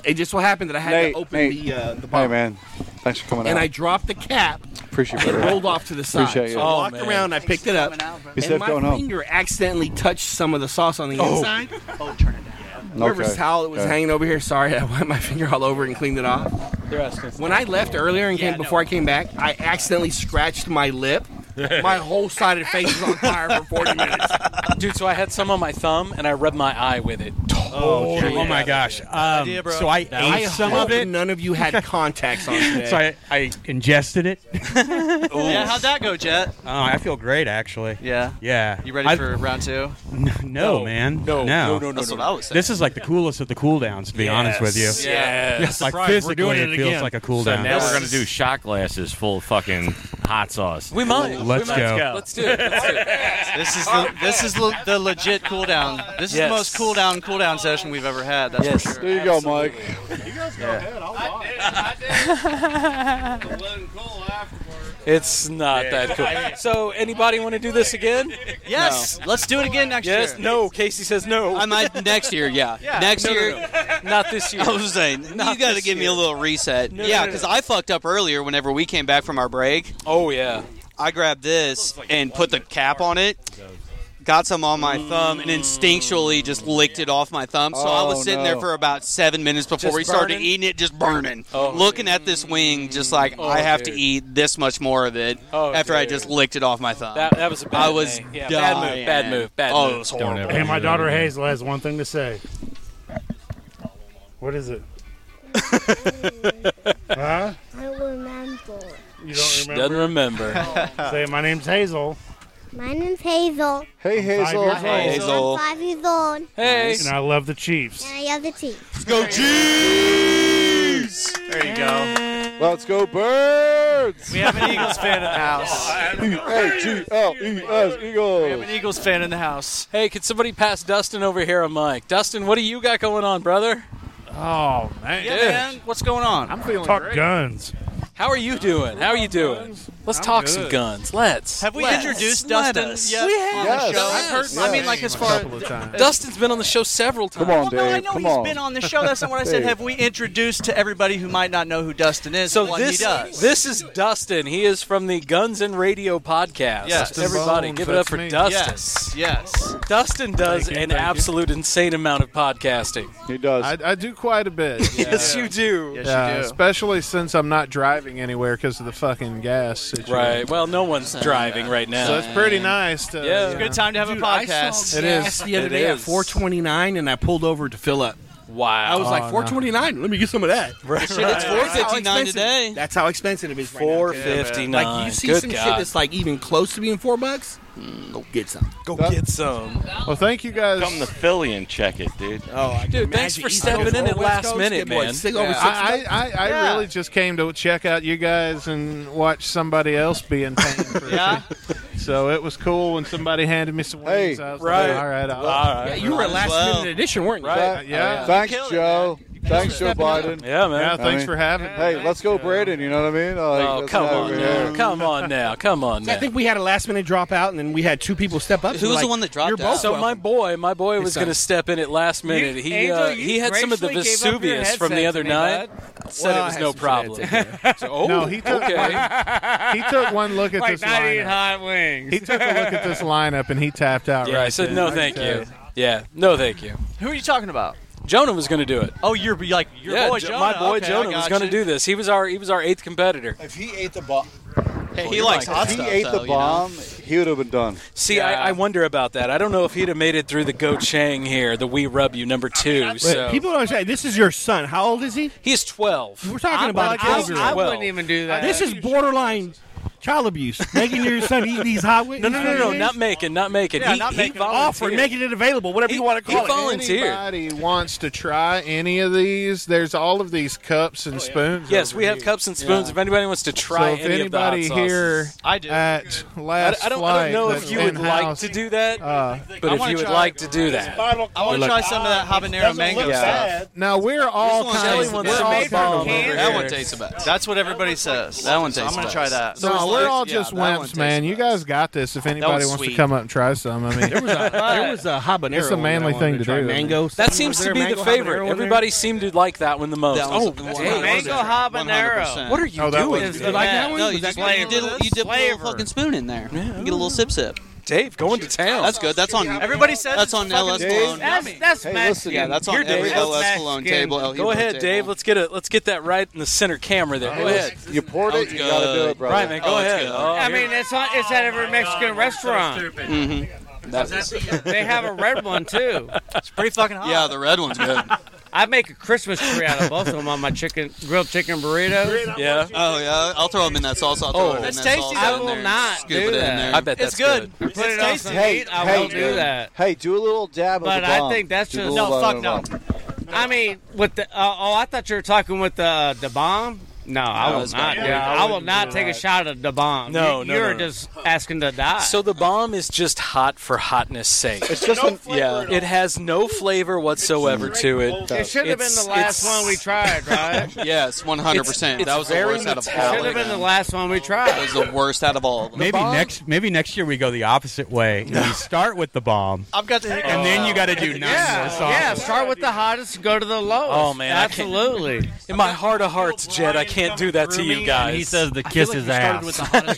S10: it just so happened that I had
S7: Nate,
S10: to open
S7: Nate.
S10: the uh, the
S7: hey
S10: bottle,
S7: man, thanks for coming
S10: and
S7: out.
S10: I dropped the cap.
S7: appreciate
S10: It
S7: it.
S10: rolled off to the side.
S7: Appreciate
S10: so
S7: you.
S10: I
S7: Oh,
S10: walked
S7: man.
S10: around, I picked it up, and
S7: Instead of
S10: my
S7: going home.
S10: finger accidentally touched some of the sauce on the
S7: Oh.
S10: inside.
S7: Okay.
S10: River's towel that was
S7: Okay.
S10: hanging over here. Sorry, I wiped my finger all over and cleaned it off. When I left earlier and came before I came back, I accidentally scratched my lip. my whole side of the face was on fire for 40 minutes.
S8: Dude, so I had some on my thumb and I rubbed my eye with it.
S10: Oh,
S8: shit.
S17: oh my gosh. Um,
S8: Idea, bro.
S17: so I
S8: That
S17: ate
S8: was-
S17: some
S10: hope
S17: of it.
S10: None of you had contacts on today.
S17: So I, I ingested it.
S22: Yeah, how'd that go, Jet?
S17: Oh, I feel great actually.
S22: Yeah.
S17: Yeah.
S22: You ready
S17: I-
S22: for round two?
S17: No,
S22: No.
S17: man. No,
S22: No, no, no, no, That's no, what no. I was saying.
S17: This is like the coolest of the cooldowns, to be honest with you.
S22: Yes.
S17: Yeah.
S22: Yes.
S17: Like
S22: Surprise,
S17: physically,
S22: we're doing
S17: it,
S22: it
S17: feels
S22: again.
S17: like a cool
S23: So
S17: down.
S23: now we're gonna do shot glasses full of fucking hot sauce.
S22: We might.
S17: Let's
S22: We might.
S17: go.
S22: Let's do it. Let's do it. This is the, this is le- the legit cool down. This is
S7: Yes.
S22: the most cool down cool down session we've ever had. That's
S7: Yes.
S22: for sure.
S7: There you go, Mike.
S22: You
S7: guys
S22: go ahead.
S8: It's not that cool. So, anybody want to do this again?
S22: Yes. Let's do it again next
S8: yes,
S22: year.
S8: No. Casey says no.
S22: I might next year. Yeah.
S8: Yeah,
S22: next
S8: no, no,
S22: year.
S8: Not this year.
S22: I was saying,
S8: Not
S22: you got to
S8: this
S22: give me
S8: year.
S22: a little reset.
S8: No,
S22: yeah,
S8: no, no,
S22: because
S8: no.
S22: I fucked up earlier whenever we came back from our break.
S8: Oh, yeah.
S22: I grabbed this and put the cap on it, got some on my thumb, and instinctually just licked it off my thumb. So I
S7: Oh,
S22: was sitting there
S7: no.
S22: for about seven minutes before
S7: Just
S22: we started
S7: burning?
S22: eating it, just burning.
S8: Oh,
S22: Looking at this wing, just like,
S7: Oh,
S22: I have to
S7: dude.
S22: eat this much more of it after I just licked it off my thumb.
S8: Oh, That, that was a bad
S22: I was
S8: name. Yeah,
S22: dying.
S8: bad move. Bad move. Bad
S22: oh,
S8: move.
S22: it was horrible.
S12: And my daughter Hazel has one thing to say. What is it? huh?
S1: I remember.
S12: You don't remember?
S8: Doesn't remember.
S12: Say, my name's Hazel.
S1: My name's Hazel.
S12: Hey,
S1: Hazel.
S12: Five years old.
S1: I'm five years old.
S12: Hey. And I love the Chiefs.
S1: And I have the teeth.
S22: Let's go, Chiefs!
S7: There you go. Let's go, birds!
S22: We have an Eagles fan in the house.
S12: E
S7: E-A-G-L-E-S,
S8: We have
S7: Eagles.
S22: an Eagles fan in the house.
S8: Hey, could somebody pass Dustin over here a mic? Dustin, what do you got going on, brother?
S12: Oh, man.
S8: Yeah,
S22: Yeah, man. What's going on?
S8: I'm feeling
S12: Talk guns.
S8: How are you doing? How are you doing? Let's
S22: I'm
S8: talk
S22: good.
S8: some guns. Let's.
S22: Have we
S8: Let's.
S22: introduced
S8: Let
S22: Dustin
S8: us.
S22: yet
S8: We
S22: on
S8: have.
S22: the show? I've heard- I mean, like, as far-
S8: Dustin's been on the show several times.
S22: well, no, I know he's been on the show. That's not what I said. Have we introduced to everybody who might not know who Dustin is
S8: So
S22: what
S8: this
S22: he does?
S8: this is Dustin. He is from the Guns and Radio podcast.
S22: Yes.
S8: Dustin everybody,
S22: Bones,
S8: give it up
S22: that's
S8: for
S22: me.
S8: Dustin.
S22: Yes, yes.
S8: Dustin does
S22: Thank you,
S8: an
S22: thank you.
S8: absolute insane amount of podcasting.
S7: He does.
S27: I, I do quite a bit.
S8: yes, you do.
S27: Yeah, especially since I'm not driving anywhere because of the fucking gas situation.
S8: Right. Well, no one's driving right now.
S27: So it's pretty nice to.
S8: Yeah.
S27: you
S22: It's a
S27: know.
S22: good time to have a podcast.
S27: It
S22: Yeah.
S27: is.
S10: The other
S27: It
S10: day at
S27: is.
S10: 429, and I pulled over to fill up.
S8: Wow.
S10: I was like,
S22: Oh, no.
S10: 429. Let me get some of that.
S22: Right, Shit, it's right. 459
S10: That's how expensive-
S22: today.
S10: That's how expensive it is. Right now.
S22: 459.
S10: Like you see
S22: Good
S10: some shit
S22: God. Hmm.
S10: that's like even close to being four bucks. Go get some.
S8: Go get some.
S27: Well, thank you guys.
S23: Come to Philly and check it, dude.
S10: Oh, I
S8: Dude, thanks for stepping in at last minute, man.
S27: I, I, I, I
S8: Yeah.
S27: really just came to check out you guys and watch somebody else be in pain. For
S22: Yeah.
S27: So it was cool when somebody handed me some wings. I was
S7: right.
S27: Like, all right. I'll-
S10: Yeah, you were a last minute edition, weren't you?
S7: Right.
S27: Yeah.
S7: Thanks, Joe. Thanks, Joe Biden.
S8: Yeah, man.
S27: Yeah, thanks for having me.
S7: Hey, let's go, Braden. You know what I mean? Like,
S8: Oh,
S7: let's
S8: come
S7: have
S8: on
S7: it
S8: now.
S7: here.
S8: Come on now. Come on
S10: I
S8: now.
S10: think we had a last minute dropout, and then we had two people step up.
S22: Who was the one that dropped
S10: You're
S22: out?
S10: both
S22: So
S8: So my boy, my boy was
S10: It's
S8: going to
S10: done.
S8: step in at last minute. he
S10: Angel,
S8: uh,
S10: you
S8: he had some of the
S10: gracefully gave up your
S8: Vesuvius from the
S10: headset
S8: other
S10: to me,
S8: night.
S10: bud.
S8: Said
S10: Well,
S8: it
S10: I
S8: was
S10: had
S8: no
S10: some
S8: problem. So, oh,
S27: No, he took-
S8: okay.
S27: He took one look at
S8: Like
S27: this
S8: not eating
S27: lineup.
S8: hot wings.
S27: He took a look at this lineup and he tapped out.
S8: Yeah,
S27: right
S8: I said
S27: then.
S8: no,
S27: Like,
S8: thank
S27: uh,
S8: you. Yeah, no, thank you.
S22: Who are you talking about?
S8: Jonah was going to do it.
S22: Oh, you're like your
S8: yeah,
S22: boy
S8: Jo-
S22: Jonah.
S8: my boy
S22: Okay, I
S8: Jonah was
S22: got
S8: going to
S22: you.
S8: do this. He was our he was our eighth competitor.
S3: If he ate the ball,
S22: Hey, he
S7: You're
S22: likes
S7: right.
S22: hot
S7: if
S22: stuff,
S7: he ate
S22: though,
S7: the
S22: you know?
S7: bomb, he would have been done.
S8: See, I, I wonder about that. I don't know if he'd have made it through the Go Chang here, the We Rub You number two.
S10: Wait,
S8: so
S10: People don't understand. This is your son. How old is he?
S8: He's 12.
S10: We're talking
S8: I'm
S10: about
S8: like, I-
S10: children.
S8: I wouldn't even do that.
S10: This is borderline child abuse. Making your son eat these hot wings.
S8: no, no, no, no, not making, not making.
S10: Yeah,
S8: he
S10: not
S8: he
S10: making.
S8: volunteered.
S10: Offer, making it available, whatever you want to
S8: he
S10: call it.
S8: volunteered.
S27: Anybody wants to try any of these? There's all of these cups
S8: Oh,
S27: and spoons.
S8: Yes, we have cups and spoons. If anybody wants to try
S27: so if
S8: any
S27: anybody
S8: of the hot
S27: here
S8: sauces,
S27: at last
S8: I don't-
S27: flight,
S8: I don't know if
S27: that's
S8: you
S27: in
S8: would like
S27: house,
S8: to do that,
S27: uh,
S8: but if you would like to do that,
S22: I want to
S8: We're
S22: try
S8: like-
S22: some of that habanero mango stuff.
S27: Now we're all
S22: This one
S27: kind
S22: tastes
S27: of
S22: the
S27: we're
S22: best.
S27: all
S22: Made from
S27: bummed
S22: cans.
S27: over
S22: That
S27: here.
S22: one tastes the best. That's what everybody says. That one tastes. I'm gonna try that.
S27: no, we're all just wimps, man. You guys got this. If anybody
S22: one's
S27: wants to
S22: sweet.
S27: come up and try some, I mean,
S10: There was a, there was a habanero.
S27: It's a
S10: one
S27: manly
S10: I wanted
S27: thing to
S10: try.
S27: do.
S10: Mango.
S8: that
S10: Was
S8: seems to
S10: there
S8: be
S10: mango
S8: the
S10: habanero
S8: favorite.
S10: one there?
S8: Everybody seemed to like that one the most.
S22: That
S8: oh,
S22: was- that's
S8: hey,
S22: what I was
S8: mango
S22: thinking.
S8: habanero.
S22: 100%.
S8: What are you
S22: Oh, that
S8: doing?
S22: was good. Yeah, No, you just you did you dip a little
S8: Flavor.
S22: fucking spoon in there. You get a little sip sip.
S8: Dave, going to town.
S22: That's good. That's on.
S8: Everybody says
S22: that's
S8: it's
S22: on
S8: fucking
S22: LS
S8: Dave.
S22: Cologne.
S8: That's- that's Hey, Mexican.
S22: Yeah, that's on
S8: You're
S22: every
S8: Dave.
S22: LS
S8: That's
S22: Cologne
S8: Mexican.
S22: table. El
S8: Go
S22: Hebron
S8: ahead,
S22: table.
S8: Dave. Let's get it. Let's get that right in the center camera there. Go ahead.
S7: You poured it. You got to do it, bro.
S8: Right, man. Go
S7: Oh, it's
S8: ahead.
S7: good.
S8: Oh,
S2: I
S8: here-
S2: mean, it's on, it's
S22: Oh,
S2: at every Mexican restaurant. Mm.
S8: That
S2: they have a red one too. It's
S22: pretty fucking hot. Yeah, the red one's good.
S2: I make a Christmas tree out of both of them on my chicken grilled chicken burritos.
S8: Yeah.
S22: Oh yeah. I'll throw them in that sauce. I'll throw
S2: Oh.
S22: it in
S2: That's
S22: that
S2: tasty,
S22: sauce.
S2: though.
S22: in
S2: I will
S22: there.
S2: not
S22: Scoop
S2: do
S22: it in
S2: that.
S22: there.
S2: I bet
S22: It's
S2: that's
S22: good.
S2: good. Put it on
S22: tasty.
S2: some meat. I will do that.
S7: Hey, do a little dab of
S2: But
S7: the
S2: I
S7: bomb.
S2: think that's
S7: Do a
S2: just-
S7: little
S2: No,
S7: dab
S2: fuck
S7: of
S2: no.
S7: the bomb.
S2: I mean, with the uh, oh, I thought you were talking with uh, the the bomb. No, I
S8: No,
S2: will
S8: it's
S2: not.
S8: not.
S2: Dude.
S8: Yeah, I
S2: I will
S8: wouldn't
S2: not
S8: do
S2: take a
S8: that.
S2: shot of the bomb.
S8: No,
S2: you,
S8: no,
S2: you're
S8: no, no.
S2: just asking to die.
S8: So the bomb is just hot for hotness sake.
S7: It's just No an- flavor
S8: yeah. It has no flavor whatsoever to it.
S2: It should have been
S8: It's-
S2: the last
S8: it's-
S2: one we tried, right?
S22: Yes, one hundred percent.
S8: It's-
S22: That was the
S8: it's
S22: worst out of all.
S2: Should have
S22: of
S2: been the
S22: them.
S2: last one we
S22: That
S2: tried.
S22: was the worst out of all. Of them.
S15: Maybe next, maybe next year we go the opposite way. and we start with the bomb.
S22: I've got the.
S15: And then you got to do nine more
S2: Yeah,
S15: songs.
S2: yeah. Start with the hottest, go to the lowest.
S8: Oh man, I can't-
S2: absolutely.
S8: In my heart of hearts, Jed, I can't do that to you guys.
S15: he says the I kiss feel like is we started ass. with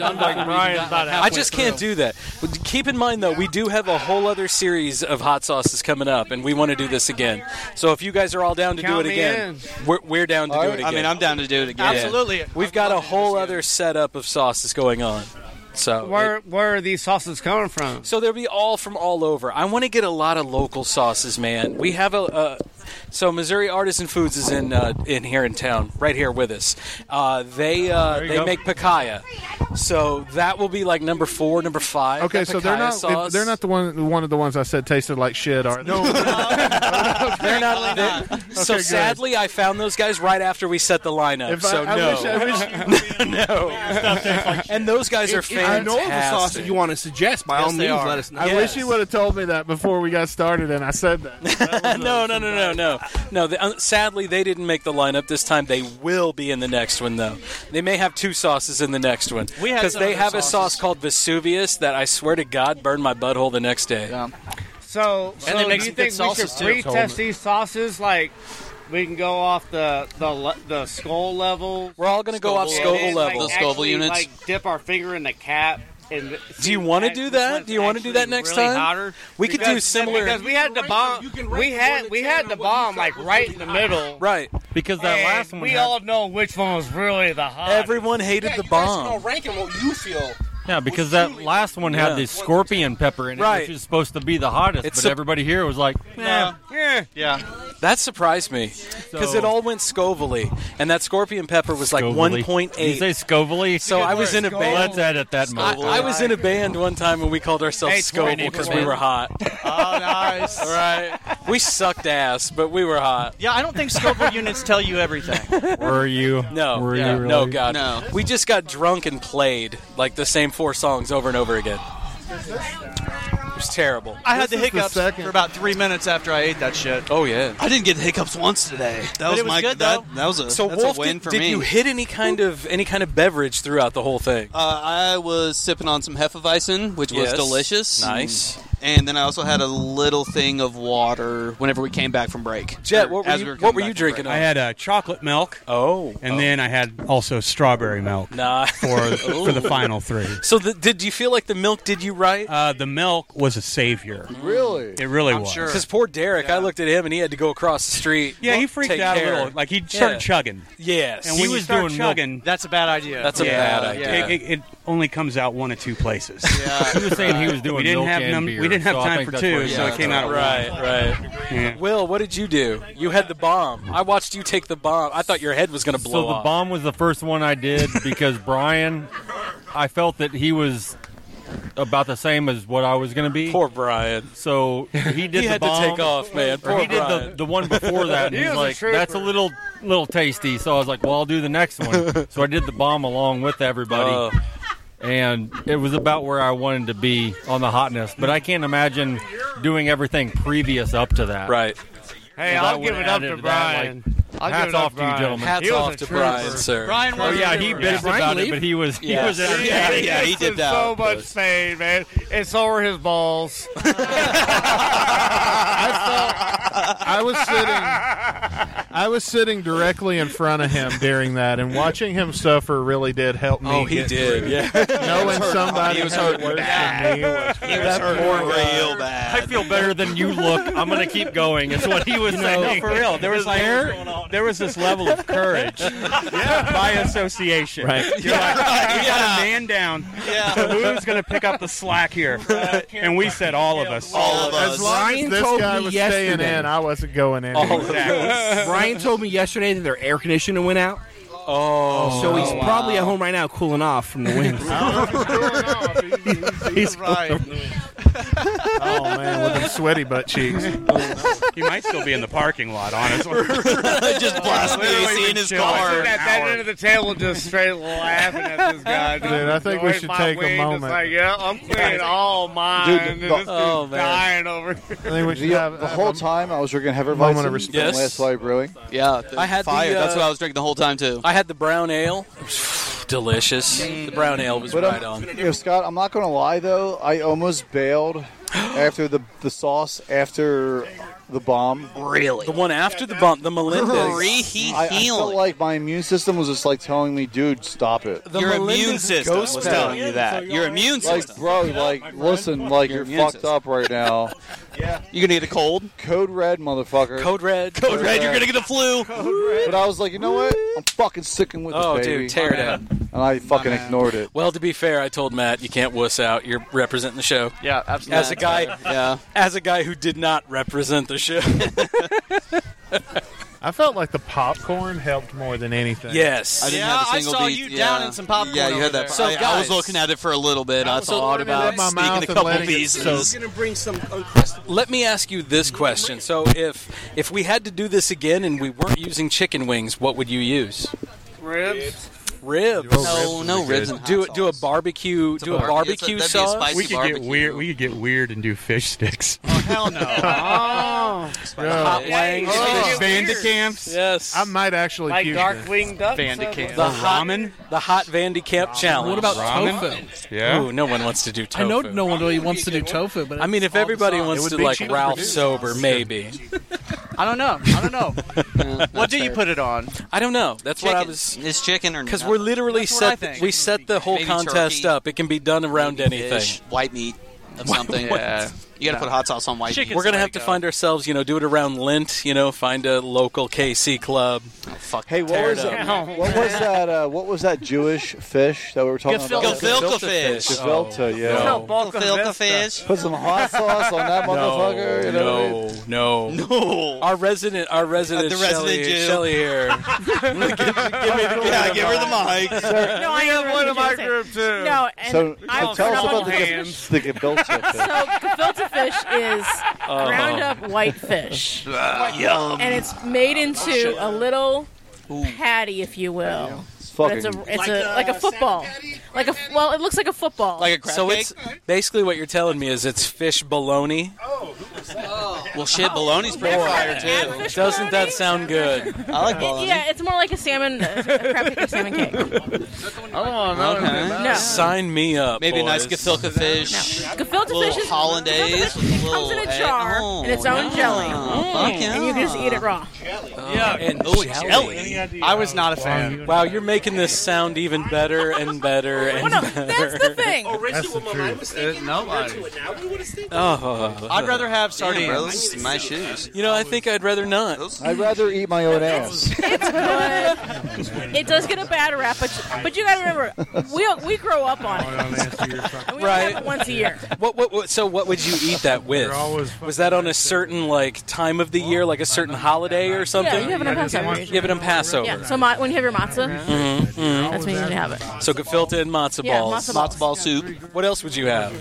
S15: the
S8: I just can't do that. But Keep in mind though, we do have a whole other series of hot sauces coming up, and we want to do this again. So if you guys are all down to
S22: Count
S8: do it
S22: me
S8: again, we're, we're down to do it again.
S22: I mean, I'm down to do it again.
S8: Yeah. We've got a whole other setup of sauces going on. So
S2: Where where are these sauces coming from?
S8: So they'll be all from all over. I want to get a lot of local sauces, man. We have a. Uh, so Missouri Artisan Foods is in uh, in here in town, right here with us. Uh, they uh,
S27: you
S8: they
S27: go.
S8: make pacaya, so that will be like number four, number five.
S27: Okay,
S8: That
S27: so they're
S8: pacaya
S27: not
S8: sauce.
S27: they're not the one one of the ones I said tasted like shit, are they? No,
S8: They're not. they're- so
S27: Okay, good.
S8: sadly, I found those guys right after we set the lineup.
S27: If I-
S8: so
S27: I
S8: no,
S27: wish- I
S8: no. and those guys are
S10: If you
S8: fantastic.
S10: know of a sauce that you want to suggest, by all means, let us know.
S27: I wish you would have told me that before we got started, and I said that.
S8: no, no, no, no, no, no. The, uh, sadly, they didn't make the lineup this time. They will be in the next one, though. They may have two sauces in the next one
S22: We had
S8: because
S22: some
S8: they
S22: other
S8: have a
S22: sauces.
S8: sauce called Vesuvius that I swear to God burned my butthole the next day.
S2: So,
S8: And
S2: so
S8: they
S2: do
S8: make
S2: you
S8: some good
S2: think we should
S8: sauces, too.
S2: retest these sauces? Like, we can go off the the le- the skull level.
S8: We're all gonna go off Scoville
S2: And then,
S8: level.
S2: Like,
S8: The Scoville
S2: actually,
S8: units.
S2: Like, dip our finger in the cap. And
S8: Do you want to do that? Do you want to do that next
S2: really
S8: time?
S2: Hotter?
S8: We could do
S2: Because-
S8: similar.
S2: because we had the bomb. We had we had the bomb like right in the middle.
S8: Right.
S15: Because
S2: And we all know which one was really the hot.
S8: Everyone hated
S22: Yeah,
S8: the
S22: you guys can
S8: bomb.
S22: all rank 'em what you feel.
S15: Yeah, because that last one had
S22: Yeah.
S15: the scorpion pepper in it,
S22: Right.
S15: which is supposed to be the hottest.
S8: It's
S15: but
S8: sup-
S15: everybody here was like,
S8: Yeah.
S2: Yeah.
S8: That surprised me because
S15: So-
S8: it all went Scoville, and that scorpion pepper was like
S15: Scoville.
S8: 1.8.
S15: Did you say Scoville?
S8: So I was in a band.
S15: Let's edit that.
S8: I,
S15: Mike.
S8: I was in a band one time when we called ourselves
S15: Hey,
S8: Scoville because we
S15: 20%.
S8: were hot.
S22: Oh, nice.
S8: right. We sucked ass, but we were hot.
S22: Yeah, I don't think Scoville units tell you everything.
S15: Were you?
S8: No,
S15: Were
S8: yeah,
S15: you really?
S8: no, God,
S22: No.
S8: We just got drunk and played like the same four songs over and over again. It was terrible.
S22: I had the hiccups for about three minutes after I ate that shit.
S8: Oh yeah,
S22: I didn't get hiccups once today. That But was, it was my good, that, though. that was a
S8: So
S22: that's
S8: Wolf,
S22: a win
S8: did,
S22: for
S8: did
S22: me.
S8: you hit any kind of any kind of beverage throughout the whole thing?
S22: Uh, I was sipping on some Hefeweizen, which
S8: Yes.
S22: was delicious.
S8: Nice.
S22: and then I also had a little thing of water whenever we came back from break.
S8: Jet,
S22: Or
S8: what were
S22: as
S8: you,
S22: we
S8: what
S22: coming
S8: were
S22: back
S8: you
S22: from
S8: drinking?
S22: break.
S8: on?
S13: I had a chocolate milk.
S8: Oh,
S13: and then I had also strawberry milk.
S8: Nah.
S13: for for the final three.
S8: Uh, So the, did you feel like the milk did you right?
S13: Uh, the milk was a savior.
S7: Really,
S13: it really was.
S8: Because poor Derek, I looked at him and he had to go across the street.
S13: Yeah, he
S8: Well,
S13: freaked
S8: take
S13: out
S8: care.
S13: a little. Like he started
S8: Yeah.
S13: chugging.
S8: Yes,
S13: and when you start chugging,
S8: That's a bad idea. That's a
S13: Yeah,
S8: bad idea.
S13: It, it, it only comes out one of two places.
S8: He was saying he was
S13: we
S8: doing
S13: didn't
S8: milk
S13: have
S8: and
S13: num-
S8: beer,
S13: we didn't have
S8: so I
S13: time
S8: think
S13: for
S8: that's
S13: two,
S8: where he
S13: so
S8: is.
S13: it came out at
S8: Right,
S13: one.
S8: right.
S13: Yeah.
S8: Will, what did you do? You had the bomb. I watched you take the bomb. I thought your head was going to blow
S15: so the
S8: off.
S15: bomb was the first one I did because Brian, I felt that he was about the same as what I was going to be. Poor
S8: Brian.
S15: So he did
S8: He
S15: the
S8: had to
S15: bomb.
S8: take off, man.
S15: Or
S8: Poor
S15: he did the,
S8: Brian.
S15: the one before that. And
S8: He
S15: he's
S8: was a
S15: like, that's a
S8: trooper.
S15: little little tasty. So I was like, well, I'll do the next one. so I did the bomb along with
S8: Oh.
S15: everybody. And it was about where I wanted to be on the hotness, but I can't imagine doing everything previous up to that.
S8: Right.
S12: Hey,
S15: That
S12: I'll
S15: would've
S12: give it up
S15: added
S12: to
S15: to that,
S12: Brian.
S15: like,
S12: I'll give
S15: hats
S12: it up
S15: off to you,
S12: Brian.
S15: gentlemen.
S12: Hats
S15: He was
S12: off
S15: a
S12: to
S15: trooper.
S12: Brian, sir.
S15: Brian
S12: was
S15: oh,
S12: a
S15: yeah, he
S12: trooper.
S15: bitched
S12: Yeah.
S15: about
S12: Brian
S15: it, but he was he
S12: Yeah.
S15: was
S12: Yeah,
S15: entertaining.
S12: yeah, yeah, he did that so on much purpose. pain, man. It's over his balls.
S27: I was sitting, I was sitting directly in front of him during that, and watching him suffer really did help me.
S8: Oh, he
S27: get
S8: did,
S27: through.
S8: yeah.
S27: knowing
S8: He was hurt.
S27: somebody
S8: He was
S27: had it
S8: hurt
S27: worse
S8: bad.
S27: than me was
S8: He was hurt real
S22: bad.
S15: I feel better than you look. I'm gonna keep going. Is what he was
S13: You know,
S15: saying.
S13: no, for real. There was like there was this level of courage by association. Right. You're like, you got a man down. So who's going to pick up the slack here? and we said all of us.
S27: All of As long as
S13: Brian
S27: this
S13: told
S27: guy
S13: me
S27: was
S13: yesterday.
S27: staying in, I wasn't going
S8: Oh,
S27: in.
S13: Brian
S10: told me yesterday that their air conditioner went out.
S8: Oh,
S10: so he's
S8: wow.
S10: probably at home right now, cooling off from the wind.
S27: He's right. oh man, with them sweaty butt cheeks.
S13: he might still be in the parking lot, honestly.
S22: Just blast the AC in his car.
S20: At that end of the table, just straight laughing at this guy.
S27: Dude, I think we
S20: Enjoying
S27: should
S20: my
S27: take a
S20: wing, just
S27: moment.
S20: Like, yeah, I'm cleaning
S2: Oh,
S20: all mine.
S7: Dude, the-
S20: and this dude's
S7: Oh, man.
S20: dying over. here.
S7: the, the whole time I was drinking Hever
S22: moment
S7: Weizen
S22: of
S7: from
S22: Yes.
S7: Last Light Brewing.
S22: Yeah,
S8: I had the,
S22: fire. That's
S8: uh,
S22: what I was drinking the whole time too.
S8: I had the brown ale. It was Delicious. The brown ale was
S7: But um,
S8: right
S7: I'm,
S8: on.
S7: you know, Scott, I'm not gonna lie though. I almost bailed after the the sauce after the bomb.
S8: The one after the bump, the Melendez.
S22: Reheat
S7: I, I felt like my immune system was just like telling me, "Dude, stop it."
S22: Your immune system was
S7: ghost
S22: telling
S7: town.
S22: you that. Your immune
S7: Like,
S22: system.
S7: bro, like, listen, like, you're
S22: immune
S7: fucked
S22: system.
S7: up right now. yeah.
S22: You gonna get a cold?
S7: Code red, motherfucker.
S8: Code red.
S22: Code red, you're gonna get a flu.
S7: But I was like, you know what? I'm fucking sticking with
S8: Oh,
S7: it,
S8: dude,
S7: baby.
S8: tear it up.
S7: And I fucking ignored it.
S8: Well, to be fair, I told Matt you can't wuss out. You're representing the show.
S22: Yeah, absolutely.
S8: As a guy,
S22: Yeah.
S8: as a guy who did not represent the show.
S27: I felt like the popcorn helped more than anything.
S8: Yes.
S22: I didn't
S8: Yeah,
S22: have a
S8: I
S22: single
S8: saw
S22: beat.
S8: you
S22: yeah.
S8: down in some popcorn
S22: Yeah, you
S8: over
S22: had that.
S8: there. So,
S22: I, I was
S8: guys-
S22: looking at it for a little bit. I,
S8: was
S22: thought
S8: looking at
S22: about
S8: my
S22: sneaking
S8: mouth
S22: a
S8: and
S22: couple
S8: letting it-
S22: pieces.
S8: so-
S22: uh,
S8: Let me ask you this question. So, if if we had to do this again and we weren't using chicken wings, what would you use?
S20: Ribs.
S8: Ribs. Oh,
S22: No, no ribs and hot
S8: Do do a barbecue. do a barbecue,
S22: It's a- that'd be a
S8: sauce.
S22: spicy
S13: we could get weird. We could get weird and do fish sticks.
S8: Hell no. oh.
S13: Hot wings.
S27: Oh.
S13: Vandicamps.
S8: Yes.
S27: I might actually
S20: Like
S27: puke
S20: dark
S27: this.
S20: winged ducks.
S8: The hot, the hot Vandicamp challenge.
S20: What about Ramen?
S8: tofu? Ooh, no one wants to do tofu.
S18: I know no one really wants to do tofu, but
S8: I mean,
S18: all
S8: if
S18: the
S8: everybody
S18: sauce.
S8: wants to like Ralph sober, maybe.
S18: I don't know. I don't know.
S22: What do you put it on?
S8: I don't know. That's what I was.
S22: It's chicken or
S8: Because we're literally
S22: That's what I
S8: set.
S22: think.
S8: we set the whole
S22: Maybe
S8: contest
S22: turkey.
S8: up. It can be done around anything.
S22: fish, white meat of something.
S8: What?
S22: yeah. You gotta put hot sauce on white. meat.
S8: We're gonna have to find ourselves. You know, do it around Lent. You know, find a local KC club.
S22: Oh, fuck.
S7: Hey, what was,
S22: Oh,
S7: what was that? Uh, what was that Jewish fish that we were talking about?
S22: Gefilte fish.
S8: Oh,
S7: Gefilte, yeah.
S22: Gefilte fish.
S8: eh.
S7: Put some hot sauce on that motherfucker. you know what I mean?
S8: No, no, no. Our resident, our resident,
S22: the resident
S8: Shelley,
S22: Jew.
S8: Shelley here.
S22: Yeah, give her the mic.
S3: no, I
S20: have one in my
S3: group too. No, and
S7: So,
S3: I
S7: so tell us about the,
S3: hands.
S7: gef- the gefilte
S3: So
S7: fish.
S3: gefilte fish is
S7: Oh.
S3: ground up white fish, Ah,
S22: Yum.
S3: and it's made into a little patty, if you will. But it's a
S7: fucking-
S3: it's a like a football, like a well, it looks like a football, like
S8: so it's basically what you're telling me is it's fish bologna.
S22: Oh. Well, shit, bologna's pretty fire too.
S8: Doesn't that sound good?
S22: I like bologna.
S3: yeah, it's more like a salmon, a crab cake or salmon cake.
S8: Okay.
S3: No.
S8: Sign me up.
S22: Maybe a nice
S8: boys.
S22: gefilte fish.
S3: Gefilte
S22: little
S3: delicious.
S22: hollandaise. with a
S3: comes in
S22: little
S3: a
S22: egg.
S3: jar
S22: Oh,
S3: and its own jelly,
S22: fuck yeah.
S3: and you can just eat it raw.
S8: yeah, and oh, jelly. I was not a fan. Wow, you're making this sound even better and better and better.
S3: That's the thing.
S20: Oh,
S8: Original That's the mine was truth. thinking Uh, nobody. compared
S19: now we would have stayed.
S8: Oh,
S22: I'd rather have sardines.
S8: Damn, bro,
S22: this is my shoes.
S8: You know, I think I'd rather not.
S7: I'd rather eat my own ass.
S3: It does get a bad rap, but but you got to remember, we we grow up on it. And we only have it once a year.
S8: What, what, what, so, what would you eat that with? Was that on a certain like time of the year, like a certain holiday or something?
S3: you have it on Passover.
S8: You have it on Passover.
S3: Yeah. So ma- when you have your matzah,
S8: Mhm, mhm.
S3: that's when you need to have it.
S8: So gefilte and matzo
S3: Yeah,
S8: balls,
S3: matzo balls. Matzo
S22: ball soup.
S8: What else would you have?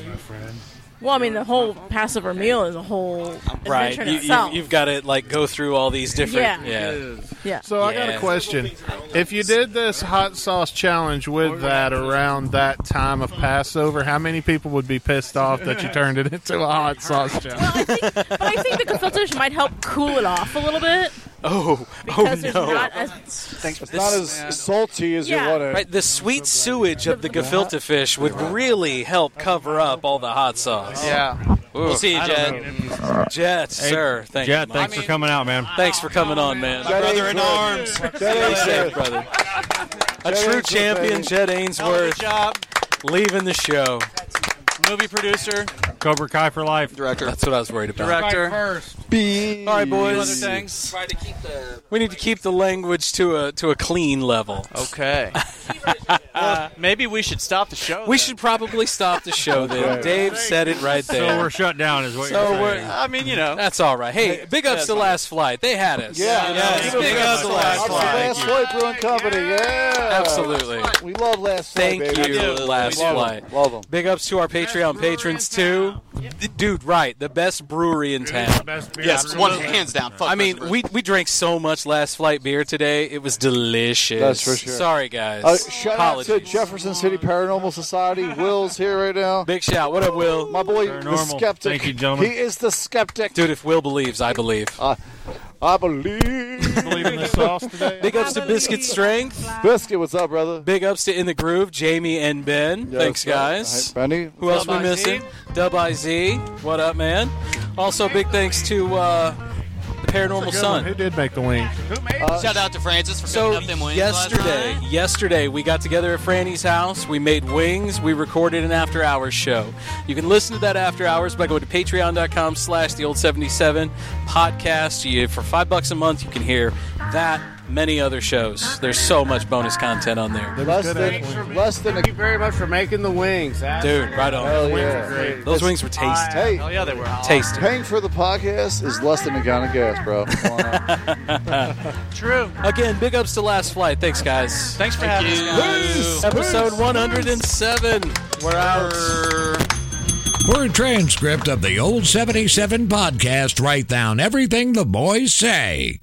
S3: Well, I mean, the whole Passover meal is a whole adventure
S8: Right,
S3: in
S8: you,
S3: itself.
S8: have got to like go through all these different.
S3: Yeah.
S8: yeah.
S3: yeah.
S27: So I got a question. If you did this hot sauce challenge with that around that time of Passover, how many people would be pissed off that you turned it into a hot sauce challenge?
S3: but I think the gefilte might help cool it off a little bit
S8: Oh,
S3: because
S8: oh
S3: there's
S8: no!
S3: not as
S8: Thanks for
S7: It's not as salty as
S3: Yeah.
S7: you want it.
S8: Right, the sweet sewage of the gefilte fish would really help cover up all the hot sauce.
S22: Yeah. We'll see you,
S8: I don't know. Jet,
S22: Hey,
S8: sir. Thank
S15: Jed,
S8: you.
S15: thanks for coming out, man.
S8: Thanks for coming on, man.
S22: My brother in arms.
S8: Stay safe, brother. A true
S22: Ainsworth,
S8: champion,
S22: baby.
S8: Jed
S22: Hell of a
S8: Ainsworth,
S22: job.
S8: leaving the show.
S22: Movie producer.
S15: Cobra Kai for life.
S22: Director.
S8: That's what I was worried about.
S22: Director.
S8: All right, boys.
S22: Other things.
S8: We need to keep the language to a to a clean level.
S22: Okay. well, maybe we should stop the show.
S8: We should probably stop the show then.
S22: Okay.
S8: Dave said it right there.
S15: So we're shut down, is what
S8: So
S15: you're
S8: we're-
S15: saying.
S22: I mean, you know.
S8: That's all right. Hey, big ups to Last Flight. They had us.
S7: Yeah,
S8: Yes, big ups to Last Flight.
S7: Last Flight Brewing Company. Yeah,
S8: Absolutely.
S7: We love Last Flight.
S8: Thank
S7: baby.
S8: you, Last
S7: love 'em,
S8: Flight.
S7: Love them.
S8: Big ups to our Patreon patrons too. D- Dude, right, the best brewery in town.
S22: Yes, one hands down. Fuck
S8: I mean, we we drank so much Last Flight beer today. It was delicious.
S7: That's for sure.
S8: Sorry, guys.
S7: Uh, shout
S8: Apologies.
S7: out to Jefferson City Paranormal Society. Will's here right now.
S8: Big shout. What up, Will?
S7: My boy, the
S8: Paranormal.
S7: skeptic.
S8: Thank you, gentlemen.
S7: He is the skeptic. Uh,
S8: Dude, if Will believes, I believe.
S7: I believe.
S27: believe in the sauce today.
S8: Big ups to Biscuit Strength.
S7: Biscuit, what's up, brother?
S8: Big ups to In the Groove, Jamie and Ben.
S7: Yes,
S8: Thanks,
S7: sir.
S8: guys.
S7: Hey, Brandy.
S8: Who else
S7: Dub
S8: we missing? Dub IZ. What up, man? Also, big thanks to uh, the Paranormal
S27: Good one.
S8: Sun.
S27: Who did make the wings?
S22: Shout out to Francis for
S8: Uh, So
S22: cooking up them wings
S8: yesterday,
S22: last night.
S8: yesterday we got together at Franny's house. We made wings. We recorded an after hours show. You can listen to that after hours by going to patreon.com slash the old 77 podcast. You, for five bucks a month, you can hear that, many other shows. There's so much bonus content on there.
S7: Less than, less than
S20: Thank you very much for making the wings. That's
S8: Dude, right on. Those
S7: Hell yeah.
S8: wings were great. Those wings were tasty.
S7: Hey.
S22: Hell yeah, they were.
S8: Tasty.
S7: Paying for the podcast is less than a gallon of gas, bro. Come on out.
S8: True. Again, big ups to Last Flight. Thanks, guys.
S22: Thanks for having us. guys.
S8: Episode 107. We're out.
S5: For a transcript of the Old 77 podcast, write down everything the boys say.